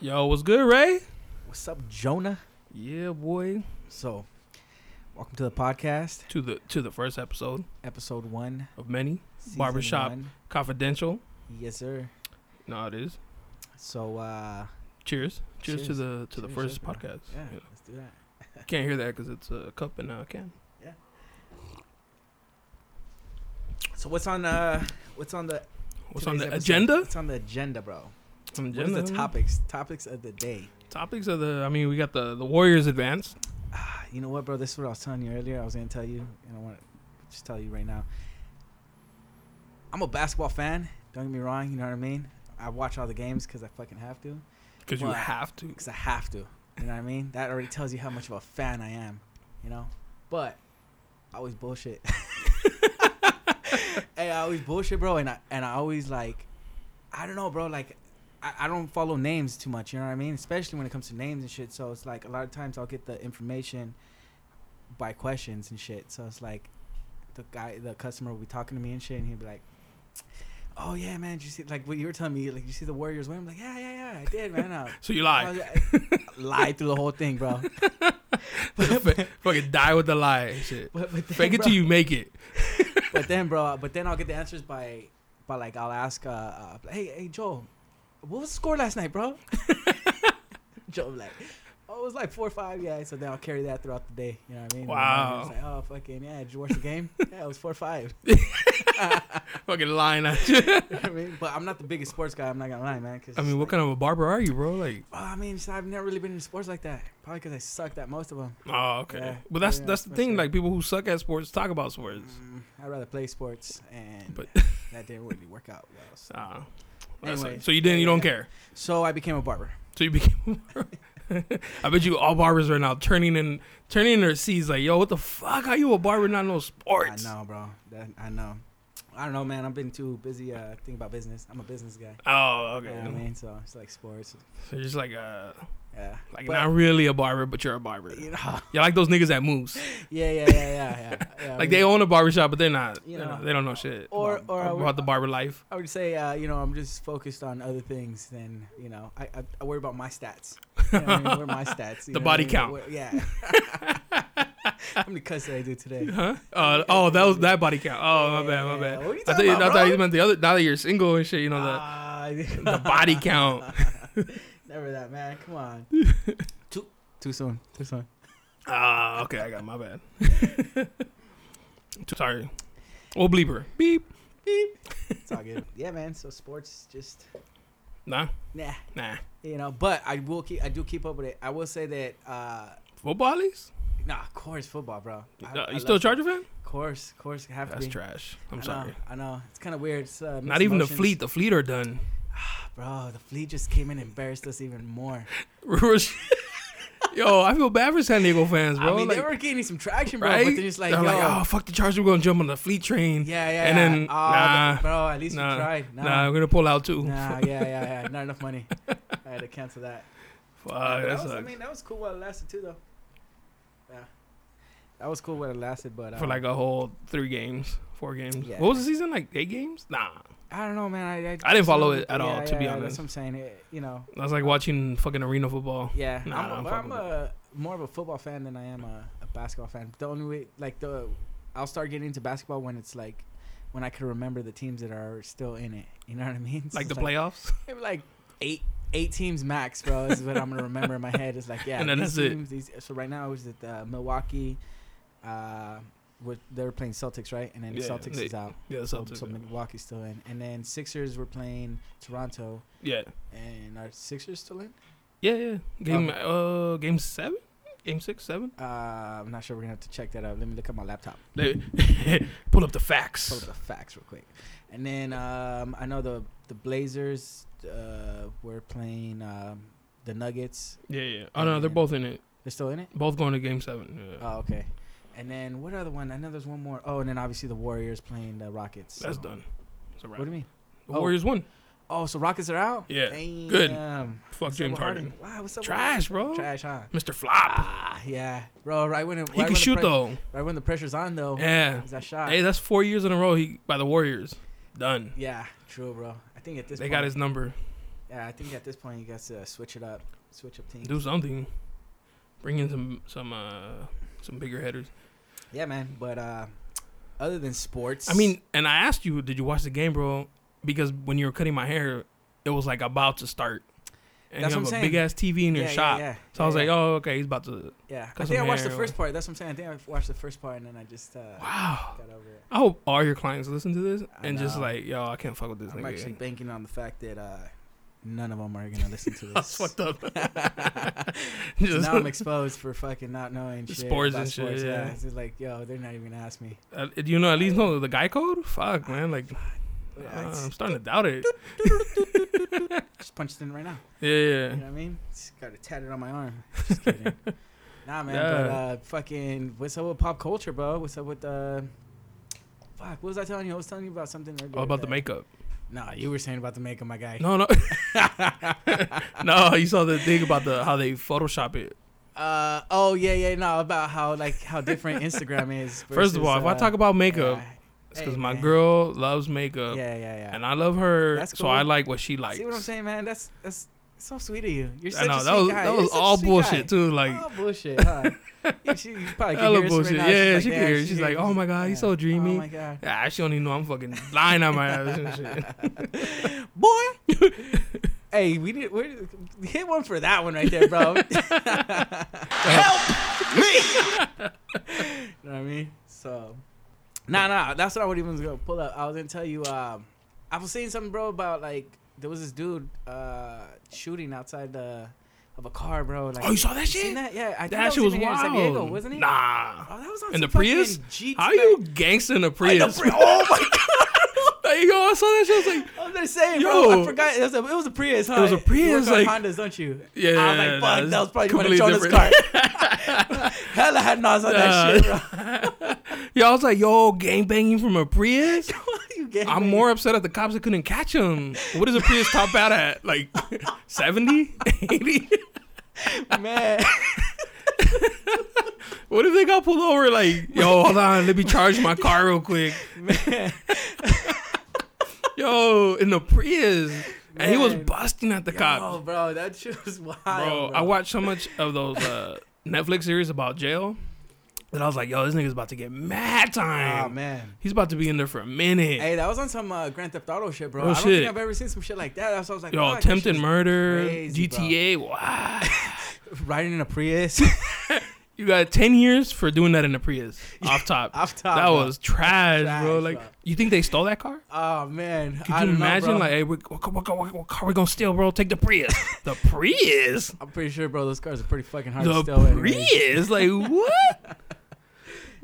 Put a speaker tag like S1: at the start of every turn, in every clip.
S1: Yo, what's good, Ray?
S2: What's up, Jonah?
S1: Yeah, boy.
S2: So, welcome to the podcast,
S1: To the to the first episode
S2: episode one,
S1: of many.
S2: season
S1: Barbershop.
S2: one.
S1: Confidential.
S2: Yes, sir.
S1: No, it is.
S2: So, uh,
S1: Cheers. Cheers, to
S2: Cheers.
S1: the to the
S2: Cheers,
S1: first
S2: bro.
S1: podcast.
S2: yeah,
S1: You know,
S2: let's do that.
S1: Can't hear that because it's a cup and a can.
S2: So, what's on uh, what's on the
S1: What's
S2: today's
S1: on the
S2: episode?
S1: agenda?
S2: What's on the agenda, bro?
S1: Agenda.
S2: What is the topics? Topics of the day.
S1: Topics of the. I mean, we got the the Warriors advance.
S2: Ah, you know what, bro? This is what I was telling you earlier. I was gonna tell you, and I want to just tell you right now. I'm a basketball fan. Don't get me wrong. You know what I mean. I watch all the games because I fucking have to.
S1: Because you
S2: Well,
S1: have to.
S2: because I have to. You know what I mean? That already tells you how much of a fan I am, you know? But I always bullshit. hey, I always bullshit, bro. And I, and I always like, I don't know, bro. Like, I, I don't follow names too much, you know what I mean? Especially when it comes to names and shit. So it's like a lot of times I'll get the information by questions and shit. So it's like the guy, the customer will be talking to me and shit, and he'd be like, Oh, yeah, man. Did you see, like, what you were telling me, like, you see the Warriors win? I'm like, Yeah, yeah, yeah, I did, man. I,
S1: So you lie.
S2: I- I lied through the whole thing, bro.
S1: Fa- Fucking die with the lie. and Shit.
S2: But, but then,
S1: Fake it
S2: bro,
S1: till you make it.
S2: But then, bro, but then I'll get the answers by, by like I'll ask, uh, uh hey, hey, Joel, what was the score last night, bro? Joel be like, oh, it was like four or five, yeah. So then I'll carry that throughout the day. You know what I mean?
S1: Wow.
S2: It's like, oh, fucking yeah. Did you watch the game? yeah, it was four or five.
S1: Fucking lying at you.
S2: You know what I mean? But I'm not the biggest sports guy. I'm not gonna lie, man. 'cause
S1: I mean, what
S2: it's
S1: kind of a barber are you, bro? Like.
S2: like- oh, I mean, so I've never really been in sports like that. Probably because I sucked at most of them.
S1: Oh, okay.
S2: Yeah.
S1: But that's
S2: Yeah,
S1: that's the
S2: that's
S1: thing.
S2: right.
S1: Like people who suck at sports talk about sports.
S2: Mm, I'd rather play sports, and
S1: But-
S2: that didn't really work out well. So.
S1: Ah. That's
S2: Anyway.
S1: it. so you didn't. You don't
S2: Yeah.
S1: care.
S2: So I became a barber.
S1: So you became. I bet you all barbers are now turning in turning in their seats like, yo, what the fuck? How you a barber not know sports?
S2: I know, bro. That, I know. I don't know, man. I've been too busy uh, thinking about business. I'm a business guy.
S1: Oh, okay.
S2: You know what I mean? So it's like sports.
S1: So you're just like uh,
S2: Yeah.
S1: like
S2: But-
S1: not really a barber, but you're a barber.
S2: You know,
S1: You're like those niggas that moves.
S2: yeah, yeah, yeah, yeah, yeah. yeah I
S1: Like
S2: mean,
S1: they own a barbershop, but they're not.
S2: You
S1: they're
S2: know.
S1: not- they don't know shit.
S2: Or-
S1: about,
S2: or I would-
S1: about the barber life.
S2: I would say, uh, you know, I'm just focused on other things than, you know, I, I, I worry about my stats. You know what I mean? Where are my stats? you
S1: The
S2: know what
S1: body
S2: I mean?
S1: count.
S2: Where- yeah. How many cuts did I do today?
S1: Huh? Uh, oh, that was that body count. Oh, my bad, my
S2: Yeah.
S1: bad.
S2: What are you
S1: I
S2: talking
S1: thought,
S2: about,
S1: I thought
S2: bro?
S1: you meant the other. Now that you're single and shit, you know the
S2: Ah,
S1: the body count.
S2: Never that, man. Come on. too, too soon. Too soon.
S1: Ah, okay, I got my bad. Too- Sorry. Well, bleeper. Beep.
S2: Beep. It's all good. yeah, man. So sports, just
S1: Nah,
S2: nah,
S1: nah.
S2: you know. But I will keep. I do keep up with it. I will say that. uh
S1: Football leagues?
S2: Nah, of course, football, bro. I,
S1: Uh,
S2: I
S1: you still a
S2: love-
S1: Charger fan?
S2: Course, course, have to
S1: That's
S2: be.
S1: trash.
S2: I
S1: I'm
S2: know,
S1: sorry.
S2: I know. It's kind of weird. It's, uh,
S1: Not
S2: mixed
S1: even the
S2: emotions.
S1: fleet. The fleet are done.
S2: bro. The fleet just came in and embarrassed us even more.
S1: Yo, I feel bad for San Diego fans, bro.
S2: I mean,
S1: like,
S2: they were gaining some traction, bro.
S1: right?
S2: But then it's like,
S1: They're
S2: yo,
S1: like, oh, fuck the Charger. We're going to jump on the fleet train.
S2: yeah, yeah,
S1: and
S2: yeah.
S1: then,
S2: Oh,
S1: nah,
S2: bro. At least
S1: nah,
S2: we tried. Nah,
S1: Nah, we're going to pull out too.
S2: Nah, yeah, yeah, yeah. Not enough money. I had to cancel that.
S1: Fuck,
S2: Yeah, but
S1: Ah, that
S2: was, I
S1: sucks.
S2: mean, that was cool while it lasted too, though. Yeah, that was cool while it lasted, but uh,
S1: For like a whole three games, four games.
S2: Yeah.
S1: What was the season? Like eight games? Nah.
S2: I don't know, man. I, I,
S1: didn't follow
S2: just-
S1: it at all, to be honest.
S2: That's what I'm saying. It, you know,
S1: That's like watching fucking arena football.
S2: yeah.
S1: Nah,
S2: I'm,
S1: I'm
S2: a,
S1: fucking
S2: I'm a, more of a football fan than I am a, a basketball fan. The only way, like the, I'll start getting into basketball when it's like, when I can remember the teams that are still in it. You know what I mean? So
S1: Like the
S2: it's
S1: playoffs?
S2: Maybe like eight eight teams max, bro. This is what I'm gonna remember in my head. It's like yeah,
S1: And then
S2: these
S1: that's it.
S2: teams, These, so right now it was at uh, Milwaukee. Uh, with, they were playing Celtics, right? And then
S1: Yeah,
S2: Celtics
S1: they-
S2: is out,
S1: Yeah, the
S2: so,
S1: Celtics.
S2: so Milwaukee's still in. And then Sixers were playing Toronto,
S1: yeah.
S2: and are Sixers still in?
S1: Yeah, yeah.
S2: Um,
S1: Game uh game seven? Game six, seven?
S2: Uh, I'm not sure. We're gonna have to check that out. Let me look at my laptop.
S1: They, pull up the
S2: Pull up
S1: facts.
S2: the facts real quick. And then um, I know the the Blazers uh, were playing um, the Nuggets.
S1: Yeah, yeah. Oh no, they're both in it.
S2: They're still in it.
S1: Both going to game seven. Yeah.
S2: Oh, okay. And then what other one? I know there's one more. Oh, and then obviously the Warriors playing the Rockets.
S1: That's
S2: So-
S1: done. It's a
S2: What do
S1: wrap.
S2: you mean?
S1: The
S2: oh.
S1: Warriors won.
S2: Oh, so Rockets are out?
S1: Yeah.
S2: Damn.
S1: Good.
S2: What's
S1: Fuck
S2: up
S1: James
S2: with
S1: Harden.
S2: Wow, what's up? with
S1: Trash,
S2: Harden?
S1: bro.
S2: Trash, huh?
S1: Mr. Flop.
S2: Ah, yeah, bro. Right when it, right
S1: He can
S2: when the Oh. Ah.
S1: shoot
S2: pre-
S1: though.
S2: Right when the pressure's on though.
S1: Yeah.
S2: Is that shot?
S1: Hey, that's four years in a row he by the Warriors. Done.
S2: yeah, true, bro. I think at this
S1: They
S2: point,
S1: got his number.
S2: Yeah, I think at this point you guys uh, switch it up, switch up teams.
S1: Do something. Bring in some some uh some bigger headers.
S2: Yeah, man. But uh, other than sports,
S1: I mean, and I asked you, did you watch the game, bro? Because when you were cutting my hair, it was like about to start. And
S2: That's
S1: you
S2: what
S1: have
S2: I'm
S1: a
S2: saying.
S1: big ass TV in your
S2: yeah, yeah,
S1: shop.
S2: yeah,
S1: So I was
S2: yeah,
S1: like, oh, okay, he's about to.
S2: yeah. I
S1: cut
S2: think I
S1: some
S2: watched the
S1: hair
S2: first
S1: or-
S2: part. That's what I'm saying. I think I watched the first part and then I just uh,
S1: Wow.
S2: got over it.
S1: I hope all your clients listen to this
S2: I
S1: and just
S2: know.
S1: like, yo, I can't fuck with this
S2: I'm
S1: nigga.
S2: actually banking on the fact that uh, none of them are gonna listen to this.
S1: That's fucked up. just,
S2: now I'm exposed for fucking not knowing shit
S1: Sports
S2: about
S1: and shit, yeah.
S2: It's just like, yo, they're not even gonna ask me.
S1: uh, do you know at least know the guy code? Fuck, man. Like, uh,
S2: Yeah, it's-
S1: I'm starting to doubt it.
S2: just punched in right now.
S1: Yeah, yeah.
S2: You know what I mean? Just got it tatted on my arm. Just kidding. nah, man. But
S1: Yeah.
S2: uh, fucking, what's up with pop culture, bro? What's up with Uh, Fuck, what was I telling you? I was telling you about something earlier.
S1: All Oh, about the
S2: that-
S1: makeup.
S2: Nah, you were saying about the makeup, my guy.
S1: No, no, no. You saw the thing about the how they Photoshop it.
S2: Uh, oh yeah, yeah, no, about how like how different Instagram is.
S1: First of all,
S2: uh,
S1: if I talk about makeup, it's
S2: Hey,
S1: because my
S2: man.
S1: girl loves
S2: yeah,
S1: makeup,
S2: yeah, yeah.
S1: and I love her,
S2: That's
S1: so I
S2: cool.
S1: like what she likes.
S2: See what I'm saying, man? That's that's so sweet of you. You're
S1: I
S2: such
S1: know
S2: a
S1: that
S2: sweet
S1: was
S2: guy.
S1: that
S2: You're
S1: was
S2: such a
S1: all
S2: sweet
S1: bullshit
S2: guy. Oh.
S1: too. Like,
S2: all bullshit. Huh? yeah, she you probably can
S1: Hella
S2: hear us
S1: bullshit.
S2: Right now.
S1: Yeah,
S2: She's
S1: she
S2: like,
S1: can
S2: "Damn,
S1: hear it." She's like, "Oh my God, he's so dreamy."
S2: Oh my god.
S1: ah, she don't even know I'm fucking lying on my ass and shit.
S2: Boy. hey, we did we hit one for that one right there, bro. Help me. you know what I mean? So Nah nah, that's what I would even go pull up. I was gonna tell you, um I was saying something bro about like there was this dude uh shooting outside the of a car, bro. Like,
S1: Oh, you saw that
S2: seen
S1: shit?
S2: that? Yeah, I think
S1: That shit
S2: was
S1: was
S2: even here in
S1: wild,
S2: San Diego, wasn't it?
S1: Nah.
S2: Oh, that was on
S1: In
S2: some
S1: the Prius?
S2: fucking Jeep
S1: How
S2: back-
S1: you gangsta in a Prius?
S2: Oh my god!
S1: Like, yo, I saw that shit. I was like,
S2: I'm just saying, bro.
S1: Yo.
S2: I forgot it was a, it was a Prius. Huh?
S1: It was a
S2: You
S1: Prius,
S2: work on
S1: like-
S2: Hondas, don't you?
S1: yeah,
S2: I was like, fuck,
S1: nah,
S2: that was probably one of
S1: completely
S2: Jonah's car.
S1: different.
S2: Hella had nods on that shit, bro.
S1: Yo, I was like, yo, gang banging from a Prius.
S2: you gay,
S1: I'm
S2: man.
S1: more upset at the cops that couldn't catch him. What does a Prius top out at? Like 70? 80?
S2: man.
S1: What if they got pulled over? Like, yo, hold on, let me charge my car real quick.
S2: man.
S1: Yo, in the Prius. And he was
S2: Man.
S1: busting at the
S2: Oh,
S1: cops.
S2: bro, that shit was wild.
S1: Bro,
S2: Bro,
S1: I watched so much of those uh, Netflix series about jail that I was like, yo, this nigga's about to get mad time.
S2: Oh man.
S1: He's about to be in there for a minute.
S2: Hey, that was on some uh, Grand Theft Auto shit, bro.
S1: No
S2: I don't
S1: Oh, shit.
S2: think I've ever seen some shit like that. That's why I was like,
S1: Yo,
S2: fuck, that
S1: attempted
S2: shit
S1: murder,
S2: crazy, bro.
S1: GTA. Wow.
S2: was- Riding in a Prius,
S1: You got 10 years for doing that in a Prius. Off top.
S2: off top.
S1: that
S2: bro.
S1: was trash,
S2: Trash,
S1: bro. Like,
S2: bro.
S1: you think they stole that car?
S2: Oh man.
S1: Could
S2: I
S1: you
S2: don't know,
S1: imagine,
S2: bro.
S1: like, hey, what, what, what, what, what car we gonna steal, bro? Take the Prius. the Prius?
S2: I'm pretty sure, bro. Those cars are pretty fucking hard
S1: The
S2: to steal. anyways.
S1: Prius? Like, what?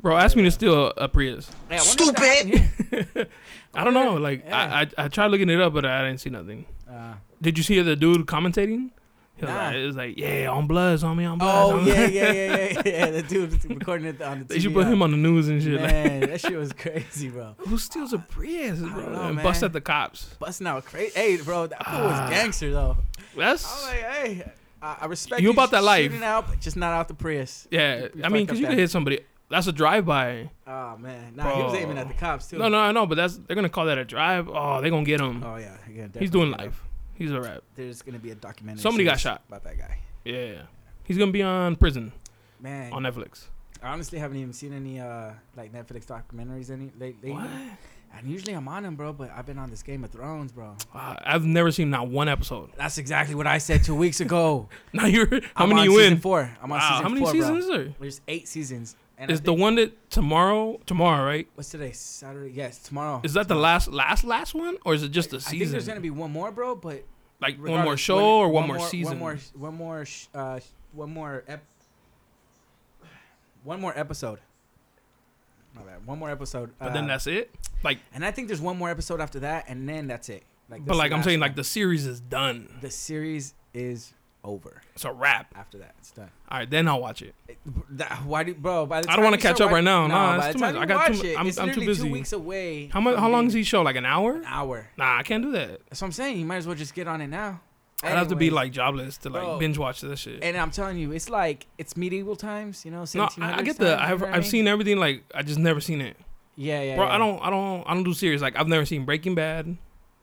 S1: Bro, ask me to steal a, a Prius.
S2: Hey, I wonder if that happened here.
S1: I don't know. Like,
S2: Yeah.
S1: I, I I tried looking it up, but I didn't see nothing.
S2: Uh,
S1: Did you see the dude commentating? He was,
S2: Nah.
S1: like, it was like, yeah, on Bloods, on me, on Bloods.
S2: Oh
S1: on
S2: yeah,
S1: Bloods."
S2: yeah, yeah, yeah, yeah. The dude recording it on the TV.
S1: They should put
S2: on.
S1: him on the news and shit. Like,
S2: Man, that shit was crazy, bro.
S1: who steals a Prius,
S2: I don't
S1: bro?
S2: know,
S1: and bust
S2: man.
S1: at the cops.
S2: Busting out crazy. Hey, bro, that fool
S1: Ah.
S2: was gangster though. I was
S1: That's
S2: like, hey, I, I respect
S1: You
S2: you
S1: about that life.
S2: Shooting out, but just not out the Prius.
S1: yeah.
S2: you
S1: I mean,
S2: fucked up
S1: because you
S2: that.
S1: could hit somebody. That's a drive-by.
S2: Oh man, nah, he was
S1: Bro.
S2: aiming at the cops too.
S1: No, no, I know, but that's they're gonna call that a drive. Oh, they're gonna get him.
S2: Oh yeah, yeah
S1: He's doing life. He's a rap.
S2: There's gonna be a documentary.
S1: Somebody got
S2: series
S1: shot.
S2: about that guy.
S1: Yeah, he's gonna be on prison
S2: Man,
S1: on Netflix.
S2: I honestly haven't even seen any uh like Netflix documentaries any lately.
S1: What?
S2: And usually I'm on them, bro, but I've been on this Game of Thrones, bro.
S1: Wow, I've never seen not one episode.
S2: That's exactly what I said two weeks ago.
S1: Now you're how
S2: I'm
S1: many
S2: on
S1: you
S2: season
S1: in?
S2: Four. I'm on
S1: Wow,
S2: season
S1: how many
S2: four, bro.
S1: seasons is there?
S2: There's eight seasons. And I
S1: Is the
S2: think-
S1: one that tomorrow? Tomorrow, right?
S2: what's today? Saturday? Yes, tomorrow.
S1: Is that the last, last, last one, or is it just a
S2: I think
S1: season?
S2: there's gonna be one more, bro. But
S1: like one more
S2: regardless,
S1: show
S2: when-
S1: or one, more, season?
S2: One more. One more. sh- Uh, sh- one more. Ep- one more episode. My bad. One more episode.
S1: But then
S2: uh,
S1: that's it. Like,
S2: And I think there's one more episode after that, and then that's it. Like,
S1: but like I'm saying, like the series is done.
S2: the series is over
S1: It's a wrap.
S2: after that. It's done.
S1: All right, then I'll watch it.
S2: It- that- why do bro? By the
S1: I
S2: time
S1: don't wanna
S2: you
S1: catch
S2: start
S1: up right now.
S2: No,
S1: Nah,
S2: by
S1: it's
S2: the
S1: too much.
S2: time you
S1: I got too
S2: watch
S1: mu-
S2: it,
S1: I'm-
S2: it's
S1: I'm too
S2: literally
S1: busy.
S2: Two weeks away.
S1: How much?
S2: from
S1: How long is
S2: being
S1: he show? Like an hour?
S2: An hour.
S1: Nah, I can't do that.
S2: That's what I'm saying. You might as well just get on it now.
S1: I'd have to be
S2: Anyways.
S1: like jobless to like
S2: Bro.
S1: binge watch this shit.
S2: And I'm telling you, it's like it's medieval times. You know,
S1: No, I, I
S2: 1700s
S1: get the.
S2: times, you
S1: I've
S2: know what I
S1: I've
S2: mean?
S1: seen everything. Like I just never seen it,
S2: Yeah, yeah.
S1: bro.
S2: yeah.
S1: I don't I don't I don't do series. Like I've never seen Breaking Bad.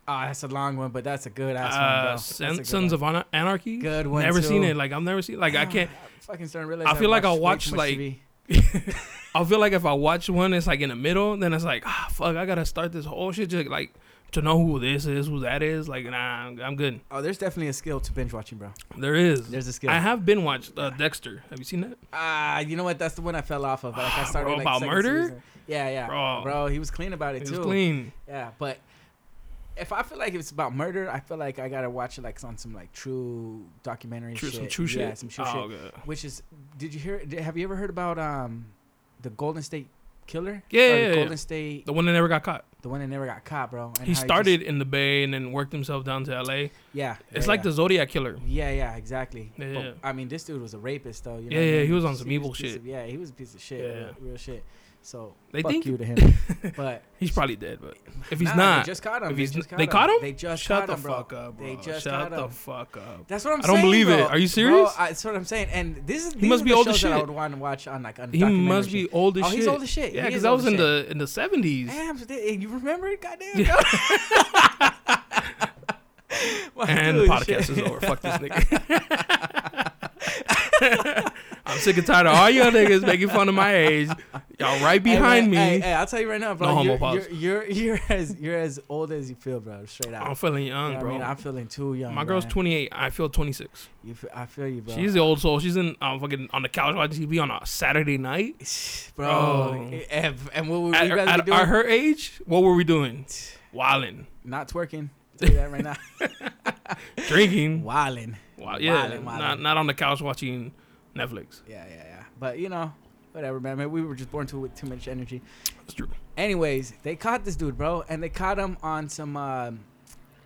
S2: Oh, that's a long one, but that's a good ass one, bro.
S1: Uh,
S2: That's a
S1: Sen-
S2: good
S1: Sons of
S2: one.
S1: Ana- Anarchy.
S2: Good one.
S1: Never seen
S2: too. Ah,
S1: it. Like I've never seen. Like I can't.
S2: fucking starting to realize.
S1: I feel like I'll
S2: watch
S1: watch,
S2: way too much
S1: like-
S2: TV.
S1: I feel like if I watch one, it's like in the middle. Then it's like, ah, fuck, I gotta start this whole shit just like to know who this is, who that is. Like, nah, I'm, I'm good.
S2: Oh, there's definitely a skill to binge watching, bro.
S1: There is.
S2: There's a skill.
S1: I have been watched uh, Dexter. Have you seen that?
S2: Ah, you know what? That's the one I fell off of. Like I started
S1: Bro,
S2: like,
S1: about
S2: second
S1: murder?
S2: season. Yeah, yeah,
S1: Bro.
S2: bro. he was clean about it,
S1: It's
S2: too.
S1: clean.
S2: Yeah, but if I feel like it's about murder, I feel like I gotta watch it like on some like true documentary
S1: True,
S2: shit.
S1: some true shit.
S2: Yeah, some true shit.
S1: oh, God.
S2: Which is, did you hear? Did, have you ever heard about um, the Golden State Killer?
S1: Yeah,
S2: Or the
S1: yeah, yeah.
S2: Golden State,
S1: The one that never got caught.
S2: the one that never got caught, bro. and
S1: he
S2: how just-
S1: started in the Bay and then worked himself down to LA.
S2: yeah,
S1: It's
S2: yeah,
S1: like
S2: yeah.
S1: the Zodiac killer.
S2: Yeah, yeah, exactly.
S1: Yeah,
S2: but,
S1: yeah.
S2: I mean, this dude was a rapist, though. You know
S1: Yeah,
S2: what I
S1: yeah,
S2: mean?
S1: he was on
S2: Just-
S1: some
S2: he
S1: evil
S2: a piece
S1: shit.
S2: of- yeah, he was a piece of shit.
S1: Yeah.
S2: Real, real shit. So
S1: They
S2: fuck
S1: think-
S2: you to him. but
S1: He's probably dead, but if he's
S2: nah,
S1: not,
S2: they just caught him.
S1: if
S2: they,
S1: he's-
S2: just
S1: they caught him?
S2: They just
S1: shut
S2: caught
S1: the
S2: him, bro.
S1: fuck up, bro.
S2: They just
S1: shut
S2: caught
S1: the
S2: him.
S1: fuck up.
S2: That's what I'm
S1: I
S2: saying.
S1: don't believe
S2: bro.
S1: it. Are you serious?
S2: Bro, I, that's what I'm saying. And this is these
S1: must
S2: are
S1: be
S2: the
S1: old as
S2: shows that I
S1: shit.
S2: would want to watch on like on
S1: He must be old as
S2: Oh,
S1: shit.
S2: he's old as shit.
S1: Yeah,
S2: He
S1: because
S2: is
S1: that
S2: old
S1: was
S2: as
S1: in
S2: shit.
S1: the in the seventies.
S2: Damn, so they- you remember it? Goddamn.
S1: Yeah.
S2: Wow,
S1: And the
S2: dude,
S1: podcast
S2: shit.
S1: is over. Fuck this nigga. I'm sick and tired of all y'all niggas making fun of my age. Y'all right
S2: Hey,
S1: behind
S2: man,
S1: me.
S2: Hey, hey, I'll tell you right now, bro.
S1: No
S2: you're,
S1: homo
S2: you're, you're you're as you're as old as you feel, bro. Straight out.
S1: I'm feeling
S2: You know
S1: young,
S2: what
S1: bro.
S2: I mean, I'm feeling too young.
S1: my girl's
S2: man.
S1: 28. I feel 26.
S2: You feel, I feel you, bro.
S1: She's the old soul. She's in um, fucking on the couch watching TV on a Saturday night.
S2: bro.
S1: Bro.
S2: And, and what were you
S1: Oh. At,
S2: guys
S1: at,
S2: be doing?
S1: at her age, what were we doing? Wilding,
S2: Not twerking. Tell you that right now.
S1: drinking.
S2: Wilding.
S1: Wow, yeah,
S2: Wildin', wildin'.
S1: not not on the couch watching Netflix.
S2: Yeah, yeah, yeah. But you know, whatever, man. Maybe we were just born to with too much energy.
S1: That's true.
S2: Anyways, they caught this dude, bro, and they caught him on some. Um,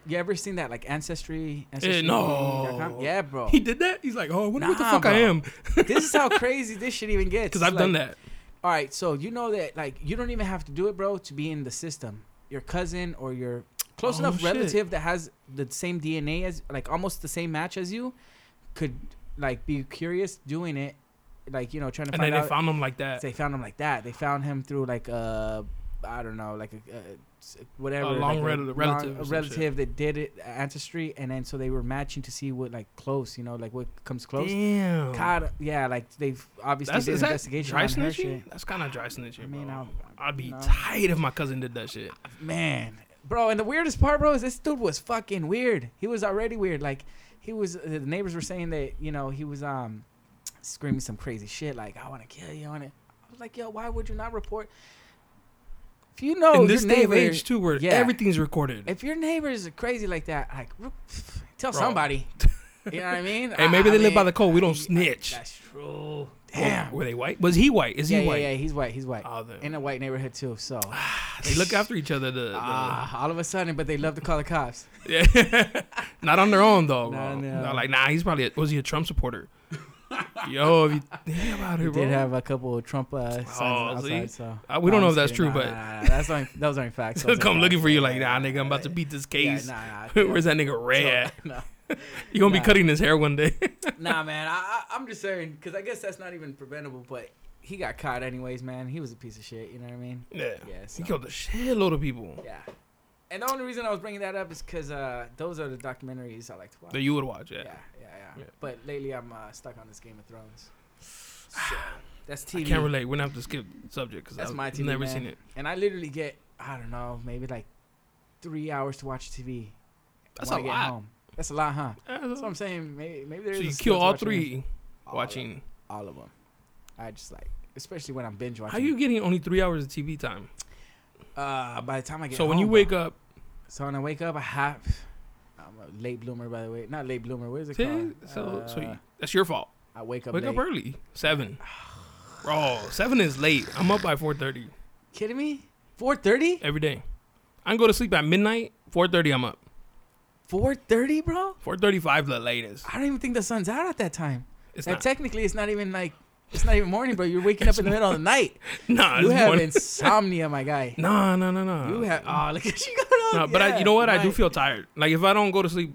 S2: you ever seen that like ancestry? ancestry
S1: Eh, no.
S2: Yeah, bro.
S1: He did that. He's like, oh, I wonder what the
S2: Nah,
S1: fuck I
S2: bro.
S1: am,
S2: this is how crazy this shit even gets.
S1: because I've done that.
S2: All right, so you know that like you don't even have to do it, bro, to be in the system. Your cousin or your close
S1: Oh,
S2: enough
S1: shit.
S2: relative that has the same DNA as like almost the same match as you could like be curious doing it, like you know trying to
S1: And
S2: find
S1: then
S2: out.
S1: they found him like that.
S2: they found him like that. They found him through like a I don't know, like a, a whatever
S1: A long
S2: like
S1: rel- relative
S2: long-
S1: or
S2: a
S1: some
S2: relative that did it uh, ancestry, and then so they were matching to see what like close, you know, like what comes close.
S1: Damn.
S2: Caught, yeah, like they've obviously
S1: That's
S2: did
S1: is
S2: an
S1: that
S2: investigation
S1: dry
S2: on her shit.
S1: snitching? That's kind of dry snitching.
S2: I mean,
S1: bro.
S2: I'll-
S1: I'd be
S2: no.
S1: tight if my cousin did that shit.
S2: Man, bro, and the weirdest part, bro, is this dude was fucking weird. He was already weird. Like he was, uh, the neighbors were saying that you know he was um screaming some crazy shit like I want to kill you on it. I was like, yo, why would you not report? If you know
S1: In this
S2: your
S1: day of
S2: Oh, neighbor-
S1: age, too, where
S2: yeah.
S1: everything's recorded.
S2: if your neighbors are crazy like that, like re- tell
S1: Bro.
S2: somebody. You know what I mean?
S1: hey, maybe
S2: I-
S1: they
S2: I
S1: live by
S2: mean,
S1: the code. We
S2: I-
S1: don't snitch.
S2: That's true. Damn.
S1: Were, were they white? Was he white? Is
S2: yeah,
S1: he
S2: yeah,
S1: white? Ah.
S2: yeah, he's white. He's white.
S1: Oh, then.
S2: In a white neighborhood too. So
S1: They look after each other. The, the-
S2: ah, all of a sudden, but they love to call the cops.
S1: Yeah. not on their own though.
S2: Not
S1: Bro.
S2: on their
S1: They're
S2: own.
S1: Like, nah, he's probably a, was he a Trump supporter? Yo, if you think about
S2: We
S1: it, bro.
S2: did have a couple of Trump uh, signs
S1: Oh, see?
S2: outside, so
S1: Uh, we don't
S2: I'm
S1: know if
S2: just
S1: that's true, but
S2: kidding. Nah, nah, nah, that's not, those aren't facts.
S1: they'll
S2: Those
S1: come
S2: aren't
S1: looking
S2: facts.
S1: for you like,
S2: Yeah,
S1: nah, nigga, I'm about to beat this
S2: yeah,
S1: case.
S2: nah, nah,
S1: Where's that nigga Ray at?
S2: nah,
S1: You gonna be
S2: nah.
S1: cutting his hair one day?
S2: nah, man. I, I, I'm just saying because I guess that's not even preventable. But he got caught anyways, man. He was a piece of shit. You know what I mean?
S1: yeah.
S2: Yeah.
S1: He
S2: So,
S1: killed a shitload of people
S2: yeah. And the only reason I was bringing that up is because uh, those are the documentaries I like to watch.
S1: that you would watch.
S2: yeah,
S1: Yeah.
S2: yeah, yeah,
S1: Yeah.
S2: But lately I'm uh, stuck on this Game of Thrones. So, that's TV.
S1: I can't relate. We're gonna have to skip subject because
S2: That's
S1: I've
S2: my TV,
S1: never
S2: man.
S1: seen it.
S2: And I literally get, I don't know, maybe like three hours to watch TV.
S1: That's a
S2: when I get
S1: lot.
S2: Home. That's a lot, huh? That's what
S1: Uh,
S2: I'm saying. Maybe, maybe there's
S1: So
S2: a
S1: you kill
S2: skill to
S1: all
S2: watching it.
S1: three
S2: All of-
S1: watching.
S2: All of them. I just like, especially when I'm binge watching.
S1: How you getting only three hours of TV time?
S2: Uh, by the time I get
S1: So when you
S2: home,
S1: wake
S2: bro.
S1: up,
S2: so when I wake up, I have. I'm a late bloomer, by the way. Not late bloomer. What is it
S1: so
S2: called?
S1: so
S2: Uh,
S1: you- that's your fault.
S2: I wake up.
S1: Wake
S2: late.
S1: up early. Seven. Bro, seven is late. I'm up by four thirty
S2: Kidding me? 4:30?
S1: every day. I can go to sleep at midnight. Four thirty, I'm up.
S2: 4:30, bro?
S1: Four thirty-five, the latest.
S2: I don't even think the sun's out at that time.
S1: It's
S2: And
S1: not.
S2: technically, it's not even like it's not even morning, bro. You're waking up in the middle of the night.
S1: nah,
S2: you
S1: it's
S2: have
S1: morning.
S2: insomnia, my guy.
S1: Nah, nah, nah, nah.
S2: You have. Oh, look at you got
S1: Nah,
S2: on.
S1: but I, you know what? I do
S2: right.
S1: feel tired. Like if I don't go to sleep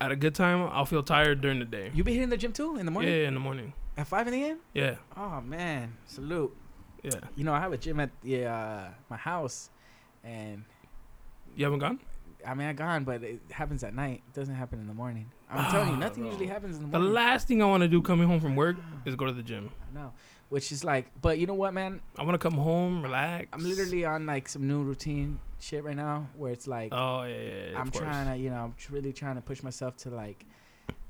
S1: at a good time, I'll feel tired during the day.
S2: You been hitting the gym too in the morning
S1: Yeah, in the morning.
S2: at five in the a.m.
S1: Yeah,
S2: Oh man, salute.
S1: yeah.
S2: You know I have a gym at the uh, my house, and
S1: You haven't gone?
S2: I mean, I gone, but it happens at night. It doesn't happen in the morning. I'm telling you,
S1: Ah,
S2: nothing
S1: bro.
S2: usually happens in the
S1: The
S2: morning.
S1: last thing I want to do coming home from work is go to the gym.
S2: no, which is like, but you know what, man?
S1: I want to come home, relax.
S2: I'm literally on like some new routine shit right now, where it's like
S1: Oh yeah, yeah, yeah, of
S2: I'm
S1: course.
S2: trying to, you know, I'm tr- really trying to push myself to like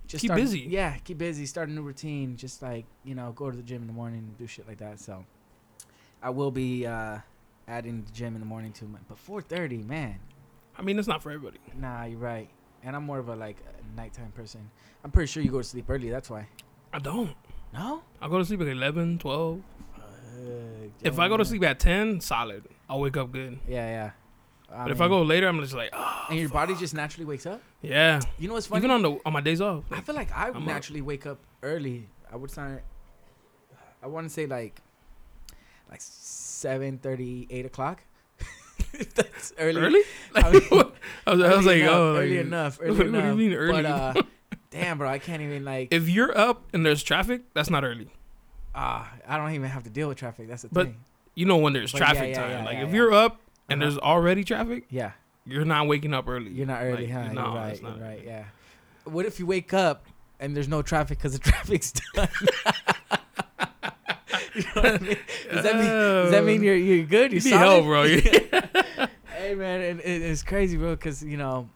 S2: just
S1: Keep
S2: start-
S1: busy.
S2: Yeah, keep busy. Start a new routine. Just like you know, go to the gym in the morning and do shit like that. So I will be uh adding the gym in the morning too. But 4:30, man.
S1: I mean, it's not for everybody.
S2: Nah, you're right. And I'm more of a like a nighttime person. I'm pretty sure you go to sleep early. That's why.
S1: I don't.
S2: No.
S1: I go to sleep at 11, 12. If I go to sleep at 10, solid. I'll wake up good.
S2: Yeah, Uh, yeah. I
S1: but if I
S2: mean-
S1: go later, I'm just like, ah,
S2: and your body just naturally wakes up.
S1: yeah.
S2: You know what's funny?
S1: Even on the on my days off,
S2: I feel like I would
S1: I'm up.
S2: naturally wake up early. I would sign. I want to say like, like seven thirty, eight o'clock. If That's early.
S1: early. Like,
S2: I mean,
S1: what? I was, I was
S2: early
S1: like,
S2: enough,
S1: oh,
S2: early
S1: like,
S2: enough. Early
S1: what do you
S2: enough.
S1: mean early?
S2: But, uh, damn, bro, I can't even like.
S1: If you're up and there's traffic, that's not early.
S2: Ah, I don't even have to deal with traffic. That's the
S1: But-
S2: thing.
S1: You know when there's
S2: But yeah,
S1: traffic
S2: yeah,
S1: time.
S2: yeah,
S1: like
S2: yeah,
S1: if
S2: yeah.
S1: you're up and
S2: Uh-huh.
S1: there's already traffic,
S2: Yeah,
S1: you're not waking up early.
S2: you're not early,
S1: Like,
S2: huh?
S1: no,
S2: you're
S1: it's
S2: right.
S1: not
S2: You're right.
S1: early.
S2: Yeah. What if you wake up and there's no traffic because the traffic's done? you know what I mean? Does that mean? Does that mean you're you're good? You're
S1: Uh, Oh. You need
S2: solid?
S1: help, bro.
S2: hey man, it, it- it's crazy, bro. Cause you know,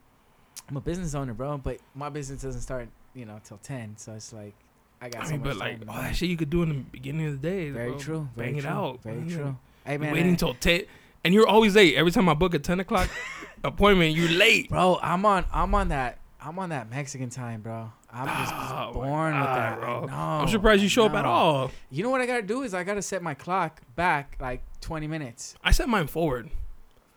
S2: I'm a business owner, bro. But my business doesn't start, you know, till ten. So it's like, I got.
S1: I
S2: so
S1: mean,
S2: much
S1: but
S2: time
S1: like
S2: in the
S1: all
S2: morning.
S1: that shit you could do in the beginning of the day.
S2: very
S1: bro.
S2: true. Very
S1: Bang it
S2: true,
S1: out.
S2: Very
S1: man.
S2: true. Hey
S1: You're
S2: man,
S1: waiting
S2: I-
S1: till ten, and you're always late. Every time I book a ten o'clock appointment, you're late.
S2: bro. I'm on. I'm on that. I'm on that Mexican time, bro. I'm just
S1: Oh, my
S2: born with
S1: God,
S2: that.
S1: bro.
S2: No,
S1: I'm surprised you show up at all.
S2: You know what I gotta do is I gotta set my clock back like 20 minutes
S1: I set mine forward.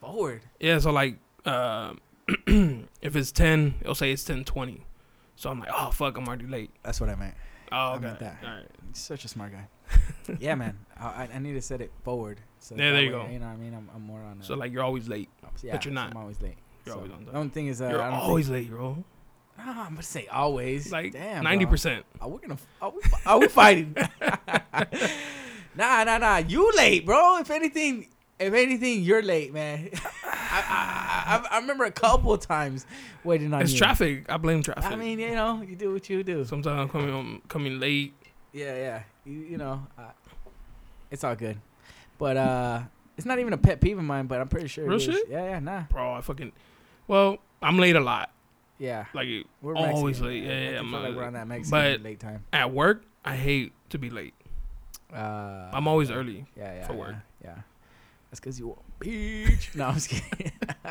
S2: forward.
S1: Yeah, so like, uh, if it's ten, it'll say it's ten twenty. So I'm like, oh fuck, I'm already late.
S2: That's what I meant.
S1: Oh,
S2: I
S1: okay.
S2: meant that.
S1: All right.
S2: Such a smart guy. yeah, man. I, I- I need to set it forward. So
S1: Yeah,
S2: that
S1: there you
S2: way,
S1: go.
S2: You know what I mean? I'm, I'm more on. A,
S1: So like, you're always late.
S2: yeah,
S1: but you're not.
S2: I'm always late.
S1: You're
S2: So,
S1: always on time.
S2: The only thing is, uh,
S1: you're
S2: I don't
S1: always late, bro.
S2: Think, Ah, I'm gonna say always.
S1: Like
S2: damn,
S1: ninety
S2: bro.
S1: percent.
S2: Are we gonna? Are we, are we fighting? nah, nah, nah. You late, bro. If anything, if anything, you're late, man. I, I, I, I remember a couple times waiting on
S1: It's
S2: you.
S1: traffic. I blame traffic.
S2: I mean, you know, you do what you do.
S1: sometimes I'm coming home, coming late.
S2: yeah, yeah. You, you know, uh, it's all good. But uh, it's not even a pet peeve of mine. But I'm pretty sure. it
S1: Real
S2: is.
S1: shit?
S2: Yeah, yeah, nah.
S1: bro. I fucking, well, I'm late a lot.
S2: Yeah,
S1: Like
S2: we're
S1: Always
S2: Mexican.
S1: late. Yeah,
S2: I- I
S1: yeah,
S2: do
S1: I'm
S2: feel like
S1: always
S2: we're on
S1: late.
S2: that Mexican
S1: But-
S2: late time.
S1: at work, I hate to be late.
S2: Uh,
S1: I'm always early.
S2: Yeah, yeah.
S1: for work.
S2: Yeah. yeah. That's because you want peach. no, I'm just kidding.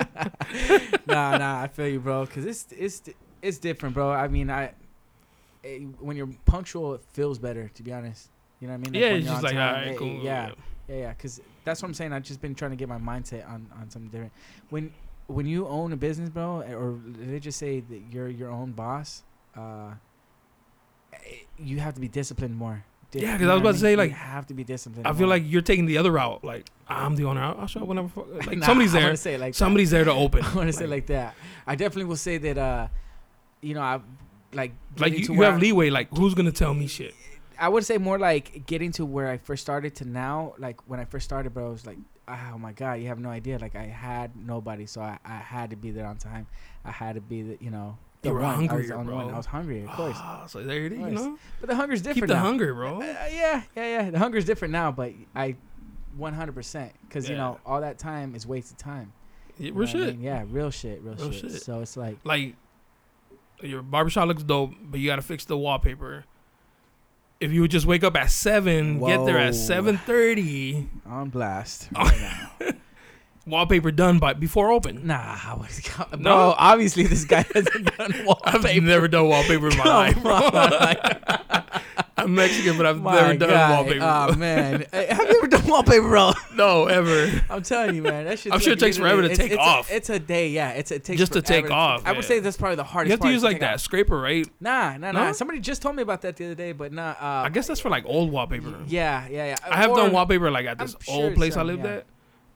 S2: nah, nah, I feel you, bro. Because it's, it's, it's different, bro. I mean, I eh, when you're punctual, it feels better, to be honest. You know what I mean?
S1: yeah,
S2: when
S1: it's
S2: you're
S1: just
S2: on
S1: like,
S2: time,
S1: all right,
S2: eh,
S1: cool.
S2: eh, Yeah, yeah, yeah. Because that's what I'm saying. I've just been trying to get my mindset on, on something different. When, when you own a business, bro, eh, or they just say that you're your own boss, uh, eh, you have to be disciplined more. Di-
S1: Yeah, 'cause
S2: you
S1: I was
S2: know
S1: about
S2: what
S1: to say,
S2: mean?
S1: like,
S2: you have to be disciplined.
S1: I feel
S2: more.
S1: like you're taking the other route. Like I'm the owner. I'll, I'll show up whenever. fuck- Like
S2: Nah,
S1: somebody's
S2: I
S1: there.
S2: wanna say it like that.
S1: Somebody's there to open.
S2: I want to say it like that. I definitely will say that. Uh, you know, I like
S1: like
S2: getting
S1: you,
S2: to
S1: you
S2: where
S1: have
S2: I-
S1: leeway. Like who's gonna tell me shit?
S2: I would say more like getting to where I first started to now. Like when I first started, bro, I was like, oh my god, you have no idea. Like I had nobody, so I, I had to be there on time. I had to be the you know the
S1: You were
S2: one. I
S1: hungrier,
S2: was the only one.
S1: bro.
S2: I was hungry, of course.
S1: Ah, so there it is.
S2: Of
S1: You
S2: course.
S1: know,
S2: But the hunger's different
S1: keep the
S2: now.
S1: hunger, bro.
S2: Uh, yeah, yeah, yeah. The hunger's different now, but I, 100%, because you
S1: Yeah.
S2: know all that time is wasted time.
S1: Yeah, real
S2: You know what I
S1: shit.
S2: mean? Yeah, real shit, real,
S1: Real
S2: shit.
S1: shit.
S2: So it's like.
S1: Like your barbershop looks dope, but you gotta fix the wallpaper. If you would just wake up at seven, get there
S2: Whoa.
S1: at seven thirty,
S2: on blast right now.
S1: wallpaper done by before open.
S2: nah, I was
S1: No?
S2: no. Bro, obviously this guy hasn't done
S1: I've
S2: wallpaper.
S1: never done wallpaper in my
S2: Come
S1: life. bro.
S2: on.
S1: I'm Mexican, but I've
S2: My
S1: never done
S2: guy.
S1: wallpaper.
S2: Oh man, Hey, have you ever done wallpaper, bro?
S1: no, ever.
S2: I'm telling you, man, that shit.
S1: I'm sure it takes forever to take off.
S2: it's a day, yeah. It's it takes
S1: Just to take
S2: forever
S1: off,
S2: I would
S1: yeah.
S2: say that's probably the hardest.
S1: You have to
S2: part
S1: use
S2: to
S1: like
S2: take off.
S1: that scraper, right?
S2: Nah, nah,
S1: No?
S2: nah. Somebody just told me about that the other day, but nah. Uh,
S1: I guess that's for like old wallpaper.
S2: Yeah, yeah, yeah.
S1: I have done
S2: Or-
S1: wallpaper like at
S2: I'm
S1: this
S2: sure
S1: old place I
S2: some,
S1: lived
S2: yeah.
S1: at,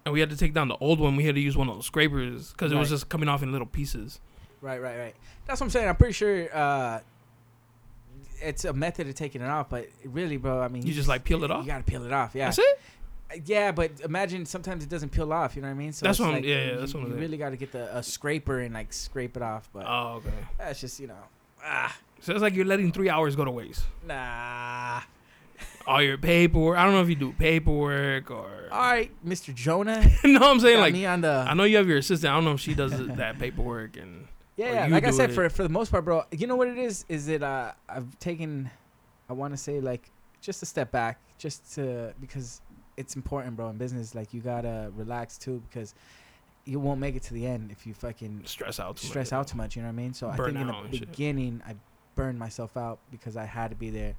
S1: and we had to take down the old one. We had to use one of those scrapers because it was
S2: Right.
S1: just coming off in little pieces.
S2: Right, right, right. That's what I'm saying. I'm pretty sure uh, it's a method of taking it off, but really, bro, I mean,
S1: You just like peel it off.
S2: You gotta peel it off. Yeah,
S1: That's it.
S2: yeah, but imagine sometimes it doesn't peel off. You know what I mean? So
S1: That's
S2: it's
S1: what I'm-
S2: like,
S1: yeah, yeah,
S2: you-
S1: that's what I'm
S2: You
S1: saying.
S2: really got to get the a scraper and like scrape it off. But
S1: Oh, okay.
S2: that's just you know, ah,
S1: So it's like you're letting three hours go to waste.
S2: nah.
S1: All your paperwork. I don't know if you do paperwork or.
S2: All right, Mr. Jonah,
S1: no, I'm saying
S2: got
S1: like
S2: me uh, on the.
S1: I know you have your assistant. I don't know if she does that paperwork and
S2: Yeah,
S1: or
S2: yeah.
S1: you
S2: like I
S1: do
S2: said,
S1: it.
S2: for for the most part, bro. You know what it is? Is it uh, I've taken, I want to say like just a step back, just to because it's important, bro. In business, like you gotta relax too, because you won't make it to the end if you fucking
S1: stress out. too much.
S2: stress out too much. You know what I mean? So I
S1: Burn
S2: think in
S1: out
S2: the
S1: and shit.
S2: beginning, I burned myself out because I had to be there.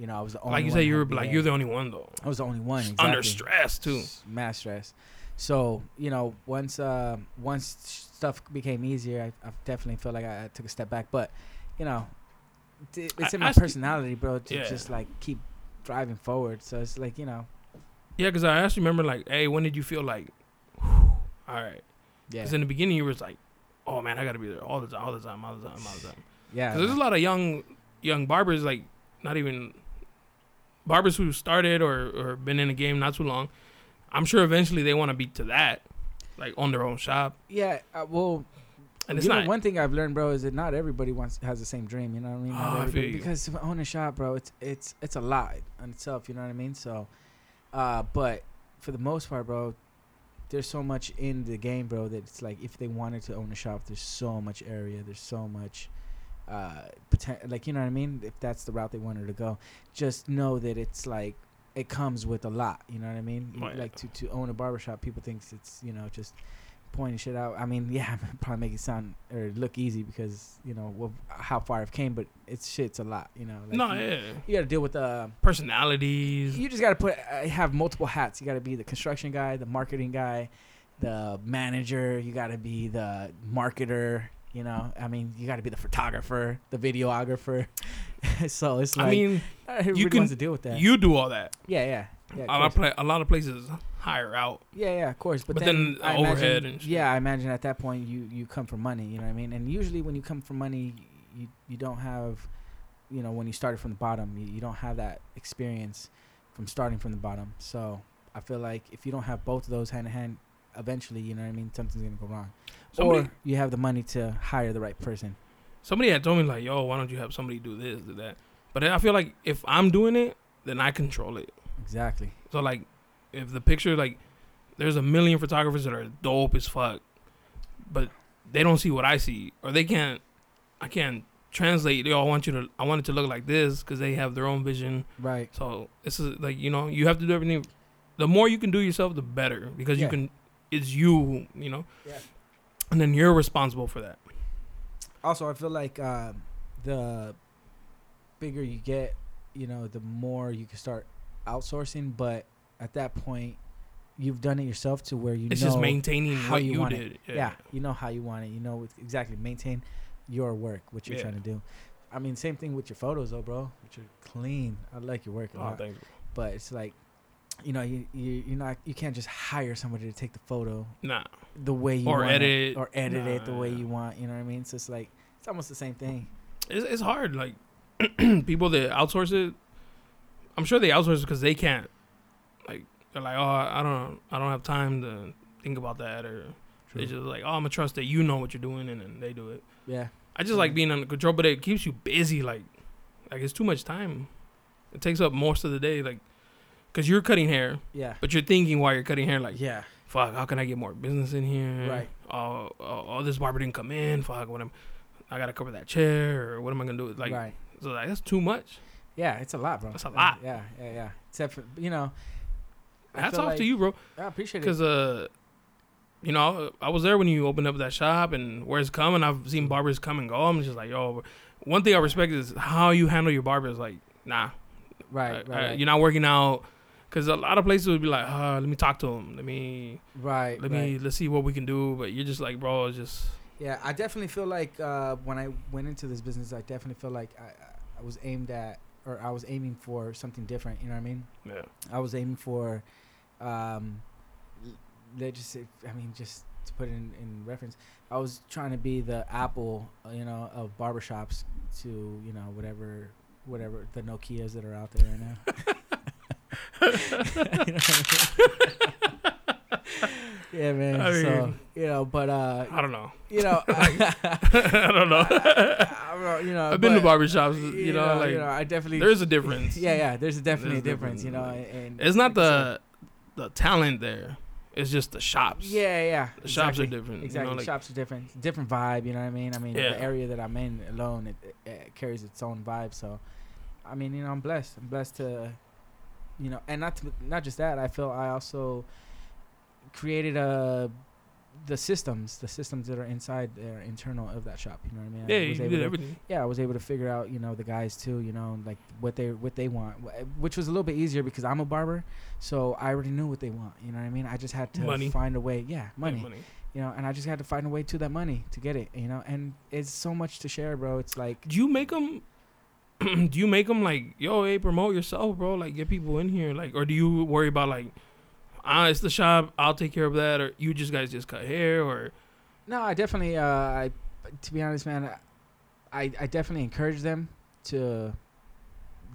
S2: You know, I was the only
S1: Like you
S2: one
S1: say,
S2: who
S1: you were
S2: had to be
S1: like
S2: there.
S1: you're the only one though.
S2: I was the only one exactly.
S1: Under stress too.
S2: S- Mad stress. So you know, once uh, once stuff became easier, I, I definitely felt like I, I took a step back. But you know, t- it's
S1: I-
S2: in
S1: I
S2: my
S1: st-
S2: personality, bro, to
S1: Yeah.
S2: just like keep driving forward. So it's like you know,
S1: Yeah, because I actually remember like, hey, when did you feel like, all right?
S2: yeah,
S1: Because in the beginning you was like, oh man, I gotta be there all the time, all the time, all the time, all the time.
S2: yeah,
S1: Because there's a lot of young young barbers like not even barbers who started or or been in the game not too long. I'm sure eventually they want to be to that, like on their own shop,
S2: yeah. Uh, well,
S1: and it's
S2: you know,
S1: not.
S2: one thing I've learned, bro, is that not everybody wants has the same dream. You know what I mean?
S1: Oh,
S2: Not
S1: I feel
S2: everybody-
S1: you.
S2: because to own a shop, bro, it's it's it's a lot on itself. You know what I mean? So, uh, but for the most part, bro, there's so much in the game, bro, that it's like if they wanted to own a shop, there's so much area, there's so much. Uh, poten- like you know what I mean. If that's the route they wanted to go, just know that it's like it comes with a lot. You know what I mean?
S1: Oh, yeah.
S2: Like to, to own a barbershop, people thinks it's you know just pointing shit out. I mean, yeah, probably make it sound or look easy because you know well, how far I've came, but it's shit's a lot. You know,
S1: no,
S2: you,
S1: yeah,
S2: you got to deal with uh,
S1: personalities.
S2: you just got to put uh, have multiple hats. You got to be the construction guy, the marketing guy, the manager. You got to be the marketer. You know, I mean, you got to be the photographer, the videographer. so it's like
S1: I mean,
S2: everybody
S1: can-
S2: wants to deal with that.
S1: you do all that.
S2: yeah, yeah, yeah. of
S1: a lot
S2: course.
S1: of pla- a lot of places hire out.
S2: Yeah, yeah, of course. But,
S1: But
S2: then,
S1: then
S2: I
S1: overhead
S2: imagine,
S1: and shit.
S2: yeah, I imagine at that point you you come for money. You know what I mean? And usually when you come for money, you you don't have, you know, when you started from the bottom, you, you don't have that experience from starting from the bottom. So I feel like if you don't have both of those hand in hand, eventually, you know what I mean, something's gonna go wrong.
S1: Somebody
S2: or you have the money to hire the right person.
S1: somebody had told me like, yo, why don't you have somebody do this, do that? But then I feel like if I'm doing it, then I control it.
S2: Exactly.
S1: So like, if the picture like, there's a million photographers that are dope as fuck, but they don't see what I see, or they can't. I can't translate. Yo, I want you to. I want it to look like this because they have their own vision.
S2: Right.
S1: So this is like you know you have to do everything. The more you can do yourself, the better because
S2: Yeah.
S1: you can. It's you, you know.
S2: Yeah.
S1: And then you're responsible for that.
S2: also i feel like um, the bigger you get you know the more you can start outsourcing but at that point you've done it yourself to where you
S1: It's
S2: know
S1: just maintaining
S2: how
S1: what
S2: you
S1: you,
S2: want it.
S1: did.
S2: yeah. you know how you want it you know with- exactly maintain your work what you're
S1: Yeah.
S2: trying to do i mean same thing with your photos though bro which are clean i like your work a
S1: Oh,
S2: lot
S1: thanks.
S2: but it's like you know you, you you're not you can't just hire somebody to take the photo
S1: Nah.
S2: the way you
S1: Or
S2: want
S1: edit.
S2: it, or edit it the
S1: Nah,
S2: way
S1: yeah.
S2: you want you know what i mean so it's like it's almost the same thing
S1: it's, it's hard. Like people that outsource it, I'm sure they outsource it because they can't. Like they're like, oh, I don't, I don't have time to think about that, or they just like, oh, I'm gonna trust that you know what you're doing, and then they do it.
S2: Yeah.
S1: I just like being under control, but it keeps you busy. Like, like it's too much time. It takes up most of the day, like, cause you're cutting hair,
S2: Yeah.
S1: but you're thinking while you're cutting hair, like,
S2: yeah.
S1: fuck, how can I get more business in here?
S2: Right.
S1: Oh, oh, oh this barber didn't come in. Fuck, what am? I gotta cover that chair, or what am I gonna do? Like,
S2: right.
S1: so like that's too much.
S2: Yeah, it's a lot, bro.
S1: That's a lot.
S2: Yeah, yeah, yeah. Except for you know. I
S1: Hats
S2: feel
S1: off to
S2: like-
S1: you, bro.
S2: I appreciate it.
S1: Because uh, you know, I was there when you opened up that shop and where it's coming. I've seen barbers come and go. I'm just like, yo. One thing I respect is how you handle your barbers. Like, nah,
S2: Right,
S1: uh,
S2: right,
S1: uh,
S2: right.
S1: you're not working out. Because a lot of places would be like, uh, let me talk to him. Let me,
S2: right,
S1: let
S2: right.
S1: me, let's see what we can do. But you're just like, bro, it's just
S2: Yeah, I definitely feel like uh, when I went into this business, I definitely feel like I, I- I was aimed at, or I was aiming for something different. You know what I mean?
S1: yeah.
S2: I was aiming for, um, l- let's just say, I mean, just to put it in, in reference, I was trying to be the Apple, uh, you know, of barbershops to, you know, whatever, whatever the Nokias that are out there right now. yeah, man.
S1: I
S2: so
S1: mean-
S2: you know, but uh,
S1: I don't know.
S2: you know, I,
S1: I don't know.
S2: I, don't know, you know,
S1: I've been to
S2: but,
S1: barbershops, you, know, like
S2: I definitely
S1: there's a difference.
S2: Yeah, yeah. There's a definitely
S1: There's
S2: difference, you know.
S1: definitely-
S2: And
S1: It's not
S2: like I said-
S1: the the talent there. It's just the shops.
S2: Yeah, yeah.
S1: The shops are
S2: exactly.
S1: different.
S2: Exactly.
S1: You know, like,
S2: Shops are different. Different vibe, you know what I mean? I mean,
S1: Yeah.
S2: the area that I'm in alone, it, it, it carries its own vibe. So, I mean, you know, I'm blessed. I'm blessed to, you know, and not to, not just that. I feel I also created a the systems, the systems that are inside, that are internal of that shop. You know what I mean? I
S1: yeah,
S2: was
S1: you
S2: able
S1: did
S2: to-
S1: everything.
S2: yeah, I was able to figure out, you know, the guys too, you know, like what they what they want, wh- which was a little bit easier because I'm a barber, so I already knew what they want. You know what I mean? I just had to
S1: Money.
S2: find a way. Yeah,
S1: Yeah,
S2: money, You know, and I just had to find a way to that money to get it. You know, and it's so much to share, bro. It's like
S1: Do you make them? do you make them like, yo, hey, promote yourself, bro? Like, get people in here, like, or do you worry about like, ah, it's the shop, I'll take care of that, or you just guys just cut hair, or
S2: No, I definitely. Uh, I, to be honest, man, I, I definitely encourage them to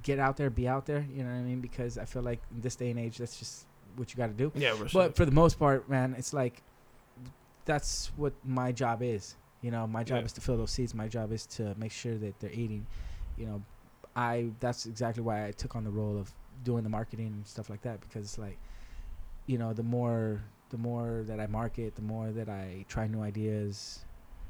S2: get out there, be out there. You know what I mean? Because I feel like in this day and age, that's just what you got to do.
S1: yeah, we're
S2: But for the most part, man, it's like that's what my job is. You know, my job
S1: Yeah.
S2: is to fill those seats. My job is to make sure that they're eating. You know, I that's exactly why I took on the role of doing the marketing and stuff like that because it's like, you know, the more the more that I market, the more that I try new ideas,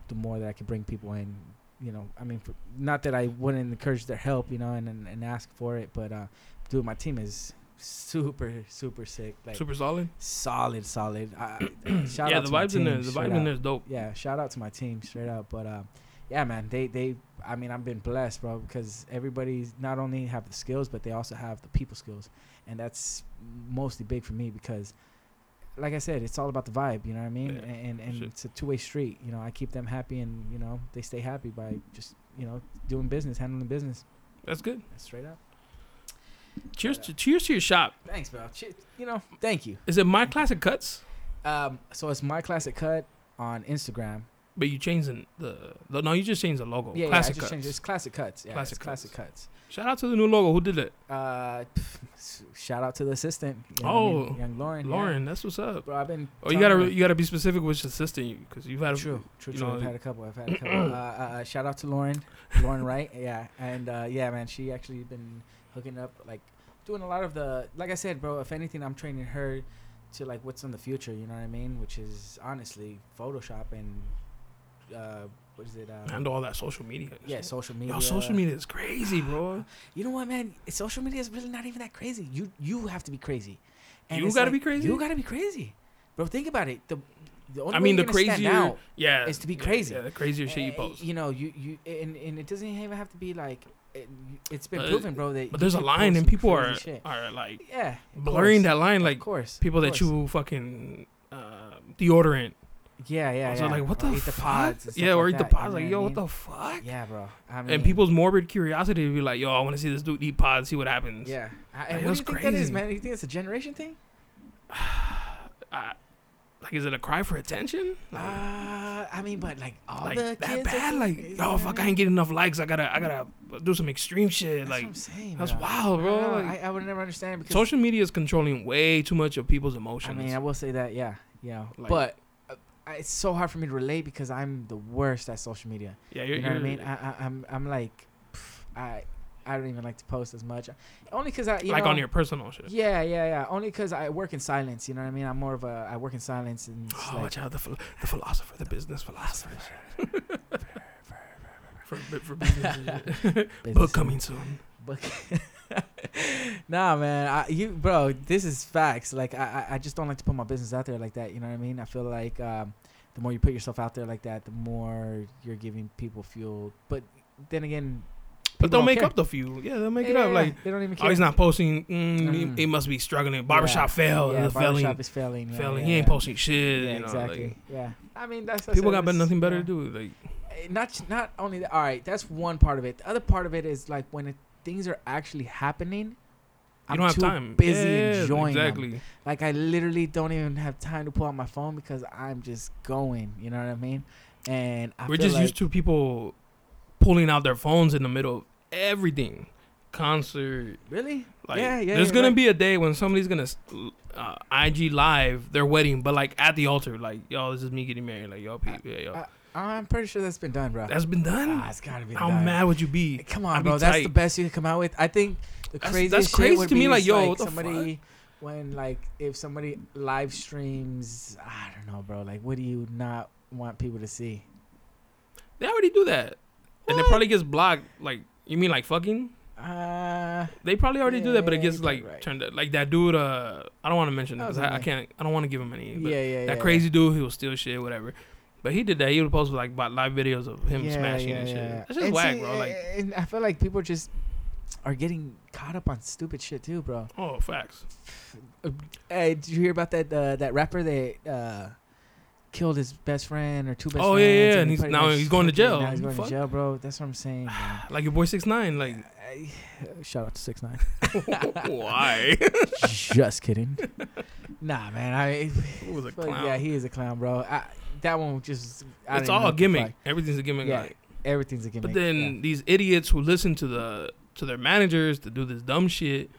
S2: the more that I can bring people in. You know, I mean, for, not that I wouldn't encourage their help, you know, and and, and ask for it, but uh, dude, my team is super super sick. Like,
S1: super solid.
S2: solid, solid. I, I- shout
S1: yeah,
S2: out
S1: the
S2: to my
S1: vibes in there,
S2: team,
S1: the
S2: straight
S1: vibe in
S2: up.
S1: there is dope.
S2: Yeah, shout out to my team straight up. But um, yeah, man, they they. I mean, I've been blessed, bro, because everybody's not only have the skills, but they also have the people skills, and that's mostly big for me because. Like I said, it's all about the vibe, you know what I mean,
S1: Yeah,
S2: and and
S1: sure.
S2: it's a two way street. You know, I keep them happy, and you know they stay happy by just you know doing business, handling business,
S1: That's good.
S2: straight up.
S1: Cheers,
S2: Yeah.
S1: to, cheers to your shop.
S2: Thanks, bro. Che- You know, thank you.
S1: Is it my classic cuts?
S2: Um, so it's my classic cut on Instagram.
S1: But you changed the, the, the no, you just changed the logo.
S2: Yeah, yeah I
S1: classic
S2: just
S1: cuts.
S2: changed it. It's classic cuts. Yeah,
S1: Classic
S2: classic, classic cuts.
S1: Shout out to the new logo. Who did it?
S2: Uh, pff, shout out to the assistant. you know what I mean?
S1: Oh,
S2: young Lauren. yeah.
S1: Lauren, that's what's up.
S2: Bro, I've been.
S1: Oh, you
S2: telling
S1: gotta
S2: her-
S1: you gotta be specific which assistant because you've had a,
S2: True, true,
S1: you
S2: true.
S1: know,
S2: I've had a couple. I've had a couple. uh, uh, uh, shout out to Lauren, Lauren Wright. Yeah, and uh, yeah, man, she actually been hooking up, like doing a lot of the. Like I said, bro, if anything, I'm training her to like what's in the future. You know what I mean? Which is honestly Photoshop and uh, what is it? Uh,
S1: and all that social media.
S2: yeah, social media.
S1: Yo, social media is crazy, bro.
S2: You know what, man? Social media is really not even that crazy. You you have to be crazy.
S1: You
S2: it's
S1: gotta be crazy?
S2: You gotta be crazy, bro. Think about it. The the only
S1: I mean, the
S2: crazy
S1: crazier,
S2: out,
S1: yeah,
S2: is to be
S1: yeah,
S2: crazy.
S1: Yeah, the crazier shit you
S2: eh,
S1: post.
S2: You know, you you and, and it doesn't even have to be like it, it's been
S1: Uh,
S2: proven, bro. That
S1: But
S2: you
S1: there's a
S2: can
S1: line, and
S2: post some
S1: people are
S2: crazy shit.
S1: are like
S2: yeah of
S1: blurring
S2: course,
S1: that line,
S2: of
S1: like
S2: course
S1: people
S2: of
S1: that
S2: course.
S1: you fucking uh, deodorant.
S2: yeah yeah
S1: So
S2: yeah.
S1: like, what
S2: or
S1: the
S2: eat the
S1: fuck?
S2: pods and stuff
S1: yeah, or eat
S2: like
S1: the
S2: that, you
S1: pods.
S2: know
S1: Like, yo,
S2: I
S1: what
S2: mean?
S1: the fuck?
S2: yeah, bro. I mean,
S1: and people's morbid curiosity would be like, yo, I want to see this dude eat pods, see what happens.
S2: yeah. I,
S1: Like,
S2: and what do
S1: that's
S2: you think that is,
S1: crazy.
S2: man? You think it's a generation thing?
S1: I- like, is it a cry for attention? Like,
S2: Uh, I mean, but like all
S1: like,
S2: the
S1: that
S2: kids are
S1: bad?
S2: doing-
S1: Like,
S2: you know
S1: yo,
S2: what
S1: fuck, I
S2: mean?
S1: ain't getting enough likes. I gotta, I gotta do some extreme shit.
S2: That's
S1: like,
S2: what I'm saying.
S1: that's
S2: bro.
S1: wild,
S2: I,
S1: bro.
S2: don't know.
S1: like,
S2: I, I would never understand because
S1: social media is controlling way too much of people's
S2: I
S1: emotions.
S2: mean, I will say that, yeah, yeah.
S1: Like-
S2: but uh, I, it's so hard for me to relate because I'm the worst at social media.
S1: yeah, you're,
S2: You know what I
S1: you're-
S2: mean? I, I, I'm, I'm like, pff, I, I don't even like to post as much. Only because I, you
S1: like
S2: know,
S1: on your personal shit.
S2: Yeah, yeah, yeah. Only because I work in silence. You know what I mean? I'm more of a, I work in silence and it's
S1: Oh,
S2: like,
S1: watch out, the, phil- the philosopher, the business philosopher. for, for business and shit.
S2: business.
S1: Book coming soon.
S2: Book. nah, man, I, you, bro, this is facts. Like, I, I, I just don't like to put my business out there like that. You know what I mean? I feel like um, the more you put yourself out there like that, the more you're giving people fuel. But then again, people
S1: But they'll
S2: don't
S1: make
S2: care.
S1: up the few. Yeah, they'll make it
S2: Yeah,
S1: up.
S2: yeah,
S1: Like,
S2: they don't even care.
S1: oh, he's not posting. Mm,
S2: Mhm.
S1: he, he must be struggling. Barbershop failed.
S2: Yeah,
S1: the failing,
S2: barbershop is failing. Yeah,
S1: failing.
S2: yeah,
S1: he ain't
S2: yeah.
S1: posting shit.
S2: Yeah,
S1: you know,
S2: exactly.
S1: like,
S2: yeah, I mean, that's
S1: people got
S2: that's-
S1: nothing better
S2: yeah.
S1: to do. Like,
S2: Eh, not not only that. All right, that's one part of it. The other part of it is like when it, things are actually happening.
S1: you
S2: I'm
S1: don't have
S2: too
S1: time.
S2: busy
S1: Yeah,
S2: enjoying them.
S1: Exactly.
S2: Like I literally don't even have time to pull out my phone because I'm just going. You know what I mean? And I
S1: We're just used to people pulling out their phones in the middle of everything. concert.
S2: Really?
S1: Like,
S2: yeah, yeah.
S1: There's
S2: you're
S1: gonna
S2: right.
S1: be a day when somebody's gonna uh, IG live their wedding, but like at the altar, like yo, this is me getting married. Like yo, people, yeah, yo.
S2: I- I'm pretty sure that's been done, bro.
S1: that's been done.
S2: Ah, it's gotta be.
S1: How
S2: done.
S1: mad would you be?
S2: Come on,
S1: I'd be
S2: bro. That's the
S1: tight.
S2: best you can come out with. I think the
S1: That's-
S2: craziest
S1: that's crazy
S2: shit would
S1: to me,
S2: be
S1: like,
S2: is,
S1: yo, what the
S2: somebody when like if somebody live streams. I don't know, bro. Like, what do you not want people to see?
S1: They already do that, and it
S2: What?
S1: probably gets blocked. Like you mean like fucking?
S2: Uh,
S1: They probably already do that, but it
S2: Yeah,
S1: gets
S2: you're
S1: like
S2: probably right.
S1: turned like that dude. Uh, I don't want to mention
S2: That
S1: because
S2: was
S1: I, I
S2: okay.
S1: can't. I don't want to give him any. But
S2: yeah, yeah,
S1: that
S2: yeah.
S1: crazy dude, he was steal shit, whatever. But he did that. He would post like about live videos of him
S2: Yeah,
S1: smashing
S2: yeah,
S1: and shit.
S2: yeah.
S1: That's just
S2: And
S1: whack,
S2: see, eh,
S1: bro. Like,
S2: and I feel like people just are getting caught up on stupid shit too, bro.
S1: oh, facts. Uh,
S2: Hey, did you hear about that uh, that rapper that uh, killed his best friend or two best
S1: Oh,
S2: friends?
S1: yeah, yeah,
S2: he
S1: and he's-
S2: put it in
S1: now
S2: his
S1: he's going to
S2: fucking-
S1: jail.
S2: Now he's going
S1: Fuck.
S2: to jail, bro. That's what I'm saying. man.
S1: Like your boy six nine. Like,
S2: I- shout out to Six Nine.
S1: why?
S2: Just kidding. nah, man. I
S1: It was a
S2: but
S1: clown.
S2: yeah, he is a clown, bro. I, that one just I
S1: it's
S2: don't even know
S1: all a
S2: what the
S1: gimmick.
S2: fuck.
S1: Everything's a gimmick.
S2: Yeah,
S1: like.
S2: Everything's a gimmick.
S1: But then these idiots who listen to the to their managers to do this dumb shit,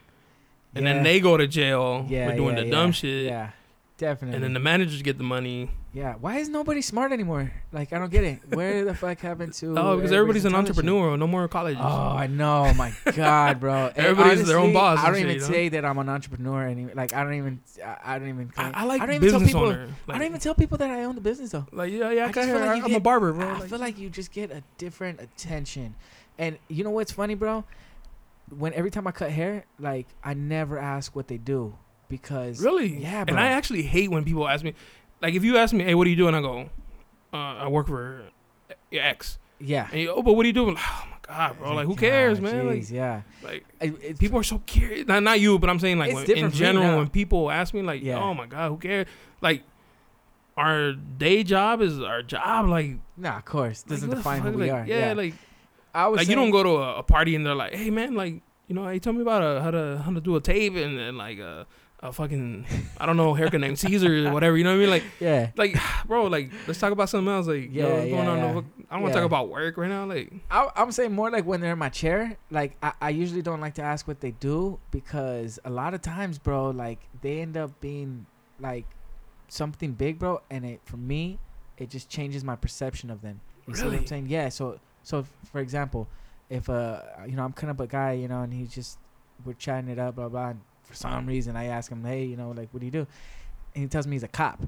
S1: and
S2: Yeah.
S1: then they go to jail
S2: yeah,
S1: for doing
S2: yeah,
S1: the
S2: yeah,
S1: dumb shit,
S2: Yeah, definitely.
S1: and then the managers get the money.
S2: yeah, why is nobody smart anymore? Like I don't get it. Where the fuck happened to?
S1: oh, because everybody's an
S2: intelligence?
S1: entrepreneur. No more colleges.
S2: Oh, I know. My God, bro. And
S1: Everybody's their own
S2: honestly,
S1: boss
S2: I
S1: and
S2: don't
S1: shit,
S2: even
S1: you know?
S2: say that I'm an entrepreneur anymore. Like I don't even. I, I don't even.
S1: I,
S2: claim-
S1: I like
S2: I don't even tell
S1: business
S2: people-
S1: owner. Like,
S2: I don't even tell people that I own the business though.
S1: Like yeah, yeah,
S2: I
S1: I, got
S2: just feel
S1: here.
S2: like
S1: I-
S2: you
S1: I'm a
S2: get-
S1: barber, bro.
S2: I
S1: Like,
S2: feel like you just get a different attention. And you know what's funny, bro? When every time I cut hair, like I never ask what they do because
S1: really?
S2: yeah,
S1: And
S2: bro.
S1: I actually hate when people ask me, like, if you ask me, "Hey, what do you do?" and I go, uh, "I work for your ex."
S2: yeah.
S1: And you, oh, but what do you do? Like, oh my god, bro! Like, who cares,
S2: God,
S1: man? Like,
S2: jeez, yeah,
S1: like,
S2: It- it's
S1: people are so curious. Not, not you, but I'm saying like
S2: It's
S1: when, in
S2: different for me
S1: general
S2: now.
S1: when people ask me, like,
S2: Yeah.
S1: "Oh my god, who cares?" Like, our day job is our job. Like,
S2: nah, of course doesn't
S1: like, what the
S2: define who
S1: fuck?
S2: we
S1: Like,
S2: are.
S1: Yeah,
S2: Yeah,
S1: like,
S2: I was
S1: like you don't go to a, a party and they're like, "Hey, man, like, you know, hey, tell me about uh, how to how to do a tape and, and like uh, a fucking I don't know haircut named Caesar or whatever." You know what I mean? Like,
S2: Yeah,
S1: like, bro, like, let's talk about something else. Like, yo,
S2: Yeah,
S1: what's going
S2: yeah,
S1: on?
S2: yeah.
S1: What- I don't want to
S2: Yeah.
S1: talk about work right now. Like,
S2: I, I'm saying more like when they're in my chair. Like I, I usually don't like to ask what they do because a lot of times, bro, like they end up being like something big, bro, and it for me, it just changes my perception of them. You see what
S1: Really?
S2: I'm saying? Yeah. So so if, for example, if uh you know I'm kind of a guy, you know, and he's just we're chatting it up, blah blah. And for some reason, I ask him, hey, you know, like what do you do? And he tells me he's a cop.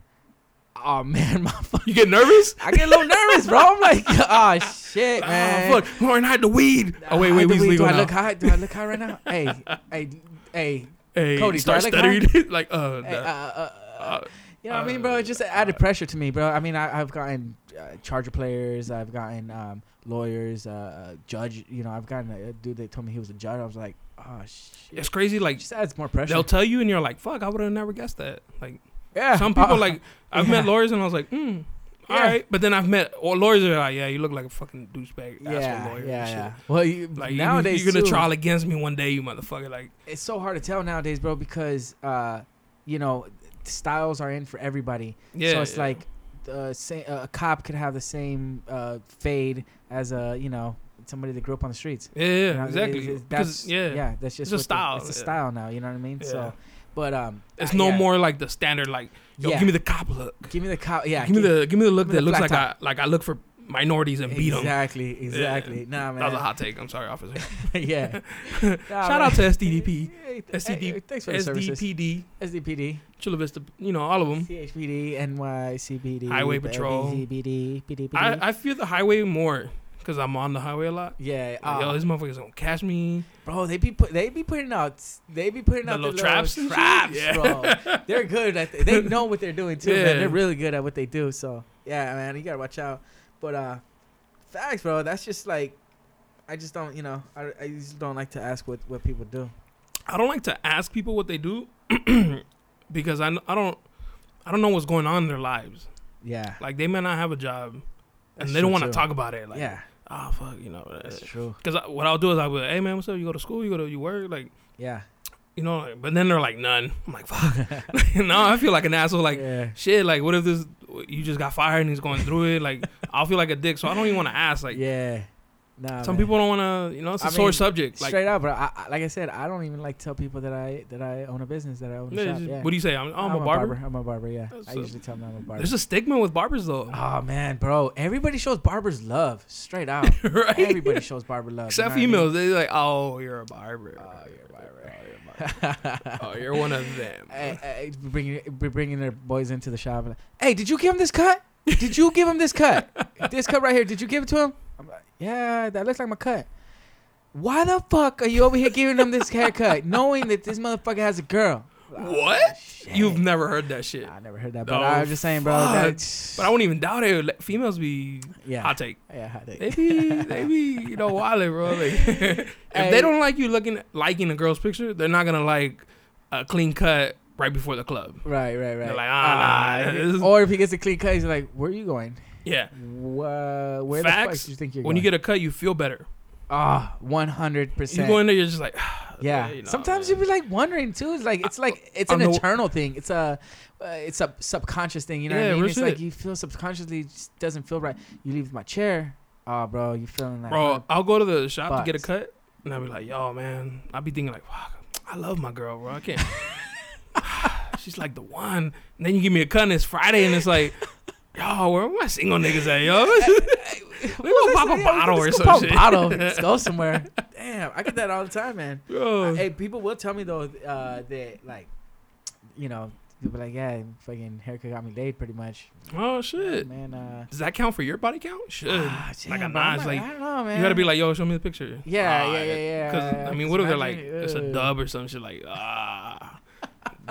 S2: Oh man, my fucking.
S1: you get nervous?
S2: I get a little nervous, bro. I'm like, oh shit, man.
S1: Oh, fuck, Lauren, hide the weed. Oh wait,
S2: Uh,
S1: wait,
S2: do
S1: weed's
S2: we-
S1: legal
S2: do I
S1: now.
S2: look high? Do I look high right now? hey, hey, hey,
S1: hey,
S2: Cody, do
S1: start
S2: I look
S1: stuttering. like, uh,
S2: hey, uh,
S1: nah.
S2: uh, uh,
S1: Uh,
S2: you know what I mean, bro? It just
S1: uh,
S2: added pressure to me, bro. I mean, I, I've gotten uh, charger players, I've gotten um, lawyers, uh, judge. You know, I've gotten a, a dude that told me he was a judge. I was like, oh shit.
S1: it's crazy.
S2: It
S1: Like,
S2: just adds more pressure.
S1: they'll tell you, and you're like, "Fuck, I would have never guessed that." Like.
S2: yeah.
S1: Some people
S2: uh,
S1: like I've met
S2: yeah.
S1: lawyers and I was like, mm, all
S2: Yeah.
S1: right. But then I've met or lawyers are like, yeah, you look like a fucking douchebag asshole
S2: Yeah, yeah,
S1: lawyer. and shit.
S2: yeah. Well, you,
S1: Like you-
S2: nowadays
S1: you're gonna
S2: too,
S1: trial against me one day, you motherfucker. Like
S2: it's so hard to tell nowadays, bro, because uh, you know styles are in for everybody.
S1: yeah,
S2: so it's
S1: yeah.
S2: like the same, a cop could have the same uh, fade as a you know somebody that grew up on the streets.
S1: yeah,
S2: You
S1: yeah,
S2: know,
S1: exactly.
S2: it- it-
S1: 'Cause,
S2: that's
S1: yeah,
S2: yeah. That's just
S1: a
S2: what the-
S1: style,
S2: it's a
S1: yeah.
S2: style now. You know what I mean?
S1: Yeah.
S2: So, but um,
S1: it's
S2: uh,
S1: no
S2: yeah.
S1: more like the standard. Like yo,
S2: yeah.
S1: give me the cop look.
S2: give me the cop. Yeah,
S1: give me the give me the look
S2: give me
S1: that looks
S2: the
S1: like
S2: flat
S1: I like I look for minorities and beat 'em.
S2: Exactly, exactly.
S1: Yeah.
S2: Nah, man.
S1: That was a hot take. I'm sorry, officer.
S2: yeah.
S1: Shout out to SDDP, SDD
S2: Thanks for the services.
S1: SDPD,
S2: SDPD,
S1: Chula Vista. You know all of them.
S2: CHPD, NYCPD,
S1: Highway Patrol.
S2: BD, BD,
S1: I, I feel the highway more because I'm on the highway a lot.
S2: yeah.
S1: Like,
S2: uh,
S1: Yo, this motherfucker's gonna catch me.
S2: Bro, they be put, they be putting out, they be putting
S1: The
S2: out
S1: little
S2: the
S1: traps and
S2: little
S1: shit?
S2: traps,
S1: Yeah.
S2: bro. They're good at, th- they know what they're doing too,
S1: Yeah.
S2: man. They're really good at what they do. So yeah, man, you gotta watch out. But uh, facts, bro. That's just like, I just don't, you know, I, I just don't like to ask what what people do.
S1: I don't like to ask people what they do because I, kn- I don't I don't know what's going on in their lives.
S2: Yeah,
S1: Like they may not have a job
S2: That's
S1: and they don't
S2: true,
S1: want to
S2: too.
S1: talk about it. Like,
S2: yeah,
S1: Oh fuck, you know.
S2: that's true.
S1: Because what I'll do is I'll be like, hey man, what's up? You go to school? You go to you work? Like
S2: Yeah,
S1: you know. Like, but then they're like none. I'm like fuck. no, I feel like an asshole. Like
S2: yeah.
S1: shit. Like what if this you just got fired and he's going through it? Like I'll feel like a dick. So I don't even want to ask. Like
S2: yeah, Nah,
S1: Some
S2: man.
S1: people don't want to, you know, it's a
S2: I
S1: sore
S2: mean,
S1: subject. Like,
S2: straight up, bro. I, I, like I said, I don't even like tell people that I that I own a business that I own a
S1: yeah,
S2: shop.
S1: just-
S2: Yeah.
S1: what do you say? I'm, oh, I'm a barber.
S2: I'm a barber. Yeah,
S1: That's
S2: I
S1: a-
S2: usually tell them I'm a barber.
S1: There's a stigma with barbers though,
S2: Oh man, bro! Everybody shows barbers love, straight out.
S1: right?
S2: Everybody shows barber love, you
S1: Except
S2: know what I mean?
S1: females, they're like, "Oh, you're a barber.
S2: Oh, you're a barber.
S1: Oh, you're a barber. Oh, you're one of them."
S2: Hey, hey, bringing be bringing their boys into the shop. and like, hey, did you give him this cut? Did you give him this cut? this cut right here. Did you give it to him? I'm like, yeah, that looks like my cut. Why the fuck are you over here giving him this haircut, knowing that this motherfucker has a girl? Oh,
S1: What?
S2: shit.
S1: You've never heard that shit.
S2: I never heard that, but
S1: Oh,
S2: I'm just saying, bro.
S1: fuck.
S2: That's,
S1: But I wouldn't even doubt it. Like, Females be
S2: yeah,
S1: hot take.
S2: yeah, hot take.
S1: They be, they be, you know, wild, bro. Like, if
S2: Hey.
S1: they don't like you looking liking a girl's picture, they're not gonna like a clean cut right before the club.
S2: Right, right, right.
S1: like, ah,
S2: Ah,
S1: nah, this is-
S2: or if he gets a clean cut, he's like, "Where are you going?
S1: Yeah.
S2: Wha- where the fuck
S1: Facts.
S2: do you think you're
S1: When
S2: going?"
S1: you get a cut, you feel better.
S2: ah, one hundred
S1: You
S2: percent.
S1: go in there, you're just like,
S2: Yeah.
S1: you know,
S2: Sometimes
S1: man.
S2: you'd be like wondering too. It's like it's like it's
S1: I'm
S2: an
S1: the-
S2: eternal thing. It's a uh, it's a subconscious thing. You know
S1: Yeah,
S2: what I mean?
S1: real
S2: It's like
S1: shit.
S2: you feel subconsciously it just doesn't feel right. You leave my chair. Oh, bro, you feeling like
S1: bro, I'll go to the shop to get a
S2: Facts.
S1: cut, and I'll be like, yo, man, I'll be thinking like, fuck, I love my girl, bro. I can't. She's like the one. And then you give me a cut, and it's Friday, and it's like, yo, where am I single niggas at, yo? we
S2: What
S1: gonna pop a
S2: was I saying? Yeah, we
S1: bottle
S2: could
S1: or
S2: just go
S1: some
S2: pop a
S1: shit.
S2: bottle. Let's go somewhere. Damn, I get that all the time, man.
S1: Bro.
S2: Hey, people will tell me though uh, that like, you know, they'll be like, yeah, fucking haircut got me laid pretty much.
S1: oh shit.
S2: Man, uh,
S1: Does that count for your body count? Should.
S2: ah,
S1: like a
S2: damn, bro, I'm
S1: Nas,
S2: like,
S1: like
S2: I don't know, man.
S1: you gotta be like, yo, show me the picture.
S2: Yeah, yeah, yeah, yeah.
S1: Because I mean, what if
S2: Just
S1: they're like,
S2: imagine,
S1: it's a
S2: uh,
S1: dub or some shit? Like, ah,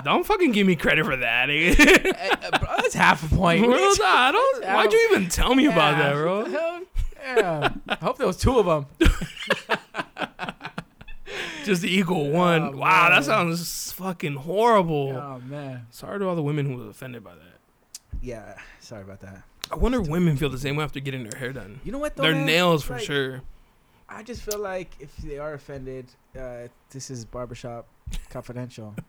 S1: don't fucking give me credit for that. nigga.
S2: Hey, uh, bro, that's half a point.
S1: Bro, nah, don't,
S2: Yeah.
S1: why'd you even tell me about that,
S2: Yeah, what the
S1: bro?
S2: hell? Yeah. I hope there was two of them.
S1: Just the equal one.
S2: Oh,
S1: wow,
S2: man.
S1: that sounds fucking horrible.
S2: Oh man.
S1: Sorry to all the women who was offended by that.
S2: Yeah. Sorry about that.
S1: I wonder if women feel the same way after getting their hair done.
S2: You know what though?
S1: Their
S2: man?
S1: nails for
S2: Like,
S1: sure.
S2: I just feel like if they are offended, uh, this is barbershop confidential.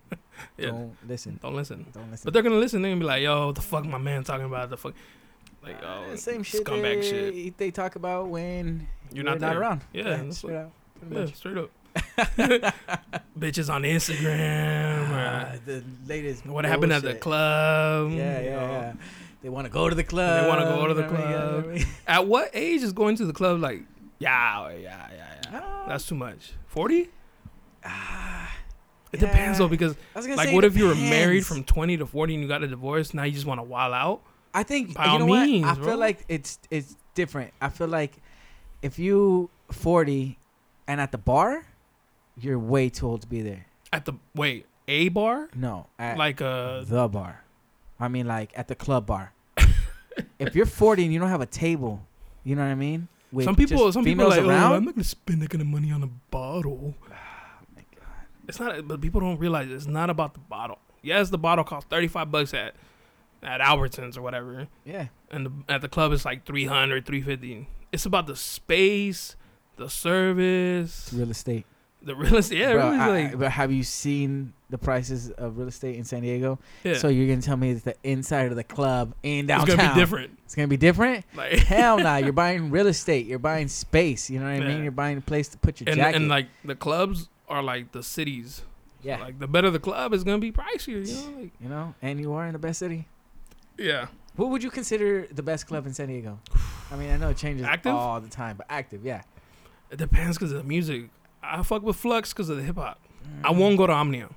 S1: Yeah,
S2: Don't listen.
S1: don't listen.
S2: Don't listen.
S1: But they're gonna listen. They're gonna be like, "Yo, what the fuck, my man talking about the fuck, like,
S2: Uh,
S1: oh,
S2: same shit.
S1: scumbag
S2: they,
S1: shit."
S2: They talk about when
S1: You're not there.
S2: around.
S1: Yeah, that's
S2: straight
S1: what-
S2: out, pretty
S1: Yeah,
S2: much.
S1: straight up. Bitches on Instagram.
S2: Ah,
S1: or
S2: the latest.
S1: what happened at the
S2: bullshit.
S1: club?
S2: Yeah, yeah,
S1: you know.
S2: yeah. They want to go to the club.
S1: wanna go to
S2: you
S1: the
S2: know what I mean? Yeah, you know
S1: club.
S2: what I mean?
S1: At what age is going to the club like? Yeah, yeah, yeah, yeah. That's too much. Forty?
S2: Ah,
S1: It depends
S2: yeah.
S1: though, because
S2: I was gonna
S1: like,
S2: say
S1: what
S2: it
S1: if you were married
S2: depends.
S1: from twenty to forty and you got a divorce? Now you just want to wild out.
S2: I think
S1: by
S2: you
S1: all
S2: know
S1: means,
S2: what? I
S1: bro.
S2: feel like it's it's different. I feel like if you forty and at the bar, you're way too old to be there.
S1: At the wait, a bar?
S2: No, at
S1: Like uh,
S2: the bar. I mean, like at the club bar. if you're forty and you don't have a table, you know what I mean. With
S1: some people,
S2: just
S1: some people are like,
S2: females Oh,
S1: oh, I'm not gonna spend that kind of money on a bottle. It's not, but people don't realize it's not about the bottle. Yes, the bottle costs thirty five bucks at at Albertsons or whatever,
S2: yeah,
S1: and the, at the club it's like 300 350 It's about the space, the service,
S2: it's real estate.
S1: the real estate. Yeah,
S2: Bro,
S1: really,
S2: I-
S1: like,
S2: I- but have you seen the prices of real estate in San Diego?
S1: yeah.
S2: So you're gonna tell me it's the inside of the club in
S1: it's
S2: downtown?
S1: gonna be different.
S2: It's gonna be different.
S1: Like,
S2: Hell nah, you're buying real estate. You're buying space. You know what I mean?
S1: Yeah.
S2: You're buying a place to put your
S1: and
S2: jacket.
S1: and like the clubs are like the cities.
S2: yeah,
S1: Like the better the club is gonna be pricier. You know, like,
S2: you know, and you are in the best city.
S1: yeah.
S2: What would you consider the best club in San Diego? I mean, I know it changes
S1: Active?
S2: all the time, but active, yeah.
S1: It depends because of the music. I fuck with Flux because of the hip hop. I
S2: Mm.
S1: won't go to Omnia.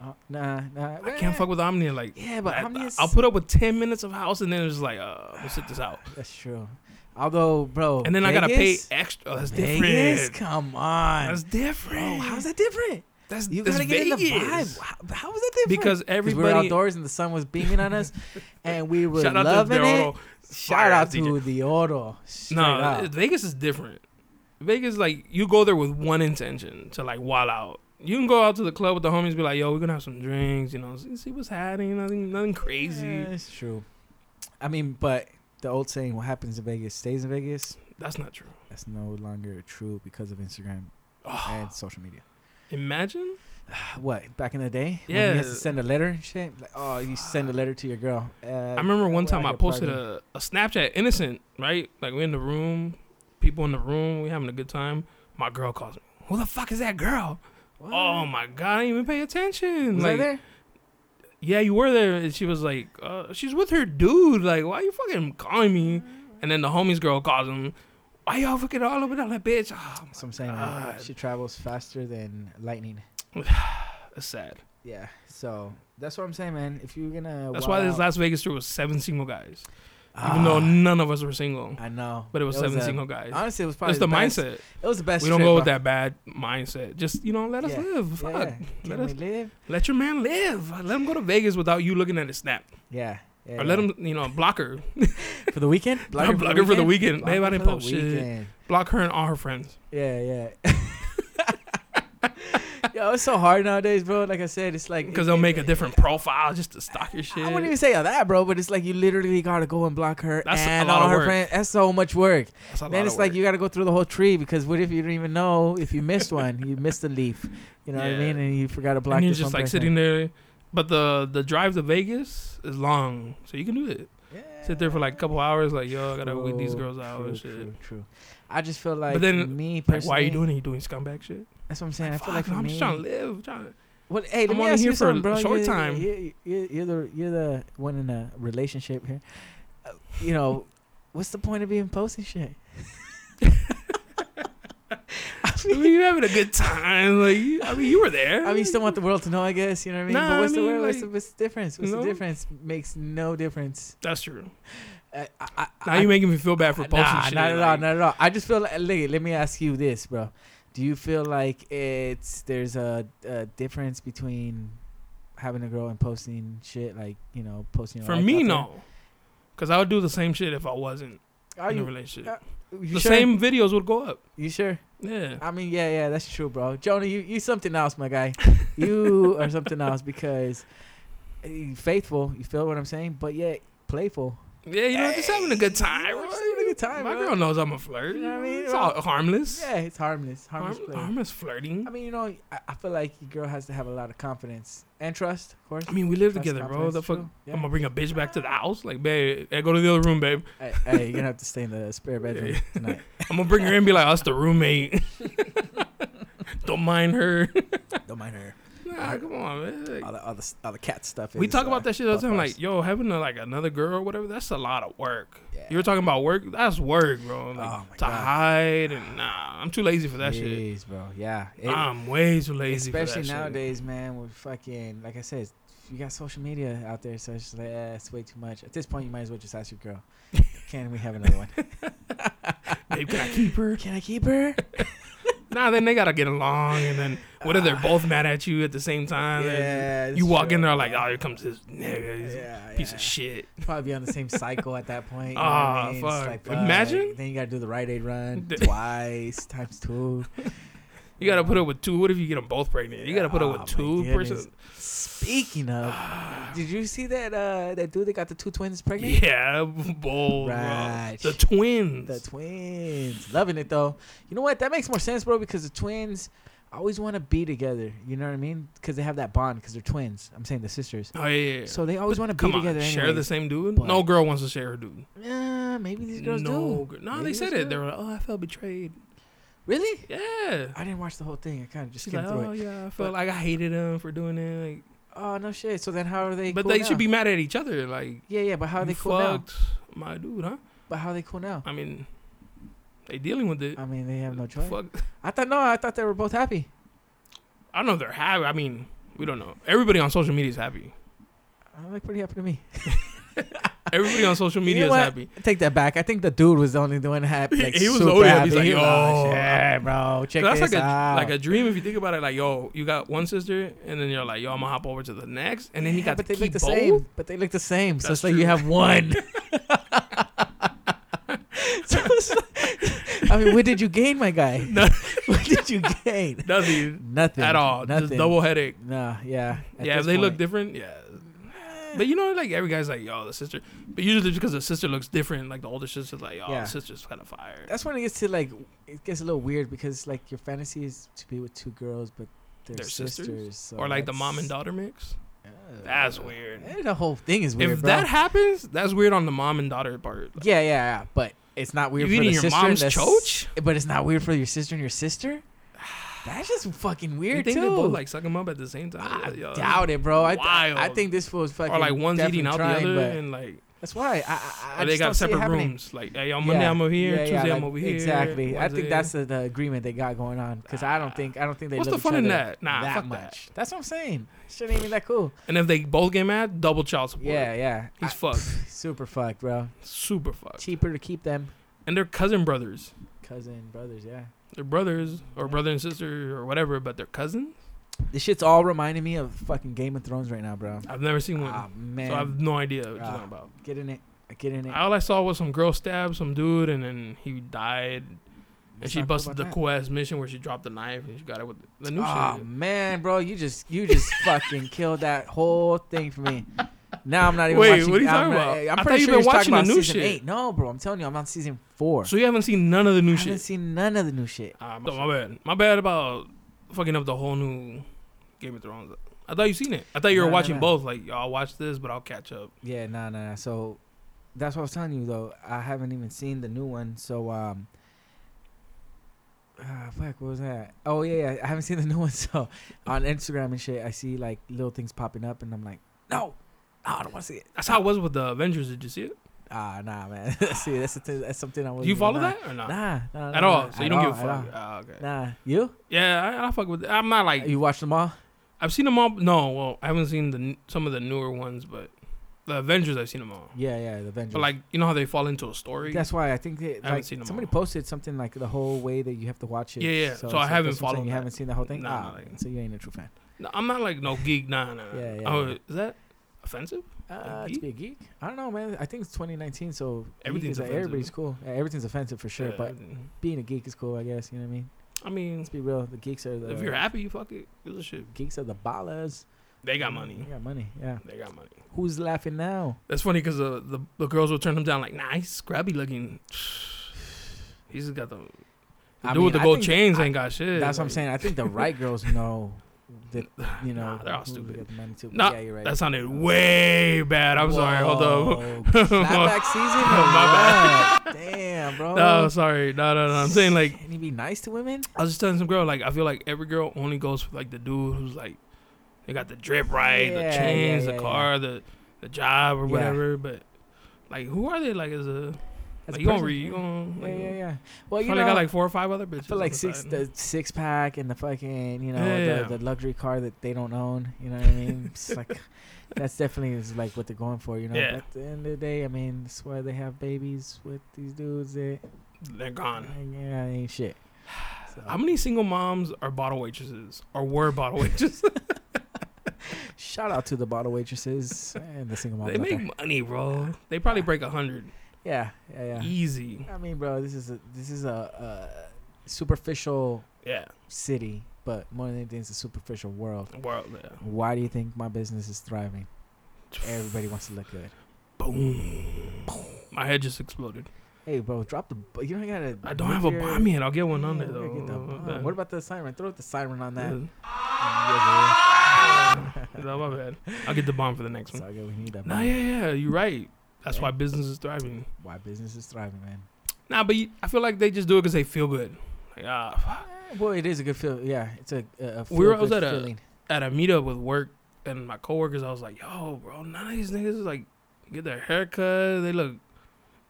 S2: Uh, nah, nah.
S1: I can't fuck with Omnia. Like,
S2: Yeah, but
S1: I,
S2: how many? is-
S1: I'll put up with ten minutes of house, and then it's just like, uh, let's sit this out.
S2: That's true. Although, bro,
S1: And then I gotta pay
S2: Vegas?
S1: extra. oh, That's
S2: Vegas,
S1: different.
S2: come on.
S1: That's
S2: Bro,
S1: different.
S2: how's that different?
S1: That's
S2: You
S1: that's
S2: gotta get
S1: Vegas.
S2: in the vibe. How, how is that different?
S1: Because
S2: Because we were
S1: everybody.
S2: outdoors and the sun was beaming on us, and we were
S1: shout out to
S2: loving it.
S1: Daryl.
S2: Shout out
S1: Fire-ass
S2: to
S1: DJ.
S2: the Oro. Straight
S1: No,
S2: up.
S1: Vegas is different. Vegas, like, you go there with one intention to like wall out. You can go out to the club with the homies, be like, "Yo, we're gonna have some drinks," you know, see, see what's happening. Nothing, nothing crazy.
S2: Yeah, it's true. I mean, but the old saying, "What happens in Vegas stays in Vegas,"
S1: That's not true.
S2: that's no longer true because of Instagram and social media.
S1: Imagine.
S2: What back in the day? when
S1: Yeah.
S2: you had to send a letter and shit. Like, oh, you send a letter to your girl. Uh,
S1: I remember one time I
S2: could
S1: posted
S2: probably-
S1: a, a Snapchat innocent, right? Like we in the room, people in the room. We having a good time. My girl calls me. Who the fuck is that girl?
S2: What?
S1: Oh my god, I didn't even pay attention.
S2: was
S1: like,
S2: I there?
S1: yeah, you were there. And she was like, uh, she's with her dude. Like, why you fucking calling me?
S2: Mm-hmm.
S1: And then the homies girl calls him. Why y'all fucking all over that bitch? Oh,
S2: That's what I'm saying.
S1: God.
S2: man. She travels faster than lightning.
S1: that's sad.
S2: Yeah. So that's what I'm saying, man. If you're gonna,
S1: That's
S2: wild
S1: why this
S2: out-
S1: Las Vegas tour was seven single guys,
S2: Oh, Ah,
S1: even though none of us were single.
S2: I know,
S1: But it was seven
S2: a-
S1: single guys.
S2: Honestly, it was probably
S1: That's the,
S2: best-
S1: mindset.
S2: It was the best.
S1: We don't
S2: trip,
S1: go with
S2: bro.
S1: that bad mindset. Just you know, let us
S2: Yeah.
S1: live. Fuck.
S2: Yeah.
S1: Let
S2: Can
S1: us
S2: we live?
S1: let your man live. Let him go to Vegas without you looking at his snap,
S2: Yeah. yeah,
S1: or let
S2: yeah.
S1: him you know block her,
S2: for the weekend.
S1: Block her for the weekend. Babe, I
S2: her
S1: didn't
S2: for the
S1: post shit.
S2: weekend.
S1: block her and all her friends.
S2: Yeah, yeah. Yo, it's so hard nowadays, bro. Like I said, it's like
S1: Because they'll make a different profile just to stalk your shit.
S2: I wouldn't even say all that, bro. But it's like you literally gotta go and block her
S1: That's a
S2: and
S1: lot
S2: all
S1: of
S2: her
S1: work.
S2: friends. That's so much work.
S1: That's a lot
S2: Then it's
S1: of
S2: like
S1: work.
S2: you gotta go through the whole tree because what if you don't even know if you missed one? You missed a leaf. You know what I
S1: Yeah.
S2: mean? And you forgot to block.
S1: and you're
S2: this
S1: just
S2: one
S1: like
S2: person.
S1: sitting there. But the the drive to Vegas is long, so you can do it. Sit there for like a couple hours, like yo, I gotta wait these
S2: True,
S1: girls out
S2: True,
S1: and shit.
S2: Oh, true, true. I just feel like
S1: then,
S2: me
S1: Like,
S2: personally.
S1: why are you doing it? You doing scumbag shit?
S2: That's what I'm saying. I feel
S1: Fuck,
S2: like for
S1: I'm
S2: me,
S1: just trying to live. Trying to,
S2: Well, hey, let
S1: I'm
S2: me
S1: only
S2: ask
S1: here
S2: you
S1: for
S2: something,
S1: a
S2: bro.
S1: short
S2: You're-
S1: time.
S2: You're, you're, you're the you're the one in a relationship here. Uh, you know, what's the point of being posting shit? I
S1: I
S2: mean,
S1: mean, you're having a good time. Like, you, I mean, you were there.
S2: I mean, you still want the world to know, I guess. You know what I mean?
S1: Nah,
S2: but
S1: I
S2: what's, the,
S1: mean,
S2: wor- what's, the,
S1: like,
S2: what's the difference? What's
S1: no.
S2: the difference? Makes no difference.
S1: That's true.
S2: Uh, I, I,
S1: Now
S2: I-
S1: you're making me feel bad for
S2: Uh,
S1: posting
S2: nah,
S1: shit.
S2: Not at all,
S1: like,
S2: not at all. I just feel like, look, let me ask you this, bro. Do you feel like it's there's a, a difference between having a girl and posting shit like you know posting? your
S1: For
S2: life out
S1: me,
S2: there?
S1: no. Because I would do the same shit if I wasn't
S2: Are
S1: in a
S2: you,
S1: relationship.
S2: uh, you
S1: the
S2: sure?
S1: same videos would go up.
S2: You sure?
S1: Yeah.
S2: I mean, yeah, yeah, that's true, bro. Jonah, you you something else, my guy. you are something else because you faithful. You feel what I'm saying? But yet playful.
S1: Yeah, you know, just having a good time.
S2: We're
S1: bro.
S2: just having a good time,
S1: My
S2: bro.
S1: girl knows I'm a flirt.
S2: You know what I mean?
S1: It's all harmless.
S2: Yeah, it's harmless.
S1: Harm-
S2: Harmless
S1: harmless,
S2: play.
S1: flirting.
S2: I mean, you know, I, I feel like your girl has to have a lot of confidence and trust, of course.
S1: I mean, we live
S2: Trust,
S1: together, bro.
S2: confidence,
S1: The fuck,
S2: true. Yeah.
S1: I'm gonna bring a bitch back to the house, like, babe. Hey, go to the other room, babe.
S2: Hey, hey, you're gonna have to stay in the spare bedroom
S1: Yeah.
S2: tonight.
S1: I'm gonna bring her in, and be like, us the roommate. Don't mind her.
S2: Don't mind her.
S1: nah, come on, man. Like,
S2: All the all the, all the cat stuff.
S1: we
S2: is,
S1: talk
S2: uh,
S1: about that shit all the
S2: buff
S1: time.
S2: bars.
S1: Like, yo, having a, like another girl or whatever, that's a lot of work.
S2: Yeah.
S1: You were talking about work. That's work, bro. Like,
S2: Oh, my
S1: to
S2: God.
S1: hide and nah, I'm too lazy for that shit.
S2: Jeez, bro. Yeah. It-
S1: I'm way too lazy. for
S2: especially
S1: that shit.
S2: nowadays, man. With fucking, like I said, you got social media out there, so it's just like, eh, it's way too much. At this point, you might as well just ask your girl. Can we have another one?
S1: Babe, can I keep her?
S2: Can I keep her?
S1: Nah, then they gotta get along, and then what if they're both mad at you at the same time?
S2: Ah. Yeah,
S1: you
S2: that's
S1: walk in
S2: true.
S1: there like, oh, here comes this nigga, he's
S2: Yeah,
S1: a piece
S2: yeah.
S1: of shit.
S2: probably be on the same cycle at that point. you know what
S1: Ah,
S2: I mean?
S1: fuck.
S2: It's
S1: Imagine?
S2: Then you gotta do the right aid run
S1: D-
S2: twice times two.
S1: You gotta put up with two. What if you get them both pregnant? You gotta put
S2: Oh,
S1: up
S2: my
S1: with two
S2: goodness.
S1: persons.
S2: Speaking of, did you see that uh that dude that got the two twins pregnant?
S1: Yeah, bold.
S2: Right.
S1: The twins.
S2: The twins, loving it though. You know what? That makes more sense, bro, because the twins always want to be together. You know what I mean? Because they have that bond because they're twins. I'm saying the sisters.
S1: oh yeah, yeah. yeah.
S2: So they always
S1: But
S2: want to
S1: come
S2: be together.
S1: on,
S2: Anyways.
S1: share the same dude.
S2: But-
S1: no girl wants to share her dude.
S2: Yeah, maybe these girls
S1: no,
S2: do.
S1: gir- no,
S2: Maybe
S1: they
S2: these
S1: said it. They
S2: girls-
S1: were like, oh, I felt betrayed.
S2: Really?
S1: Yeah.
S2: I didn't watch the whole thing. I kind of just
S1: She's
S2: skimmed
S1: like,
S2: through
S1: oh
S2: it.
S1: yeah, I
S2: But-
S1: felt like I hated him for doing it. Like,
S2: Oh no shit. So then how are they?
S1: but
S2: cool
S1: they
S2: now?
S1: should be mad at each other. Like,
S2: Yeah, yeah, but how are
S1: you
S2: they cool now?
S1: fucked my dude, huh?
S2: But how are they cool now?
S1: I mean, they dealing with it.
S2: I mean, they have no choice.
S1: Fuck.
S2: I thought no, I thought they were both happy.
S1: I don't know if they're happy. I mean, we don't know. Everybody on social media is happy.
S2: I'm like pretty happy to me.
S1: Everybody on social media is
S2: what?
S1: happy.
S2: Take that back. I think the dude was the only one happy. Like,
S1: He was
S2: super
S1: only happy.
S2: happy.
S1: He's like,
S2: He was
S1: "Yo,
S2: shit, bro, check
S1: That's
S2: this
S1: like a
S2: out.
S1: like a dream if you think about it. Like, yo, you got one sister, and then you're like, yo, I'm gonna hop over to the next, and then you
S2: Yeah,
S1: got
S2: but
S1: to
S2: they
S1: keep
S2: look the
S1: both.
S2: same. But they look the same. so
S1: That's
S2: it's like you
S1: true.
S2: have one. so it's like, I mean, what did you gain, my guy?
S1: No.
S2: what did you gain?
S1: Nothing
S2: Nothing
S1: at all.
S2: Nothing.
S1: Just double headache.
S2: Nah, yeah. at
S1: yeah, if
S2: this
S1: they look
S2: point. Eh.
S1: different, yeah. But you know, like every guy's like, yo, the sister. But usually because the sister looks different, like the older sister's like, yo,
S2: Yeah.
S1: the sister's kind of fire.
S2: that's when it gets to like it gets a little weird because like your fantasy is to be with two girls but they're,
S1: They're
S2: sisters,
S1: sisters?
S2: so
S1: or like the
S2: that's-
S1: mom and daughter mix.
S2: Uh,
S1: That's weird.
S2: eh, the whole thing is weird
S1: if
S2: bro.
S1: that happens, that's weird on the mom and daughter part. Like,
S2: yeah yeah yeah but it's not weird
S1: You
S2: for the
S1: eating your
S2: sister. and
S1: mom's
S2: the s-
S1: choach?
S2: But it's not weird for your sister and your sister. That's just fucking
S1: You
S2: weird
S1: think
S2: too.
S1: they both like suck him up at the same time?
S2: I
S1: Yo,
S2: doubt it, bro. I,
S1: wild.
S2: I think this fool's fucking.
S1: Or like one's
S2: definitely
S1: eating out
S2: trying,
S1: the other,
S2: but
S1: and like
S2: that's why I. I, I
S1: or they
S2: just
S1: got
S2: don't see it
S1: separate
S2: happening.
S1: rooms. Like hey, on Monday I'm over here,
S2: Yeah, yeah,
S1: Tuesday I'm
S2: like,
S1: over here.
S2: Exactly. I think
S1: Wednesday-
S2: that's the, the agreement they got going on. Because I don't think I don't think they.
S1: What's
S2: love
S1: the fun
S2: each
S1: in
S2: other
S1: that? Nah,
S2: that
S1: fuck that.
S2: much. That's what I'm saying. Shit ain't even that cool.
S1: And if they both get mad, double child support.
S2: Yeah, yeah.
S1: he's
S2: I-
S1: fucked,
S2: super fucked, bro.
S1: super fucked.
S2: Cheaper to keep them
S1: And they're cousin brothers.
S2: cousin brothers. Yeah.
S1: They're brothers or
S2: Yeah.
S1: brother and sister or whatever, but they're cousins.
S2: This shit's all reminding me of fucking Game of Thrones right now, bro.
S1: I've never seen one,
S2: Ah man,
S1: so I have no idea what you're
S2: Ah.
S1: talking about.
S2: get in it, get in it.
S1: All I saw was some girl stabbed some dude, and then he died. And
S2: Let's
S1: she
S2: not go
S1: busted
S2: about
S1: the
S2: that.
S1: cool ass mission where she dropped the knife and she got it with the new
S2: Oh
S1: shit.
S2: man, bro, you just you just fucking killed that whole thing for me. Now I'm not even
S1: Wait,
S2: watching.
S1: what are you
S2: I'm
S1: talking
S2: not-
S1: about?
S2: I'm
S1: I thought
S2: pretty
S1: you've
S2: sure
S1: been
S2: you're
S1: watching
S2: talking
S1: the
S2: about
S1: new
S2: season
S1: shit.
S2: eight. No, bro, I'm telling you, I'm on season four.
S1: So you haven't seen none of the new
S2: I
S1: shit.
S2: haven't seen none of the new shit.
S1: Ah, my, my bad. My bad about fucking up the whole new Game of Thrones. I thought you seen it. I thought you were
S2: No, no,
S1: watching
S2: no.
S1: both. Like, I'll watch this, but I'll catch up.
S2: Yeah, nah, nah, nah. So that's what I was telling you though. I haven't even seen the new one. So um, ah, fuck, what was that? Oh yeah, yeah, I haven't seen the new one. So on Instagram and shit, I see like little things popping up, and I'm like, no, no I don't want to see it.
S1: That's how it was with the Avengers. Did you see it?
S2: Ah, nah, man. see, that's the thing that's something I was.
S1: Do you follow that or not?
S2: Nah, nah,
S1: at
S2: nah,
S1: all.
S2: nah,
S1: So you
S2: at
S1: don't
S2: all,
S1: give a
S2: at
S1: fuck.
S2: all.
S1: Ah, okay.
S2: Nah, you?
S1: Yeah, I, I fuck with. I'm not like
S2: You watched them all?
S1: I've seen them all. No, well, I haven't seen the n- some of the newer ones, but the Avengers I've seen them all.
S2: Yeah, yeah, the Avengers.
S1: But like, you know how they fall into a story.
S2: that's why I think that
S1: I haven't
S2: like,
S1: seen 'em
S2: somebody
S1: all.
S2: posted something like the whole way that you have to watch it.
S1: Yeah, yeah. So I
S2: that's
S1: haven't
S2: what I'm saying.
S1: followed
S2: You
S1: that.
S2: haven't seen the whole thing.
S1: Nah,
S2: ah,
S1: nah, like-
S2: so you ain't a true fan.
S1: No, I'm not like no geek. Nah, nah. nah.
S2: Yeah, yeah,
S1: Oh,
S2: yeah.
S1: is that offensive?
S2: Uh,
S1: geek?
S2: to be a geek, I don't know, man. I think it's 2019, so geek
S1: Everything's
S2: is, like,
S1: offensive.
S2: everybody's cool. Yeah, everything's offensive for sure,
S1: Yeah,
S2: but being a geek is cool, I guess. You know what I mean?
S1: I mean,
S2: Let's be real. The geeks are the
S1: if you're happy, you fuck it. Give a shit.
S2: geeks are the ballers.
S1: They got money.
S2: They got money. Yeah.
S1: They got money.
S2: Who's laughing now?
S1: That's funny because the, the the girls will turn him down like, nah, he's scrappy looking. He's just got the, the
S2: I
S1: dude
S2: mean,
S1: with the
S2: I
S1: gold
S2: think-
S1: chains
S2: I-
S1: ain't got shit.
S2: That's what I'm
S1: Like,
S2: saying. I think the right girls know that you know
S1: Nah, they're all
S2: who's
S1: stupid.
S2: got the money too.
S1: Nah,
S2: yeah, you're right.
S1: That sounded way bad. I'm sorry. Hold up.
S2: Whoa. Snapback season.
S1: My
S2: My bad. Damn, bro.
S1: No, sorry. No, no, no. I'm saying like
S2: Can you be nice to women?
S1: I was just telling some girl like I feel like every girl only goes for like the dude who's like they got the drip right,
S2: Yeah,
S1: the
S2: yeah,
S1: chains,
S2: yeah,
S1: the
S2: yeah.
S1: car, the the job or
S2: Yeah.
S1: whatever. But like, who are they? Like as a
S2: As
S1: like
S2: a
S1: you gonna
S2: person,
S1: read? You gonna
S2: Yeah,
S1: like,
S2: yeah, yeah. Well, you know,
S1: probably got like four or five other bitches.
S2: I feel
S1: on
S2: like
S1: the
S2: six
S1: side.
S2: the six pack and the fucking you know
S1: Yeah.
S2: the, the luxury car that they don't own. You know what I mean? It's like that's definitely is like what they're going for. You know.
S1: Yeah.
S2: But at the end of the day, I mean, that's why they have babies with these dudes. That
S1: They're gone.
S2: yeah, ain't shit. So,
S1: How many single moms are bottle waitresses or were bottle waitresses?
S2: shout out to the bottle waitresses and the single moms.
S1: they
S2: out
S1: make
S2: there.
S1: money, bro. They probably
S2: Yeah.
S1: break a hundred
S2: Yeah, yeah, yeah.
S1: easy.
S2: I mean, bro, this is a this is a, a superficial
S1: Yeah,
S2: city, but more than anything, it's a superficial world.
S1: world. Yeah.
S2: Why do you think my business is thriving? Everybody wants to look good.
S1: Boom. My head just exploded.
S2: Hey, bro, drop the. bu- You don't gotta.
S1: I don't
S2: whip
S1: have a
S2: your-
S1: bomb yet. I'll get one
S2: Yeah,
S1: on there
S2: we
S1: though.
S2: gotta get the bomb. What about the siren? Throw the siren on that.
S1: Yeah.
S2: Yeah,
S1: Yeah, my bad. I'll get the bomb for the next
S2: It's
S1: one.
S2: all good. We need that.
S1: Nah,
S2: man.
S1: yeah, yeah. You're right. That's
S2: Yeah.
S1: why business is thriving.
S2: Why business is thriving, man.
S1: Nah, but you, I feel like they just do it because they feel good. Like, ah, fuck.
S2: Eh, Well, it is a good feel. Yeah, it's a. a a
S1: We were- I
S2: feel-good
S1: was at a-
S2: feeling.
S1: At a meetup with work and my coworkers, I was like, yo, bro, none of these niggas is like get their haircut. They look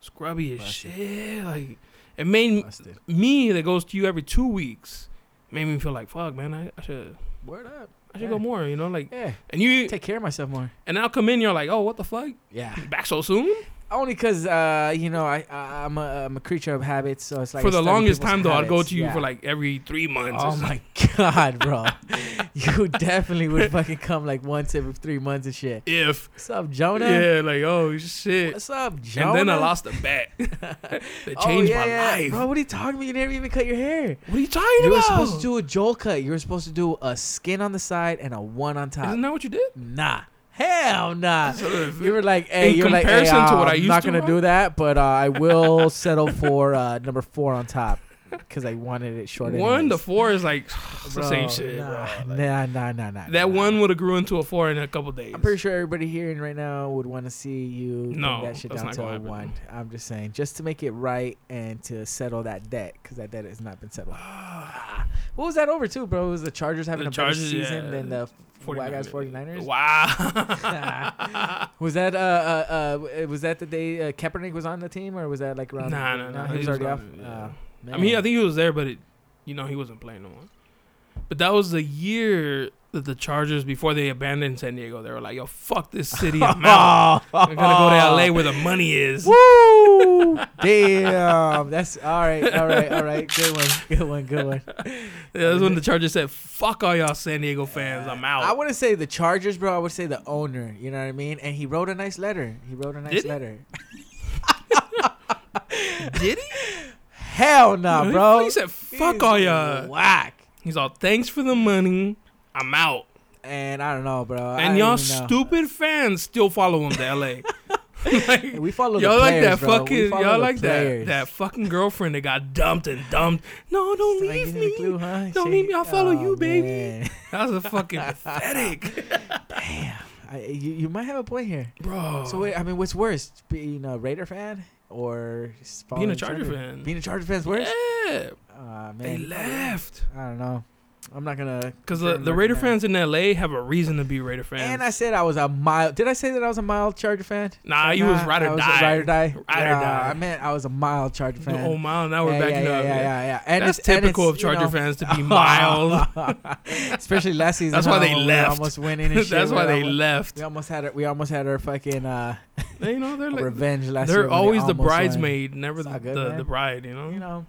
S1: scrubby as
S2: Busted.
S1: shit. Like, it made
S2: Busted.
S1: me that goes to you every two weeks made me feel like, fuck, man, I, I should,
S2: Word up.
S1: I should
S2: Yeah.
S1: go more. You know, like,
S2: Yeah,
S1: and you,
S2: take care of myself more.
S1: and I'll come in, you're like, oh, what the fuck?
S2: Yeah.
S1: You back so soon?
S2: Only because uh, you know I, I I'm a I'm a creature of habits, so it's like
S1: for
S2: I
S1: the
S2: study
S1: longest
S2: people's
S1: time though, I'd go
S2: habits.
S1: to you
S2: Yeah.
S1: for like every three months.
S2: Oh
S1: It's
S2: my
S1: like,
S2: god, bro! you definitely would fucking come like once every three months and shit.
S1: if
S2: What's up, Jonah?
S1: yeah, like oh shit.
S2: What's up, Jonah?
S1: and then I lost the bet. they
S2: Oh,
S1: changed
S2: yeah,
S1: my
S2: yeah.
S1: life.
S2: bro. What are you talking about? You never even cut your hair.
S1: What are you talking
S2: You were
S1: about?
S2: supposed to do a Joel cut. You were supposed to do a skin on the side and a one on top.
S1: Isn't that what you did?
S2: nah, hell nah.
S1: So if-
S2: You were like, hey,
S1: In
S2: you're like, hey,
S1: comparison to
S2: uh,
S1: what I
S2: I'm
S1: used
S2: not
S1: to
S2: gonna
S1: rock?
S2: do that, but uh, I will settle for uh, number four on top. because I wanted it short. and
S1: One to
S2: nice.
S1: four is like it's the same
S2: Bro,
S1: shit.
S2: Nah,
S1: bro. Like,
S2: nah, nah, nah, nah.
S1: that
S2: nah.
S1: one would have grew into a four in a couple days.
S2: I'm pretty sure everybody here and right now would want to see you bring
S1: No,
S2: that shit
S1: that's
S2: down
S1: not
S2: to
S1: gonna
S2: a
S1: happen.
S2: one. I'm just saying, just to make it right and to settle that debt because that debt has not been settled. what was that over too, bro? Was the Chargers having
S1: The
S2: a
S1: Chargers,
S2: better season
S1: yeah,
S2: than the whack ass 49ers?
S1: Wow.
S2: Was that uh, uh uh was that the day uh, Kaepernick was on the team or was that like around?
S1: Nah, nah, nah,
S2: he,
S1: he
S2: was
S1: was
S2: already
S1: not,
S2: off.
S1: yeah.
S2: Uh,
S1: I mean, I
S2: man.
S1: think he was there, but it, you know, he wasn't playing no more. But that was the year that the Chargers, before they abandoned San Diego, they were like, "Yo, fuck this city, I'm out. I'm gonna go to LA where the money is."
S2: Woo! Damn, that's all right, all right, all right. Good one, good one, good one.
S1: Yeah, That's when the Chargers said, "Fuck all y'all San Diego fans, I'm out."
S2: I wouldn't say the Chargers, bro. I would say the owner. You know what I mean? And he wrote a nice letter. He wrote a nice
S1: Did he?
S2: letter.
S1: Did he?
S2: Hell no,
S1: He-
S2: bro.
S1: He said, "Fuck all y'all."
S2: Whack.
S1: He's all, "Thanks for the money, I'm out."
S2: And I don't know, bro. I
S1: And y'all
S2: don't even know.
S1: stupid fans still follow him to LA. like,
S2: We follow
S1: y'all
S2: the
S1: like that
S2: players, bro. We
S1: fucking
S2: follow
S1: y'all
S2: the
S1: like that
S2: players.
S1: that fucking girlfriend that got dumped and dumped. No, don't
S2: Like,
S1: leave
S2: give the
S1: me.
S2: clue, huh?
S1: Don't
S2: Shit.
S1: leave me. I'll follow
S2: Oh,
S1: you, baby.
S2: man.
S1: That was a fucking pathetic,
S2: Damn. I, you, you might have a point here.
S1: bro.
S2: So wait, I mean, what's worse, being a Raider fan or s-
S1: being
S2: following
S1: a Charger fan,
S2: Being a Charger fan's worse.
S1: yeah,
S2: Ah, man.
S1: they left
S2: I don't know. I'm not gonna.
S1: because
S2: compare
S1: the,
S2: and
S1: the Raider
S2: recommend.
S1: fans in LA have a reason to be Raider fans.
S2: And I said I was a mild. Did I say that I was a mild Charger fan?
S1: nah, you was ride
S2: I
S1: or
S2: was a
S1: die.
S2: Ride or die.
S1: Ride or
S2: Yeah,
S1: die.
S2: I meant I was a mild Charger fan.
S1: Oh man, now we're
S2: yeah,
S1: backing
S2: yeah,
S1: up.
S2: Yeah, yeah, yeah. yeah. And
S1: That's
S2: it's- and
S1: typical
S2: it's,
S1: of
S2: you
S1: Charger
S2: know- Oh,
S1: fans to be mild.
S2: Especially last season.
S1: That's why
S2: huh,
S1: they
S2: when we were
S1: left.
S2: Almost winning. And shit.
S1: That's
S2: We
S1: why they
S2: almost-
S1: left.
S2: We almost had our, we almost had our fucking uh,
S1: You know, they're like,
S2: revenge last year.
S1: they're
S2: when they
S1: always the
S2: almost won.
S1: bridesmaid, never
S2: It's
S1: the,
S2: not good,
S1: the, the
S2: man.
S1: bride. You know,
S2: You know,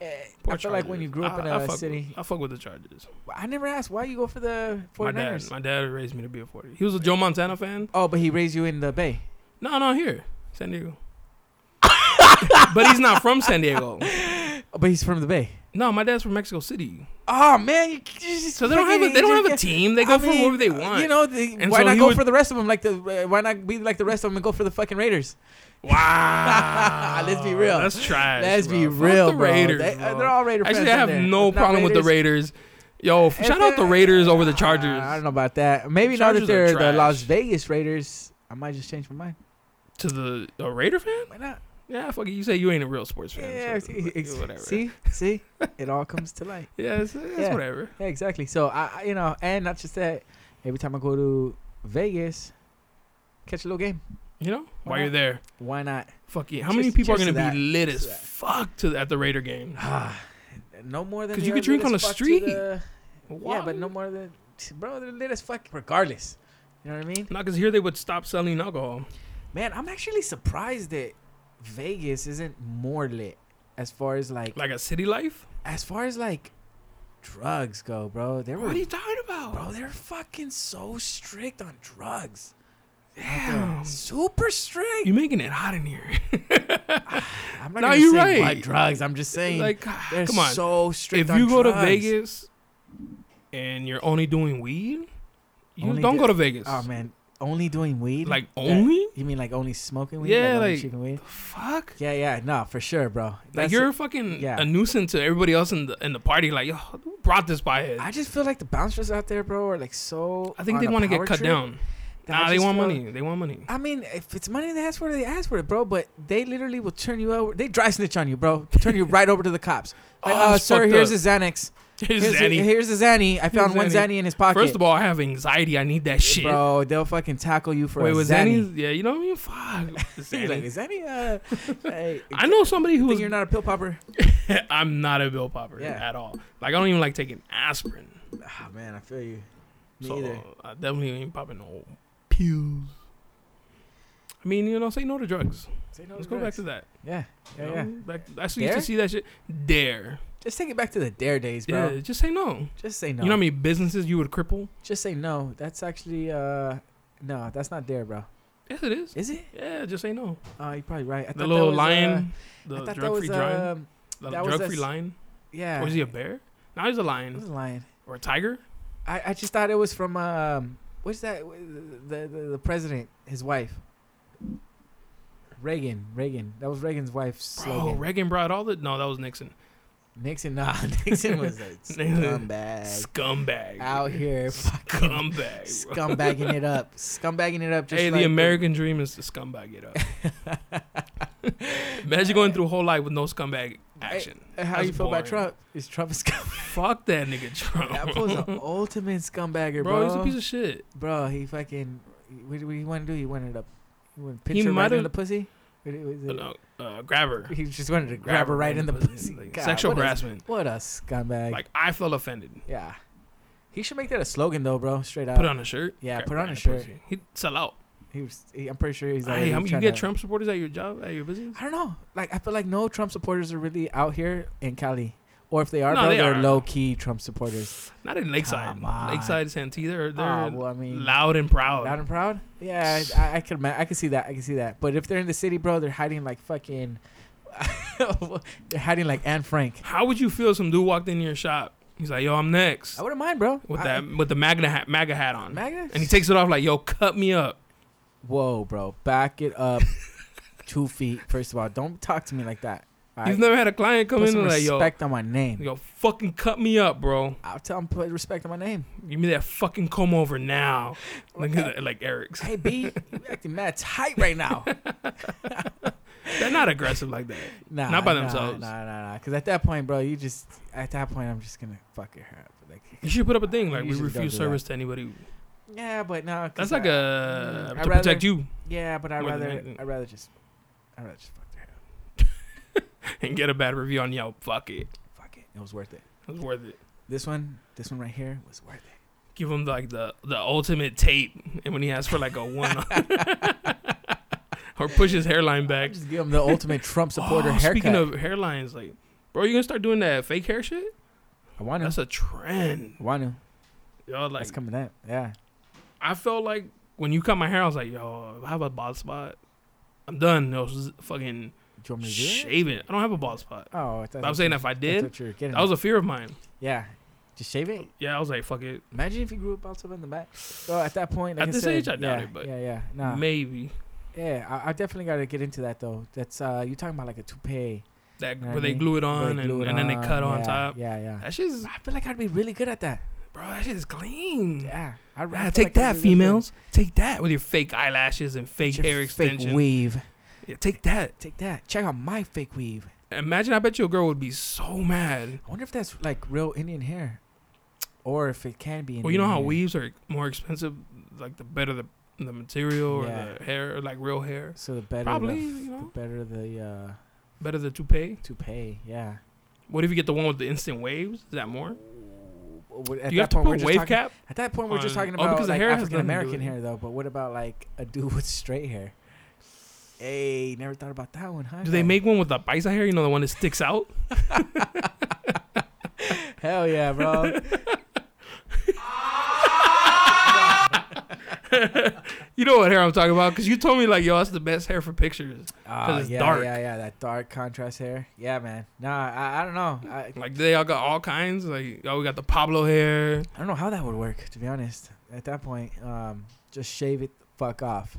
S2: eh,
S1: Poor
S2: I feel like when
S1: Chargers.
S2: you grew up in
S1: I- I
S2: a
S1: fuck
S2: city,
S1: with- I fuck with the Chargers.
S2: I never asked why you go for the
S1: My dad,
S2: 49ers.
S1: my dad raised me to be a 40. He was a Joe Montana fan.
S2: Oh, but he raised you in the Bay.
S1: No, no, here, San Diego. but he's not from San Diego.
S2: Oh, but he's from the Bay.
S1: No, my dad's from Mexico City.
S2: Oh man, you, you just
S1: So they don't have a,
S2: fucking-
S1: they don't have a
S2: just-
S1: team. They go
S2: I
S1: for
S2: mean, uh,
S1: whoever they want.
S2: You know, the,
S1: And
S2: why
S1: so
S2: not
S1: he
S2: go
S1: would-
S2: for the rest of them? Like the uh, why not be like the rest of them and go for the fucking Raiders?
S1: wow.
S2: Let's be real.
S1: That's trash.
S2: Let's
S1: bro.
S2: be
S1: Fuck
S2: real,
S1: the
S2: bro.
S1: Raiders.
S2: They,
S1: bro.
S2: are all Raider fans.
S1: Actually, I have
S2: aren't they?
S1: no
S2: If not
S1: problem with the
S2: Raiders-
S1: Raiders. Yo, f-
S2: if
S1: shout out the
S2: they're-
S1: Raiders over the
S2: Uh,
S1: Chargers.
S2: I don't know about that. Maybe now that
S1: Chargers are
S2: they're the
S1: trash.
S2: Las Vegas Raiders, I might just change my mind.
S1: to the a Raider fan?
S2: Why not?
S1: Yeah, fuck it. You say you ain't a real sports fan.
S2: Yeah,
S1: so
S2: see,
S1: it's
S2: ex-
S1: like, whatever.
S2: see, see, it all comes to light.
S1: yeah, it's, it's
S2: Yeah.
S1: whatever.
S2: Yeah, exactly. So I, I- you know, and not just that. Every time I go to Vegas, catch a little game.
S1: You know,
S2: Why
S1: while you're
S2: not?
S1: there,
S2: Why not?
S1: fuck yeah. How
S2: Just-
S1: many people are
S2: just
S1: gonna
S2: that.
S1: be lit
S2: Just
S1: as
S2: that.
S1: fuck to at the Raider game?
S2: no more than
S1: 'Cause
S2: they
S1: you
S2: are
S1: could drink
S2: lit
S1: on
S2: as
S1: the
S2: fuck to
S1: street.
S2: Yeah, but no
S1: Why?
S2: more than bro. They're lit as fuck, regardless. You know what I mean?
S1: Not because here they would stop selling alcohol.
S2: Man, I'm actually surprised that Vegas isn't more lit as far as like,
S1: Like a city life.
S2: as far as like drugs go, bro. They were
S1: What are you talking about?
S2: bro. They're fucking so strict on drugs.
S1: Damn.
S2: Super strict.
S1: You making it hot in here?
S2: I'm not
S1: No,
S2: gonna
S1: you're
S2: say
S1: right.
S2: what drugs. I'm just saying
S1: like,
S2: they're
S1: come on.
S2: so strict.
S1: if
S2: on
S1: you go to
S2: drugs.
S1: Vegas and you're only doing weed, you
S2: Only
S1: don't
S2: do-
S1: go to Vegas.
S2: oh man, only doing weed.
S1: Like
S2: That-
S1: only?
S2: You mean like only smoking weed?
S1: Yeah,
S2: only
S1: like-
S2: chicken weed.
S1: Fuck.
S2: Yeah, yeah, no, for sure, bro.
S1: Like
S2: That's-
S1: you're fucking
S2: yeah.
S1: a nuisance to everybody else in the in the party. Like, yo, who brought this by head?
S2: I
S1: I,
S2: just feel like the bouncers out there, bro, are like so.
S1: think they
S2: want to
S1: get cut down.
S2: that I
S1: Nah, they
S2: just
S1: want
S2: feel-
S1: money. They want money.
S2: I mean, if it's money they ask for, they ask for it, bro. But they literally will turn you over. They dry snitch on you, bro. Turn you right over to the cops. Like,
S1: Oh,
S2: uh,
S1: it's
S2: sir,
S1: fucked
S2: here's
S1: up.
S2: a Xanax.
S1: Here's
S2: Here's,
S1: Zanny.
S2: A, here's a Xanny. I found one
S1: Xanny.
S2: Xanny in his pocket.
S1: First of all, I have anxiety. I need that shit.
S2: bro, they'll fucking tackle you for
S1: Wait,
S2: a
S1: was
S2: Xanny.
S1: Zanny? Yeah, you know what I mean? Fuck.
S2: He's
S1: Zanny.
S2: like, is Xanny? Uh, hey,
S1: I know somebody who
S2: think
S1: was.
S2: you're not a pill popper.
S1: I'm not a bill popper
S2: Yeah.
S1: at all. Like I don't even like taking aspirin.
S2: Ah, man, I feel you. Me
S1: so
S2: either.
S1: I definitely ain't popping no pills. I mean, you know, say no to drugs.
S2: Say no
S1: Let's
S2: to
S1: go back
S2: drugs.
S1: to that.
S2: Yeah,
S1: you
S2: yeah,
S1: know?
S2: yeah.
S1: Back I still used
S2: Dare?
S1: to see that shit. Dare.
S2: Just take it back to the dare days, bro.
S1: Yeah, just say no.
S2: Just say no.
S1: You know how many businesses you would cripple?
S2: Just say no. That's actually uh no, that's not there, bro.
S1: Yes, it is.
S2: Is it?
S1: Yeah, just say no.
S2: Oh, you're probably right. I thought
S1: The
S2: that
S1: little
S2: was,
S1: lion,
S2: uh, I
S1: the
S2: thought that
S1: drug free
S2: was
S1: lion,
S2: um,
S1: the
S2: that was
S1: drug free
S2: us-
S1: lion.
S2: yeah.
S1: Or is he a bear? Now he's a
S2: It was
S1: lion
S2: a lion.
S1: or a tiger.
S2: I, I just thought it was from um what's that the the, the president, his wife. Reagan, Reagan. That was Reagan. Reagan's wife's
S1: Bro,
S2: slogan.
S1: Reagan brought all the. No, that was Nixon.
S2: Nixon, nah, Nixon was a
S1: Nigga.
S2: scumbag
S1: Scumbag.
S2: out here, fucking
S1: Scumbag. bro.
S2: scumbagging it up, scumbagging it up. Just
S1: hey,
S2: like
S1: the American dream is to scumbag it up. Imagine going through a whole life with no scumbag action.
S2: How
S1: That's
S2: you feel
S1: boring.
S2: about Trump? Is Trump a scumbag?
S1: Fuck that nigga Trump.
S2: that was an ultimate scumbagger,
S1: bro,
S2: bro.
S1: he's a piece of shit.
S2: bro, he fucking. What did he want to do? He wanted to. He wanted to
S1: He
S2: pinch her right
S1: might've-
S2: in the pussy. What it- was
S1: Uh,
S2: it-
S1: no, uh, grab her.
S2: He just wanted to grab her right in the pussy.
S1: Like,
S2: God,
S1: sexual
S2: what a-
S1: harassment.
S2: What a scumbag.
S1: Like I felt offended.
S2: yeah. He should make that a slogan though, bro. Straight
S1: Put
S2: out.
S1: on a shirt.
S2: yeah,
S1: grab
S2: put
S1: her
S2: on
S1: in
S2: a
S1: the
S2: shirt.
S1: pussy. He'd sell out.
S2: He was. He, I'm pretty sure he's like.
S1: Hey, how many you get Trump supporters at your job at your business?
S2: I don't know. Like I feel like no Trump supporters are really out here in Cali, or if they are,
S1: No,
S2: bro,
S1: they
S2: they are
S1: are.
S2: low key Trump supporters.
S1: Not in Lakeside.
S2: Come on.
S1: Lakeside Santee, they're they're
S2: Ah, well, I mean,
S1: loud and proud.
S2: loud and proud. Yeah, I, I could. ima- I could see that. I could see that. But if they're in the city, bro, they're hiding like fucking. they're hiding like Anne Frank.
S1: How would you feel if some dude walked into your shop? He's like, "Yo, I'm next."
S2: I wouldn't mind, bro.
S1: With
S2: I-
S1: that, with the MAGA hat, MAGA hat on,
S2: Magna?
S1: and he takes it off like, "Yo, cut me up."
S2: Whoa, bro, back it up two feet. First of all, don't talk to me like that. all
S1: You've
S2: right?
S1: never had a client come
S2: put
S1: in
S2: some
S1: and like, "Yo,
S2: respect on my name.
S1: yo, fucking cut me up, bro.
S2: I'll tell him put respect on my name.
S1: Give me that fucking comb over now." Like, like Eric's,
S2: Hey B, you acting mad tight right now.
S1: they're not aggressive like that.
S2: Nah,
S1: Not by
S2: nah,
S1: themselves.
S2: Nah, nah, nah. Because at that point, bro, you just at that point, I'm just gonna fuck it up. Like,
S1: You should put up a thing like,
S2: You
S1: "We
S2: should don't
S1: refuse
S2: do that.
S1: service to anybody."
S2: yeah, but no. 'cause
S1: That's like
S2: I-
S1: a
S2: mm, I'd
S1: to
S2: rather-
S1: protect you
S2: Yeah, but I
S1: more than
S2: rather
S1: anything.
S2: I rather just I rather just fuck their head up.
S1: and get a bad review on Yelp. Fuck it,
S2: Fuck it. It was worth it.
S1: it's worth it.
S2: This one, this one right here was worth it.
S1: Give him like the the ultimate tape, and when he asks for like a one, or push his hairline back.
S2: Just give him the ultimate Trump supporter
S1: Oh,
S2: haircut.
S1: Speaking of hairlines, like, bro, you gonna start doing that fake hair shit?
S2: I want
S1: That's
S2: to.
S1: a trend,
S2: I want to.
S1: yo. Like,
S2: That's coming up. Yeah.
S1: I felt like when you cut my hair, I was like, yo, I have a bald spot. I'm done. No, s- fucking
S2: Do you want me to do it?
S1: shave it. I don't have a bald spot.
S2: Oh, I thought
S1: I'm saying if I
S2: That's
S1: did,
S2: what you're getting.
S1: that was a fear of mine.
S2: yeah. Just shave it.
S1: Yeah, I was like, fuck it,
S2: Imagine if you grew up out in the back. So at that point, like
S1: At
S2: I
S1: this
S2: said,
S1: age, I doubt
S2: yeah,
S1: it, but
S2: yeah, yeah, nah,
S1: maybe
S2: yeah. I, I definitely gotta get into that though. That's uh, you talking about like a toupee
S1: that
S2: Know what
S1: where
S2: I
S1: they
S2: mean?
S1: glue it
S2: where
S1: on
S2: they
S1: and,
S2: glue it
S1: and then they cut on
S2: yeah,
S1: top.
S2: Yeah, yeah.
S1: That shit's
S2: I feel like I'd be really good at that.
S1: bro, that shit's clean.
S2: Yeah, I, I
S1: Ah,
S2: feel
S1: take
S2: like
S1: that,
S2: I'd be really good.
S1: females. Take that with your fake eyelashes and fake
S2: Get your
S1: hair extensions.
S2: fake weave.
S1: Yeah, take that.
S2: Take that. Check out my fake weave.
S1: Imagine, I bet you a girl would be so mad.
S2: I wonder if that's like real Indian hair, or if it can be. Indian
S1: Well, you know how
S2: hair.
S1: weaves are more expensive, like the better the the material or
S2: Yeah.
S1: the hair, or like real hair.
S2: So the better,
S1: Probably,
S2: the,
S1: you
S2: the
S1: know,
S2: better the uh,
S1: better the toupee.
S2: toupee. Yeah.
S1: What if you get the one with the instant waves? Is that more?
S2: Ooh, At
S1: Do you have
S2: that
S1: to
S2: point, we're
S1: put a
S2: just
S1: wave
S2: talking-
S1: cap?
S2: At that point, we're just
S1: on-
S2: talking
S1: oh,
S2: about
S1: because the
S2: like
S1: hair has nothing to do
S2: African American
S1: with it.
S2: hair, though. But what about like a dude with straight hair? Hey, never thought about that one, huh?
S1: Do they make one with the paisa hair? You know, the one that sticks out.
S2: Hell yeah, bro!
S1: You know what hair I'm talking about? Because you told me like, yo, that's the best hair for pictures.
S2: Ah,
S1: it's
S2: yeah,
S1: dark.
S2: yeah, yeah. That dark contrast hair. Yeah, man. Nah, I, I don't know. I,
S1: Like they all got all kinds. Like, oh, we got the Pablo hair.
S2: I don't know how that would work, to be honest. At that point, um, just shave it the fuck off.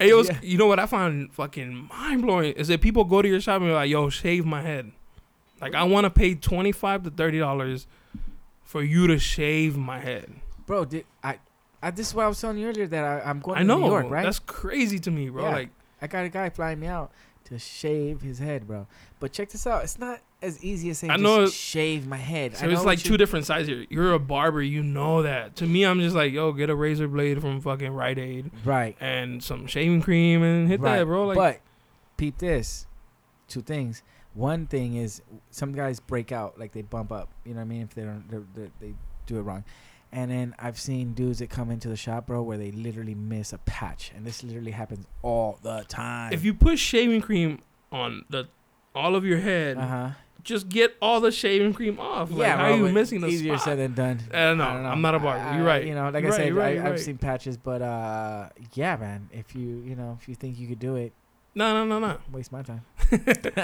S1: Hey, yo, it's-
S2: Yeah.
S1: you know what I find fucking mind blowing is that people go to your shop and be like, "Yo, shave my head." Like, I want to pay twenty five to thirty dollars for you to shave my head.
S2: Bro, did I? I this is what I was telling you earlier that I, I'm going
S1: I
S2: to
S1: know
S2: New York, right?
S1: that's crazy to me, bro.
S2: Yeah.
S1: Like,
S2: I got a guy flying me out to shave his head, bro. But check this out. It's not as easy as saying
S1: I
S2: I
S1: know-
S2: just shave my head.
S1: so it's like two different sides here. You're a barber, you know that. To me, I'm just like, yo, get a razor blade from fucking Rite Aid
S2: different Right.
S1: and some shaving cream and hit
S2: right.
S1: that, bro. Like,
S2: But peep this. Two things. One thing is some guys break out, like they bump up, you know what I mean, if they don't they're, they're, they do it wrong. And then I've seen dudes that come into the shop, bro, where they literally miss a patch. And this literally happens all the time.
S1: if you put shaving cream on the all of your head,
S2: uh-huh.
S1: just get all the shaving cream off. Like,
S2: yeah,
S1: how
S2: bro,
S1: are you
S2: but
S1: missing the
S2: easier
S1: spot?
S2: said than done.
S1: I don't know. I'm not a barber.
S2: I-
S1: You're right.
S2: You know, like
S1: You're right,
S2: I said,
S1: you're right,
S2: I,
S1: you're
S2: I've
S1: right.
S2: seen patches, but uh, yeah, man. If you, you know, if you think you could do it,
S1: No, no, no, no.
S2: waste my time.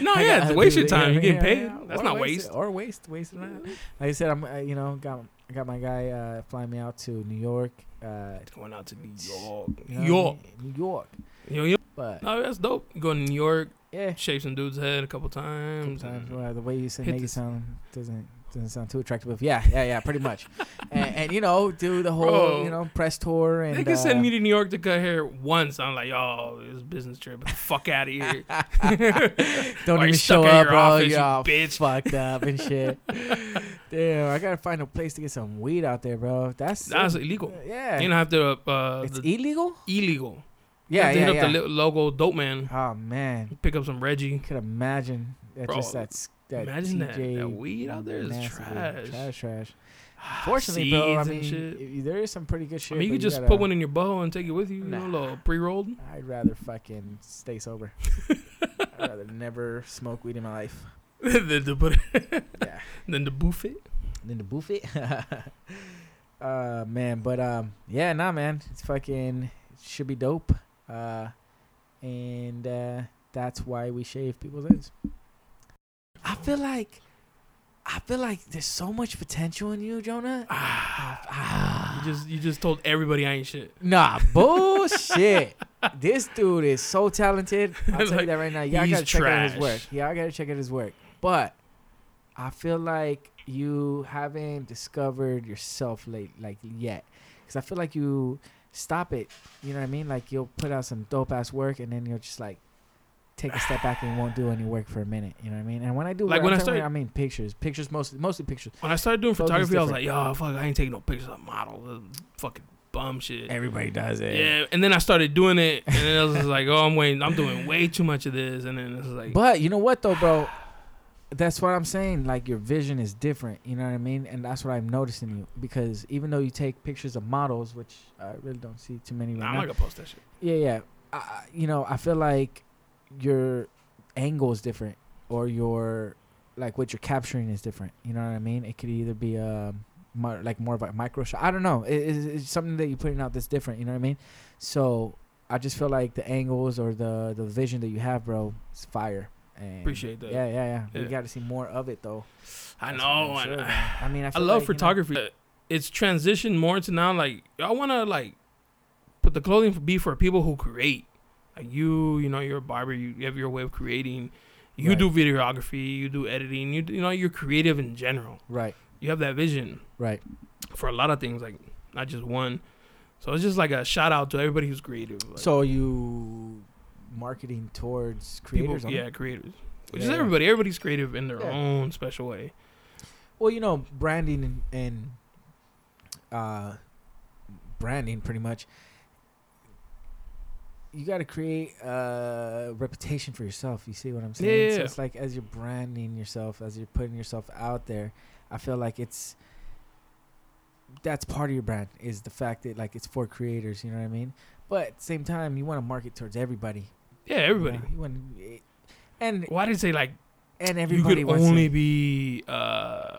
S1: No,
S2: I
S1: yeah,
S2: got
S1: it's
S2: other
S1: waste
S2: people
S1: your
S2: that-
S1: time.
S2: yeah,
S1: You're getting
S2: yeah,
S1: paid.
S2: yeah.
S1: That's
S2: Or
S1: not
S2: waste
S1: waste.
S2: it- or waste, waste. it. Like I said, I'm, uh, you know, got I got my guy uh, flying me out to New York. Uh,
S1: Going out to New York.
S2: you know what I
S1: York.
S2: mean? New York.
S1: Yo, yo.
S2: But
S1: No, that's dope. Go to New York,
S2: yeah,
S1: shave some dude's head a couple times.
S2: sometimes
S1: and-
S2: well, the way you say
S1: Mm. Hit
S2: naked
S1: this-
S2: sound doesn't doesn't sound too attractive. But yeah, yeah, yeah, pretty much. and, and you know, do the whole
S1: Bro.
S2: you know press tour and
S1: Oh. they could send
S2: uh,
S1: me to New York to cut hair once. I'm like, oh, this business trip. Get the fuck out of here.
S2: Don't
S1: Why you
S2: even
S1: stuck
S2: show
S1: at
S2: up,
S1: your
S2: bro.
S1: office,
S2: You're
S1: you
S2: all
S1: bitch.
S2: fucked up and shit. Damn, I gotta find a place to get some weed out there, bro. That's
S1: That's illegal.
S2: Yeah,
S1: You don't have to. Uh,
S2: it's
S1: the
S2: illegal.
S1: illegal. You
S2: Yeah,
S1: have to
S2: yeah,
S1: hit
S2: yeah.
S1: up the li- mm. local dope man.
S2: oh man,
S1: Pick up some Reggie.
S2: could imagine that.
S1: Bro,
S2: just that's that
S1: imagine that-
S2: TJ
S1: that weed out there is
S2: nasty weed.
S1: trash.
S2: trash, trash. Fortunately, bro,
S1: Seeds
S2: I
S1: and
S2: mean,
S1: shit.
S2: i- there is some pretty good
S1: I
S2: shit.
S1: mean, you
S2: but
S1: could just
S2: gotta-
S1: put one in your bowl and take it with you. You know, a
S2: Nah.
S1: little pre-rolled.
S2: I'd rather fucking stay sober. I'd rather never smoke weed in my life.
S1: then to put it.
S2: Yeah.
S1: Then to boof it.
S2: Then the buffet. uh man, but um yeah, nah man. It's fucking should be dope. Uh and uh that's why we shave people's heads. I feel like I feel like there's so much potential in you, Jonah. Ah.
S1: You just you just told everybody I ain't shit.
S2: Nah, bullshit. this dude is so talented. I'll tell you
S1: Like,
S2: that right now. Y'all
S1: he's
S2: gotta check out his
S1: trash.
S2: work. Y'all gotta check out his work. But I feel like you haven't discovered yourself late, like yet, because I feel like you stop it. You know what I mean? Like you'll put out some dope ass work, and then you'll just like take a step back and won't do any work for a minute. You know what I mean? And when I do,
S1: Like,
S2: work,
S1: when
S2: I'm
S1: I
S2: talking-
S1: started-
S2: I mean pictures, pictures mostly, mostly pictures.
S1: When I started doing
S2: Photo's
S1: photography, I was like,
S2: different.
S1: yo, fuck, I ain't taking no pictures of models. This is Fucking bum shit.
S2: Everybody does it.
S1: Yeah, and then I started doing it, and then I was just like, "Oh, I'm waiting. I'm doing way too much of this." And then it's like,
S2: But you know what though, bro? That's what I'm saying. Like your vision is different. You know what I mean? And that's what I'm noticing you because even though you take pictures of models, which I really don't see too many
S1: nah,
S2: right
S1: I'm
S2: now.
S1: not gonna post that shit.
S2: yeah, yeah. I- I, you know, I feel like your angle is different, or your like what you're capturing is different. You know what I mean? It could either be a mo- like more of a micro shot. I don't know. It, it's, it's something that you're putting out that's different. You know what I mean? So I just feel like the angles or the the vision that you have, bro, is fire. And
S1: Appreciate that.
S2: Yeah, yeah, yeah. We
S1: Yeah.
S2: got to see more of it, though.
S1: I
S2: That's what
S1: know.
S2: I'm
S1: and
S2: sure,
S1: I-
S2: man. I mean, I,
S1: I
S2: feel
S1: love
S2: like, you know-
S1: photography. Uh, It's transitioned more to now like I want to like put the clothing for, be for people who create. Like you, you know, you're a barber. You, you have your way of creating. You
S2: Right.
S1: do videography. You do editing. You do- you know you're creative in general.
S2: Right,
S1: You have that vision
S2: right.
S1: for a lot of things, like not just one. So it's just like a shout out to everybody who's creative. Like,
S2: so are you marketing towards
S1: people,
S2: creators? on it?
S1: yeah, creators. Which is
S2: Yeah, yeah.
S1: everybody. Everybody's creative in their
S2: Yeah.
S1: own special way.
S2: Well, you know, branding and, and uh, branding pretty much. You got to create a reputation for yourself. You see what I'm saying?
S1: Yeah, yeah,
S2: So
S1: yeah.
S2: it's like as you're branding yourself, as you're putting yourself out there, I feel like it's that's part of your brand is the fact that like it's for creators. You know what I mean? But at the same time, you want to market towards everybody.
S1: Yeah,
S2: you know?
S1: everybody.
S2: You want, and
S1: Why did they say like
S2: and everybody
S1: you could
S2: wants
S1: only
S2: to,
S1: be uh,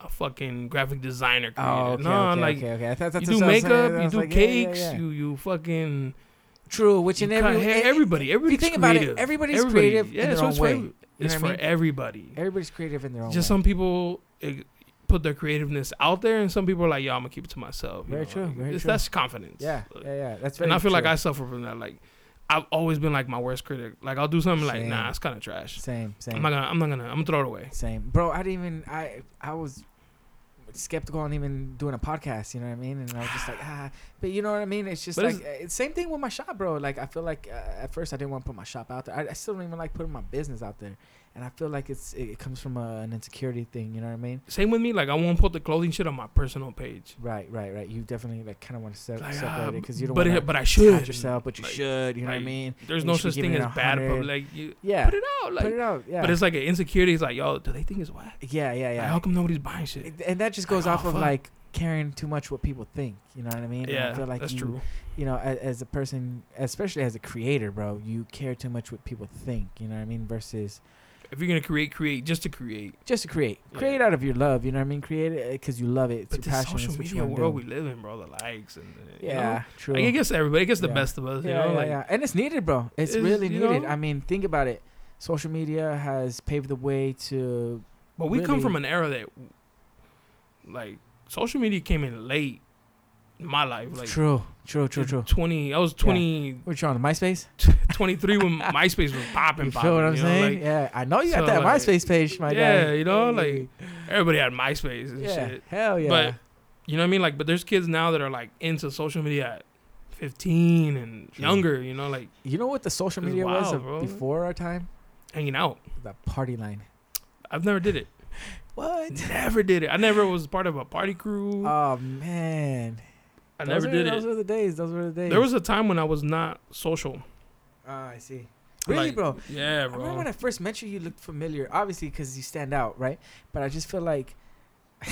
S1: a fucking graphic designer. Creator.
S2: Oh, okay,
S1: no,
S2: okay,
S1: like
S2: okay, okay. I thought that's
S1: you do
S2: what I was saying.
S1: makeup,
S2: I
S1: you
S2: was
S1: do
S2: like, yeah, yeah,
S1: cakes,
S2: yeah.
S1: you you fucking
S2: True, which
S1: you
S2: in
S1: cut
S2: every
S1: hair,
S2: e-
S1: everybody,
S2: if you
S1: everybody's
S2: think about
S1: creative.
S2: it, everybody's
S1: Everybody.
S2: creative
S1: yeah,
S2: in their
S1: so
S2: own
S1: it's
S2: way.
S1: For, every-
S2: You
S1: it's
S2: know
S1: for
S2: what I mean?
S1: everybody.
S2: Everybody's creative in their own
S1: Just
S2: way.
S1: some people eh, put their creativeness out there, and some people are like, "Yo, I'm gonna keep it to myself." you
S2: Very
S1: know,
S2: true,
S1: like,
S2: very
S1: it's-
S2: true.
S1: That's confidence.
S2: Yeah,
S1: Like,
S2: yeah, yeah. That's very
S1: and I feel like
S2: true.
S1: I suffer from that. Like, I've always been like my worst critic. Like, I'll do something like,
S2: Same.
S1: "Nah, it's kind of trash."
S2: same, same,
S1: I'm not gonna. I'm not gonna. I'm gonna throw it away.
S2: same, bro. I didn't even. I I was skeptical on even doing a podcast. You know what I mean? And I was just like, ah. But you know what I mean? It's just
S1: But
S2: like it's, same thing with my shop, bro. Like I feel like uh, at first I didn't want to put my shop out there. I, I still don't even like putting my business out there. And I feel like it's it, comes from uh an insecurity thing. You know what I mean?
S1: Same with me. Like, I won't put the clothing shit on my personal page.
S2: Right, right, right. You definitely like kind of want to se-
S1: Like,
S2: separate
S1: ah,
S2: it because you don't
S1: but
S2: want
S1: it- but I
S2: touch
S1: should.
S2: yourself, but you
S1: Like-
S2: should. You know what I
S1: like,
S2: mean?
S1: There's
S2: You
S1: no
S2: should be
S1: such thing
S2: giving
S1: as
S2: it
S1: bad
S2: 100.
S1: public. Like, you
S2: Yeah,
S1: put it out. Like,
S2: put it out. Yeah,
S1: but it's like an insecurity. It's like, yo, do they think it's whack?
S2: yeah, yeah,
S1: Like,
S2: yeah.
S1: how come nobody's buying shit?
S2: It- and that just goes
S1: Oh,
S2: off of
S1: fuck.
S2: like caring too much what people think. You know what I mean? And
S1: yeah,
S2: I feel like
S1: that's
S2: you,
S1: true.
S2: You know, as, as a person, especially as a creator, bro, you care too much what people think. You know what I mean? Versus
S1: If you're gonna create, create just to create.
S2: just to create,
S1: Yeah.
S2: create out of your love. You know what I mean? Create it because you love it. It's
S1: But
S2: your
S1: this
S2: passion.
S1: social
S2: it's what you
S1: media
S2: wanna
S1: world
S2: do.
S1: we live in, bro, the likes and the, you know?
S2: yeah, true.
S1: Like, it gets everybody. It gets the
S2: Yeah.
S1: best of us.
S2: yeah,
S1: you know,
S2: yeah,
S1: like
S2: yeah. and it's needed, bro. It's,
S1: It's-
S2: really
S1: you
S2: needed.
S1: know?
S2: I mean, think about it. Social media has paved the way to
S1: But we come
S2: really-
S1: from an era that, like, social media came in late my life. Like
S2: true, true, true,
S1: in
S2: true.
S1: Twenty. I was 20,
S2: What you on MySpace?
S1: 23 when MySpace was popping. popping
S2: You feel what I'm
S1: you know,
S2: saying?
S1: like,
S2: yeah, I know you got
S1: so,
S2: that
S1: like,
S2: MySpace page, my
S1: yeah,
S2: guy.
S1: you know,
S2: Hey.
S1: like, everybody had MySpace and
S2: yeah,
S1: shit.
S2: hell yeah.
S1: But you know what I mean? Like, but there's kids now that are like into social media at 15 and
S2: True.
S1: younger. You know, like
S2: you know what the social
S1: It's
S2: media was
S1: wild,
S2: of
S1: bro.
S2: before our time?
S1: hanging out.
S2: The party line.
S1: I've never did it.
S2: What?
S1: never did it. I never was part of a party crew.
S2: Oh man,
S1: I
S2: Those
S1: never
S2: were-
S1: did
S2: Those
S1: it.
S2: were the days. Those were the days.
S1: There was a time when I was not social.
S3: Ah, I see.
S2: really,
S1: like-
S2: bro.
S1: Yeah,
S2: I remember when
S1: bro.
S2: I first met you, you looked familiar, obviously because you stand out, right? But I just feel like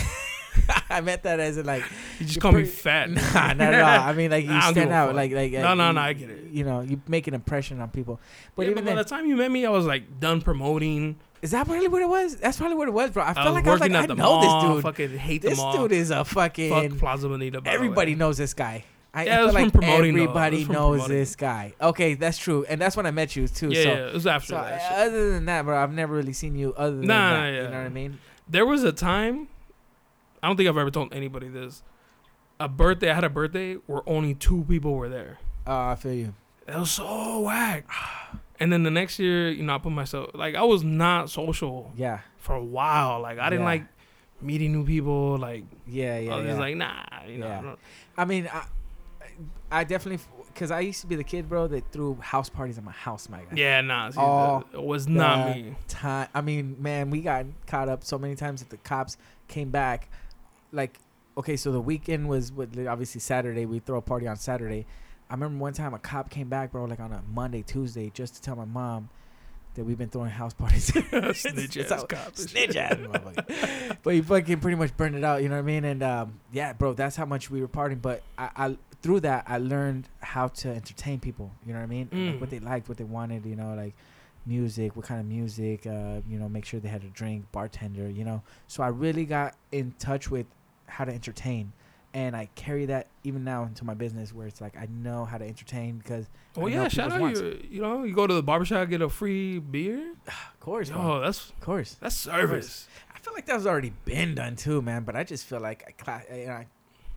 S2: I meant that as in like
S1: You just
S2: you're
S1: call me
S2: pretty-
S1: fat.
S2: nah, not at all. I mean, like you
S1: Nah, I don't give
S2: stand
S1: a
S2: out,
S1: fuck.
S2: like like
S1: No,
S2: uh,
S1: no,
S2: you-
S1: no, I get it.
S2: You know, you make an impression on people. But
S1: But, yeah, but
S2: even
S1: by
S2: then,
S1: the time you met me, I was like done promoting.
S2: is that really what it was? That's probably what it was, bro. I
S1: I,
S2: felt
S1: was
S2: like I was
S1: working
S2: like, I
S1: at the
S2: know
S1: mall.
S2: this dude.
S1: Fucking hate the
S2: This
S1: mall.
S2: dude is a
S1: Fuck
S2: fucking.
S1: Plaza Bonita. by the way.
S2: Everybody knows this guy. I,
S1: Yeah,
S2: I
S1: it
S2: feel
S1: was from
S2: like
S1: promoting, though. It
S2: everybody
S1: was from
S2: knows
S1: promoting.
S2: this guy. Okay, that's true, and that's when I met you too.
S1: Yeah,
S2: so,
S1: yeah, it was after
S2: so uh,
S1: that. shit.
S2: other than that, bro, I've never really seen you other than
S1: Nah,
S2: that. You
S1: yeah.
S2: know what I mean?
S1: There was a time, I don't think I've ever told anybody this. A birthday, I had a birthday where only two people were there.
S2: Oh, I feel you.
S1: It was so whack. And then the next year, you know, I put myself like I was not social
S2: Yeah,
S1: for a while. Like I didn't
S2: Yeah.
S1: like meeting new people. Like
S2: yeah, yeah.
S1: I was
S2: yeah.
S1: just like nah, you know.
S2: Yeah.
S1: I don't-
S2: I mean, I, I definitely because I used to be the kid, bro, that threw house parties at my house, my guy.
S1: Yeah, nah. See,
S2: All
S1: that- it was not
S2: the
S1: me.
S2: Time, I mean, man, we got caught up so many times that the cops came back. Like, okay, so the weekend was what like, obviously Saturday. We throw a party on Saturday. I remember one time a cop came back, bro, like on a Monday, Tuesday, just to tell my mom that we've been throwing house parties.
S1: Snitch
S2: It's
S1: ass
S2: all-
S1: cops.
S2: snitch ass motherfucker. But he fucking pretty much burned it out, you know what I mean? And um, yeah, bro, that's how much we were partying. But I, I through that I learned how to entertain people, you know what I mean? Like,
S1: Mm.
S2: what they liked, what they wanted, you know, like music, what kind of music, uh, you know, make sure they had a drink, bartender, you know. So I really got in touch with how to entertain. And I carry that even now into my business where it's like I know how to entertain because
S1: Oh
S2: I know
S1: yeah, shout
S2: people's
S1: out
S2: wants.
S1: you. You know, you go to the barbershop, get a free beer.
S2: of course, bro,
S1: Oh, that's
S2: of course.
S1: that's service.
S2: I feel like that was already been done too, man. But I just feel like I class. You know, I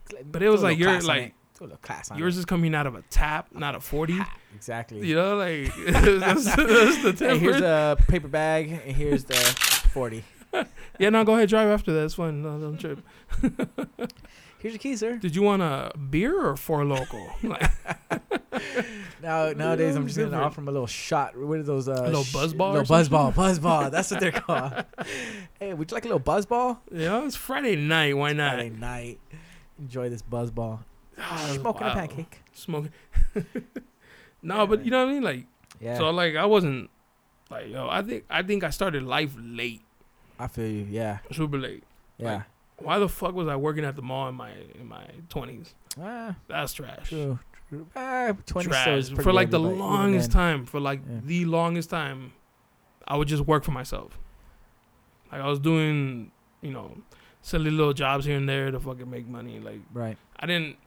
S2: cla-
S1: But it was
S2: threw a
S1: like
S2: little
S1: you're
S2: class on
S1: like-
S2: it. Threw a little class on
S1: Yours
S2: it.
S1: is coming out of a tap, not a forty.
S2: Ha, exactly.
S1: You know, like that's, that's the
S2: Hey, here's
S1: temper.
S2: a paper bag, and here's the forty.
S1: Yeah, no, go ahead, drive after that. It's fun. No, don't trip.
S2: Here's your key, sir.
S1: Did you want a beer or four local? Like,
S2: Now nowadays, I'm
S1: It's
S2: just gonna
S1: different.
S2: offer him a little shot. What are those? Uh,
S1: little
S2: sh-
S1: buzz ball or
S2: Little
S1: some
S2: buzz ball, buzz ball. That's what they're called. hey, would you like a little buzz ball?
S1: yeah, it's Friday night. Why not?
S2: Friday night. Enjoy this buzz ball.
S1: Ah,
S2: Smoking
S1: wow.
S2: a pancake.
S1: Smoking. no,
S2: Yeah,
S1: but
S2: man.
S1: you know what I mean. Like,
S2: Yeah,
S1: so like I wasn't like yo. I think I think I started life late,
S2: I feel you. Yeah,
S1: super late.
S2: yeah.
S1: Like, Why the fuck was I working at the mall in my in my twenties?
S2: ah,
S1: That's trash.
S2: true. true. Ah, twenty
S1: trash
S2: stores
S1: for like the longest time. For like
S2: Yeah.
S1: the longest time, I would just work for myself. Like I was doing, you know, silly little jobs here and there to fucking make money. Like
S2: Right.
S1: I didn't.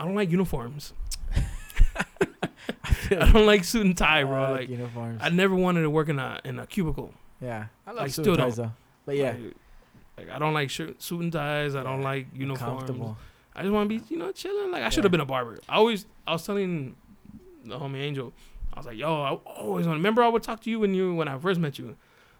S1: I don't like uniforms. I don't like suit and tie,
S2: Ah,
S1: bro. Like
S2: uniforms.
S1: I never wanted to work in a in a cubicle.
S2: yeah, I
S1: like,
S2: love suit
S1: still
S2: and ties though. But yeah,
S1: Like, like, I don't like shirt, suit and ties. I don't
S2: Yeah,
S1: like uniforms. Oh,
S2: comfortable.
S1: I just want to be, you know, chilling. Like I should
S2: Yeah.
S1: have been a barber. I always, I was telling the homie Angel, I was like, yo, I always want. Remember, I would talk to you when you when I first met you.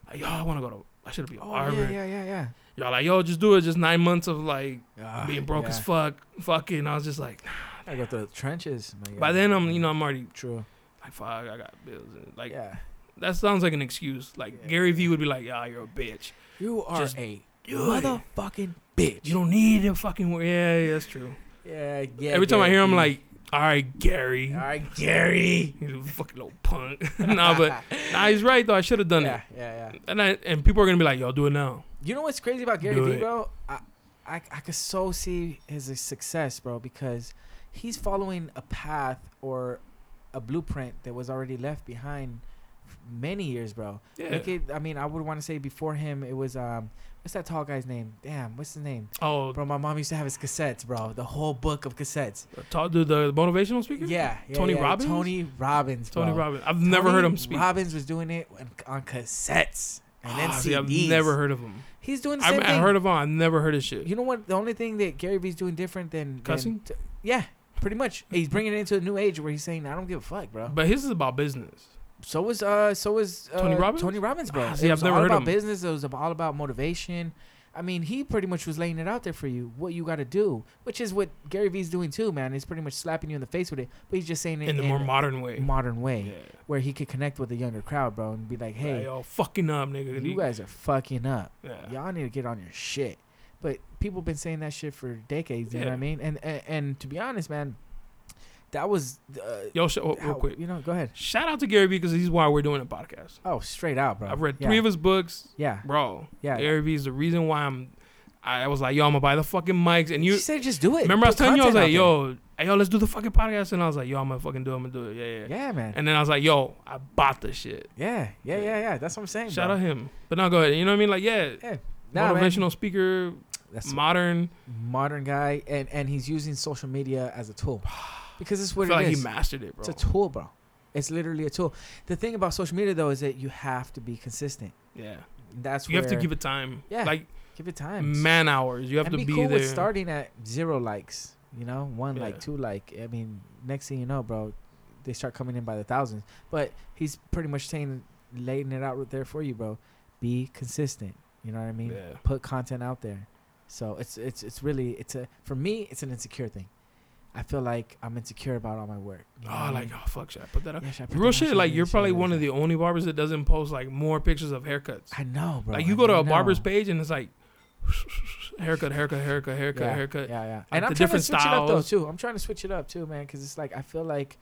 S1: Like, yo, I want to go to. I should have been a
S2: Oh
S1: barber.
S2: yeah, yeah, yeah, yeah.
S1: Y'all like, yo, just do it. Just nine months of like
S2: Ah,
S1: being broke
S2: yeah.
S1: as fuck, fucking. I was just like,
S2: I go through the trenches. my
S1: by
S2: God.
S1: then I'm, you know, I'm already
S2: true.
S1: like, fuck, I got bills. And, like
S2: yeah,
S1: that sounds like an excuse. Like
S2: Yeah.
S1: Gary Vee would be like, yeah, you're a bitch.
S2: you are
S1: just
S2: a
S1: do it.
S2: motherfucking bitch.
S1: You don't need to fucking work. Yeah, yeah, that's true.
S2: yeah, yeah.
S1: Every time I
S2: Gary
S1: hear him,
S2: Vee.
S1: like, all right, Gary.
S2: all right, Gary.
S1: He's a fucking little punk. nah, but nah, he's right though. I should have done
S2: yeah, yeah, yeah.
S1: it. And I, and people are gonna be like, "Yo, do it now."
S2: You know what's crazy about Gary
S1: Do
S2: Vee,
S1: it.
S2: bro? I, I, I could so see his success, bro, because he's following a path or a blueprint that was already left behind f- many years, bro.
S1: Yeah.
S2: Look at- I mean, I would want to say before him, it was um, what's that tall guy's name? Damn, what's his name?
S1: Oh,
S2: Bro, my mom used to have his cassettes, bro. The whole book of cassettes.
S1: talk to the motivational speaker.
S2: Yeah, yeah,
S1: Tony
S2: yeah,
S1: Robbins?
S2: Tony Robbins.
S1: Tony
S2: bro.
S1: Robbins. I've never
S2: Tony
S1: heard him speak.
S2: Robbins was doing it on, on cassettes and then
S1: Ah,
S2: CDs.
S1: see, I've never heard of him.
S2: He's doing the
S1: I,
S2: same
S1: I
S2: thing.
S1: heard of him. I've never heard his shit.
S2: You know what? The only thing that Gary Vee's doing different than than-
S1: Cussing?
S2: t- Yeah, pretty much. He's bringing it into a new age where he's saying, "I don't give a fuck, bro."
S1: But his is about business.
S2: So was uh, so was uh,
S1: Tony Robbins?
S2: Tony Robbins, bro.
S1: Ah, see,
S2: it
S1: I've
S2: was
S1: never
S2: all
S1: heard
S2: about
S1: him.
S2: business. It was ab- all about motivation. I mean, he pretty much was laying it out there for you, what you got to do, which is what Gary Vee's doing too, man. He's pretty much slapping you in the face with it, but he's just saying it
S1: in the more modern way.
S2: modern way,
S1: Yeah.
S2: where he could connect with the younger crowd, bro, and be like,
S1: Hey,
S2: "Hey,
S1: y'all fucking up, nigga.
S2: you guys are fucking up.
S1: Yeah.
S2: Y'all need to get on your shit." But people been saying that shit for decades. You know
S1: Yeah.
S2: what I mean? And and, and to be honest, man, that was uh,
S1: Yo, sh- oh, real
S2: how-
S1: quick.
S2: You know, go ahead.
S1: Shout out to Gary Vee because he's why we're doing a podcast.
S2: Oh, straight out, bro.
S1: I've read
S2: yeah.
S1: three of his books,
S2: Yeah,
S1: bro.
S2: yeah.
S1: Gary Vee is the reason why I'm. I I was like, yo, I'm gonna buy the fucking mics, and
S2: You
S1: you
S2: she said just do it.
S1: remember I was
S2: Put
S1: telling you, I was like,
S2: content out
S1: yo, hey, yo, let's do the fucking podcast, and I was like, yo, I'm gonna fucking do, it. I'm gonna do it, yeah, yeah.
S2: there. Yeah, man.
S1: And then I was like, yo, I bought the shit.
S2: yeah, yeah, yeah, yeah. That's what I'm saying.
S1: Shout
S2: bro.
S1: out him, but now go ahead. You know what I mean? Like, yeah,
S2: Nah, man.
S1: motivational speaker,
S2: That's a
S1: modern.
S2: modern guy, and and he's using social media as a tool because it's
S1: I
S2: what
S1: feel
S2: it
S1: like
S2: is.
S1: he mastered it, bro.
S2: It's a tool, bro. It's literally a tool. The thing about social media though is that you have to be consistent.
S1: yeah,
S2: That's
S1: you have to
S2: where-
S1: give it time.
S2: Yeah.
S1: like
S2: give it time.
S1: man hours. You have
S2: and
S1: to
S2: be,
S1: be,
S2: cool
S1: there.
S2: with starting at zero likes. You know, one like,
S1: Yeah.
S2: two like. I mean, next thing you know, bro, they start coming in by the thousands. But he's pretty much saying, laying it out there for you, bro. Be consistent. You know what I mean?
S1: Yeah.
S2: Put content out there. So it's it's it's really it's a for me it's an insecure thing. I feel like I'm insecure about all my work. you know what I
S1: Oh, like
S2: mean?
S1: oh fuck, should I put that up?
S2: Yeah, should I put that
S1: Real
S2: on?
S1: shit,
S2: Should I
S1: like
S2: do
S1: you're
S2: this? Should I
S1: probably
S2: do
S1: one
S2: that?
S1: of the only barbers that doesn't post like more pictures of haircuts.
S2: I know, bro.
S1: like you
S2: I
S1: go to a
S2: know.
S1: barber's page and it's like haircut, haircut, haircut, haircut,
S2: yeah,
S1: haircut.
S2: Yeah, yeah. And
S1: the
S2: I'm trying to
S1: different
S2: switch it up though
S1: styles.
S2: too. I'm trying to switch it up too, man, because it's like I feel like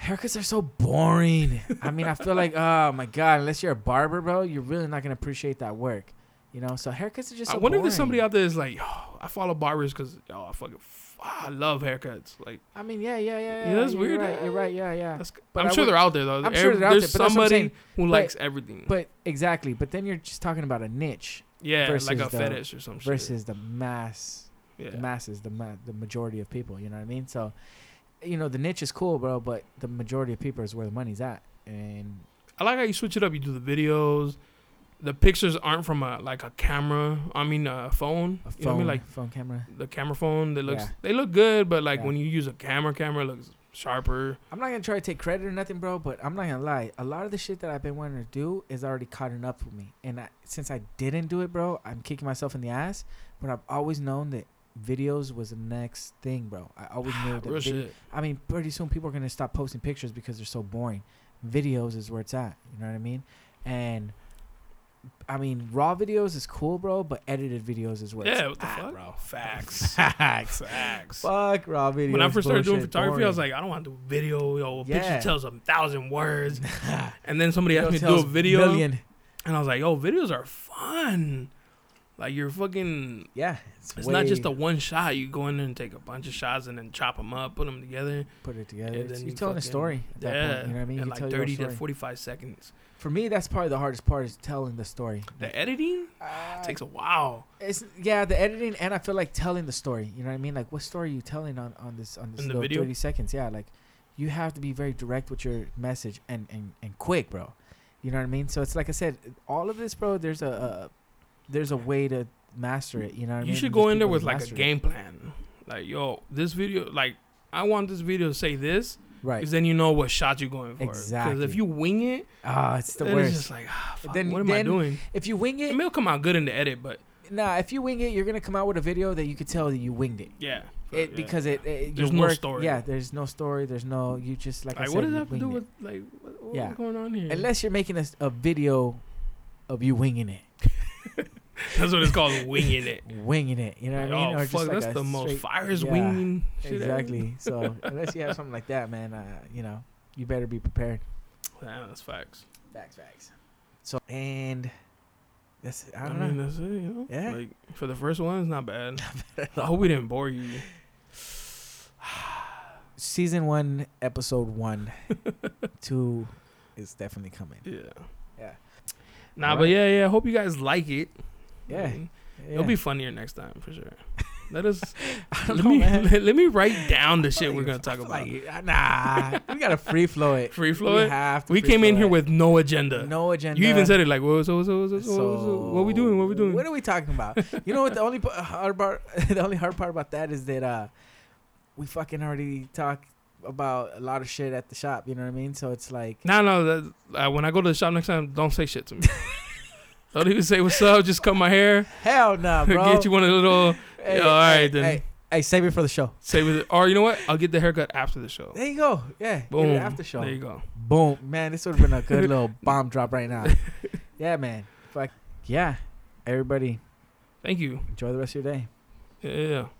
S2: haircuts are so boring. I mean, I feel like oh my god, unless you're a barber, bro, you're really not gonna appreciate that work. You know, so haircuts are just.
S1: I
S2: So
S1: wonder if
S2: boring.
S1: there's somebody out there that's like, yo, I follow barbers because yo, I fucking f- I love haircuts. Like
S2: I mean, yeah, yeah, yeah.
S1: Yeah, that's
S2: you're
S1: weird.
S2: Right, you're right. Yeah, yeah.
S1: that's,
S2: But
S1: I'm
S2: I
S1: sure
S2: would-
S1: they're out there though.
S2: I'm sure
S1: Ev-
S2: they're out
S1: there's
S2: there, but that's what I'm
S1: somebody
S2: saying.
S1: who
S2: But-
S1: likes everything.
S2: But exactly. But then you're just talking about a niche
S1: yeah,
S2: versus
S1: like a
S2: the-
S1: fetish or some shit.
S2: versus the mass
S1: yeah.
S2: the masses, the ma- the majority of people. You know what I mean? So, you know, the niche is cool, bro, but the majority of people is where the money's at. And
S1: I like how you switch it up. You do the videos. The pictures aren't from a like a camera. I mean a phone.
S2: a phone,
S1: You know what I mean? Like
S2: phone camera.
S1: the camera phone. They looks
S2: Yeah.
S1: they look good, but like
S2: Yeah.
S1: when you use a camera, camera looks sharper.
S2: I'm not gonna try to take credit or nothing, bro, but I'm not gonna lie. A lot of the shit that I've been wanting to do is already caught up with me. And I, since I didn't do it, bro, I'm kicking myself in the ass. But I've always known that videos was the next thing, bro. I always knew that.
S1: Ah, Real
S2: vid-
S1: shit.
S2: I mean, pretty soon people are gonna stop posting pictures because they're so boring. Videos is where it's at. You know what I mean? And I mean, raw videos is cool, bro, but edited videos is where it's
S1: Yeah, what the
S2: at,
S1: fuck?
S2: bro.
S1: Facts.
S2: Facts.
S1: Facts.
S2: Fuck raw videos.
S1: When I first started doing
S2: bullshit,
S1: photography, I was
S2: boring.
S1: like, I don't want to do video. Yo, a
S2: Yeah.
S1: picture tells a thousand words. and then somebody asked
S2: Videos
S1: me to do
S2: tells
S1: a video,
S2: million.
S1: and I was like, Yo, videos are fun. Like you're fucking
S2: Yeah,
S1: It's not just a
S2: way-
S1: one shot. You go in there and take a bunch of shots and then chop them up, put them together.
S2: put it together.
S1: and
S2: It's-
S1: then
S2: you're
S1: you
S2: telling a
S1: fucking-
S2: story. At that
S1: yeah,
S2: point, you know what I mean?
S1: in
S2: You
S1: like
S2: tell your own
S1: thirty to
S2: story.
S1: forty-five seconds.
S2: For me, that's probably the hardest part is telling the story.
S1: The editing
S2: Uh,
S1: takes a while.
S2: It's yeah, the editing and I feel like telling the story. You know what I mean? Like what story are you telling on on this on this
S1: In the
S2: little
S1: video?
S2: thirty seconds? Yeah, like you have to be very direct with your message and and and quick, bro. You know what I mean? So it's like I said, all of this, bro. There's a, a there's a way to master it. You know what I mean?
S1: You should
S2: And
S1: go
S2: there's
S1: in there
S2: people
S1: with
S2: who
S1: like a
S2: master it.
S1: game plan. Like, yo, this video, like, I want this video to say this,
S2: right?
S1: because then you know what shot you're going for.
S2: Exactly.
S1: if you wing it,
S2: Ah, it's the
S1: then
S2: worst.
S1: it's just like, ah, fuck,
S2: Then-
S1: what am I
S2: then-
S1: doing?
S2: if you wing
S1: It
S2: it,
S1: may come out good in the edit, but
S2: nah. If you wing it, you're gonna come out with a video that you could tell that you winged it.
S1: yeah,
S2: It
S1: Yeah.
S2: because it, it your
S1: There's no
S2: work-
S1: story.
S2: Yeah, there's no story. There's no you just like,
S1: Like,
S2: I said,
S1: what does
S2: you
S1: that have to
S2: winged
S1: do
S2: it.
S1: with like what, what's
S2: Yeah.
S1: going on here?
S2: Unless you're making a, s- a video of you winging it,
S1: that's what it's called, winging it.
S2: winging it. You know what I
S1: Like,
S2: mean?
S1: oh fuck, that's
S2: a
S1: the most
S2: straight-
S1: fires
S2: yeah,
S1: winging. shit ever.
S2: exactly. so unless you have something like that, man, uh, you know, you better be prepared.
S1: Yeah, that's facts.
S2: Facts, facts. So and that's I
S1: I,
S2: don't
S1: mean,
S2: know.
S1: that's it. You know?
S2: Yeah.
S1: Like for the first one, it's not bad. I hope we didn't bore you.
S2: Season one, episode one, two is definitely coming.
S1: Yeah.
S2: Yeah.
S1: Nah, but
S2: Alright.
S1: yeah, yeah. Hope you guys like it.
S2: Yeah,
S1: Mhm.
S2: Yeah.
S1: It'll be funnier next time for sure. Let us.
S2: I
S1: let
S2: don't know,
S1: me
S2: man.
S1: let, let me write down the
S2: I
S1: shit
S2: feel
S1: we're
S2: like-
S1: gonna
S2: I
S1: talk
S2: feel
S1: about.
S2: like- nah, we gotta free flow it.
S1: Free
S2: We
S1: flow. it?
S2: have to
S1: We
S2: free
S1: came in
S2: flow
S1: here
S2: it.
S1: with no agenda.
S2: no agenda.
S1: You even said it like, whoa, so, so, so, so, so, what we doing? What we doing?
S2: What are we talking about? you know what? The only p- hard part, the only hard part about that is that uh, we fucking already talk about a lot of shit at the shop. You know what I mean? So it's like
S1: No, no. That, uh, when I go to the shop next time, don't say shit to me. don't even say what's up. Just cut my hair.
S2: hell no, bro.
S1: get you one of the little.
S2: Hey,
S1: Yeah, all right,
S2: hey,
S1: then.
S2: Hey, hey, save it for the show.
S1: Say with it. Or you know what? I'll get the haircut after the show.
S2: There you go. Yeah. get it
S1: Boom.
S2: After show.
S1: There you go.
S2: Boom, man, this would have been a good little bomb drop right now. Yeah, man. Fuck. Yeah. Everybody,
S1: Thank you.
S2: enjoy the rest of your day.
S1: Yeah.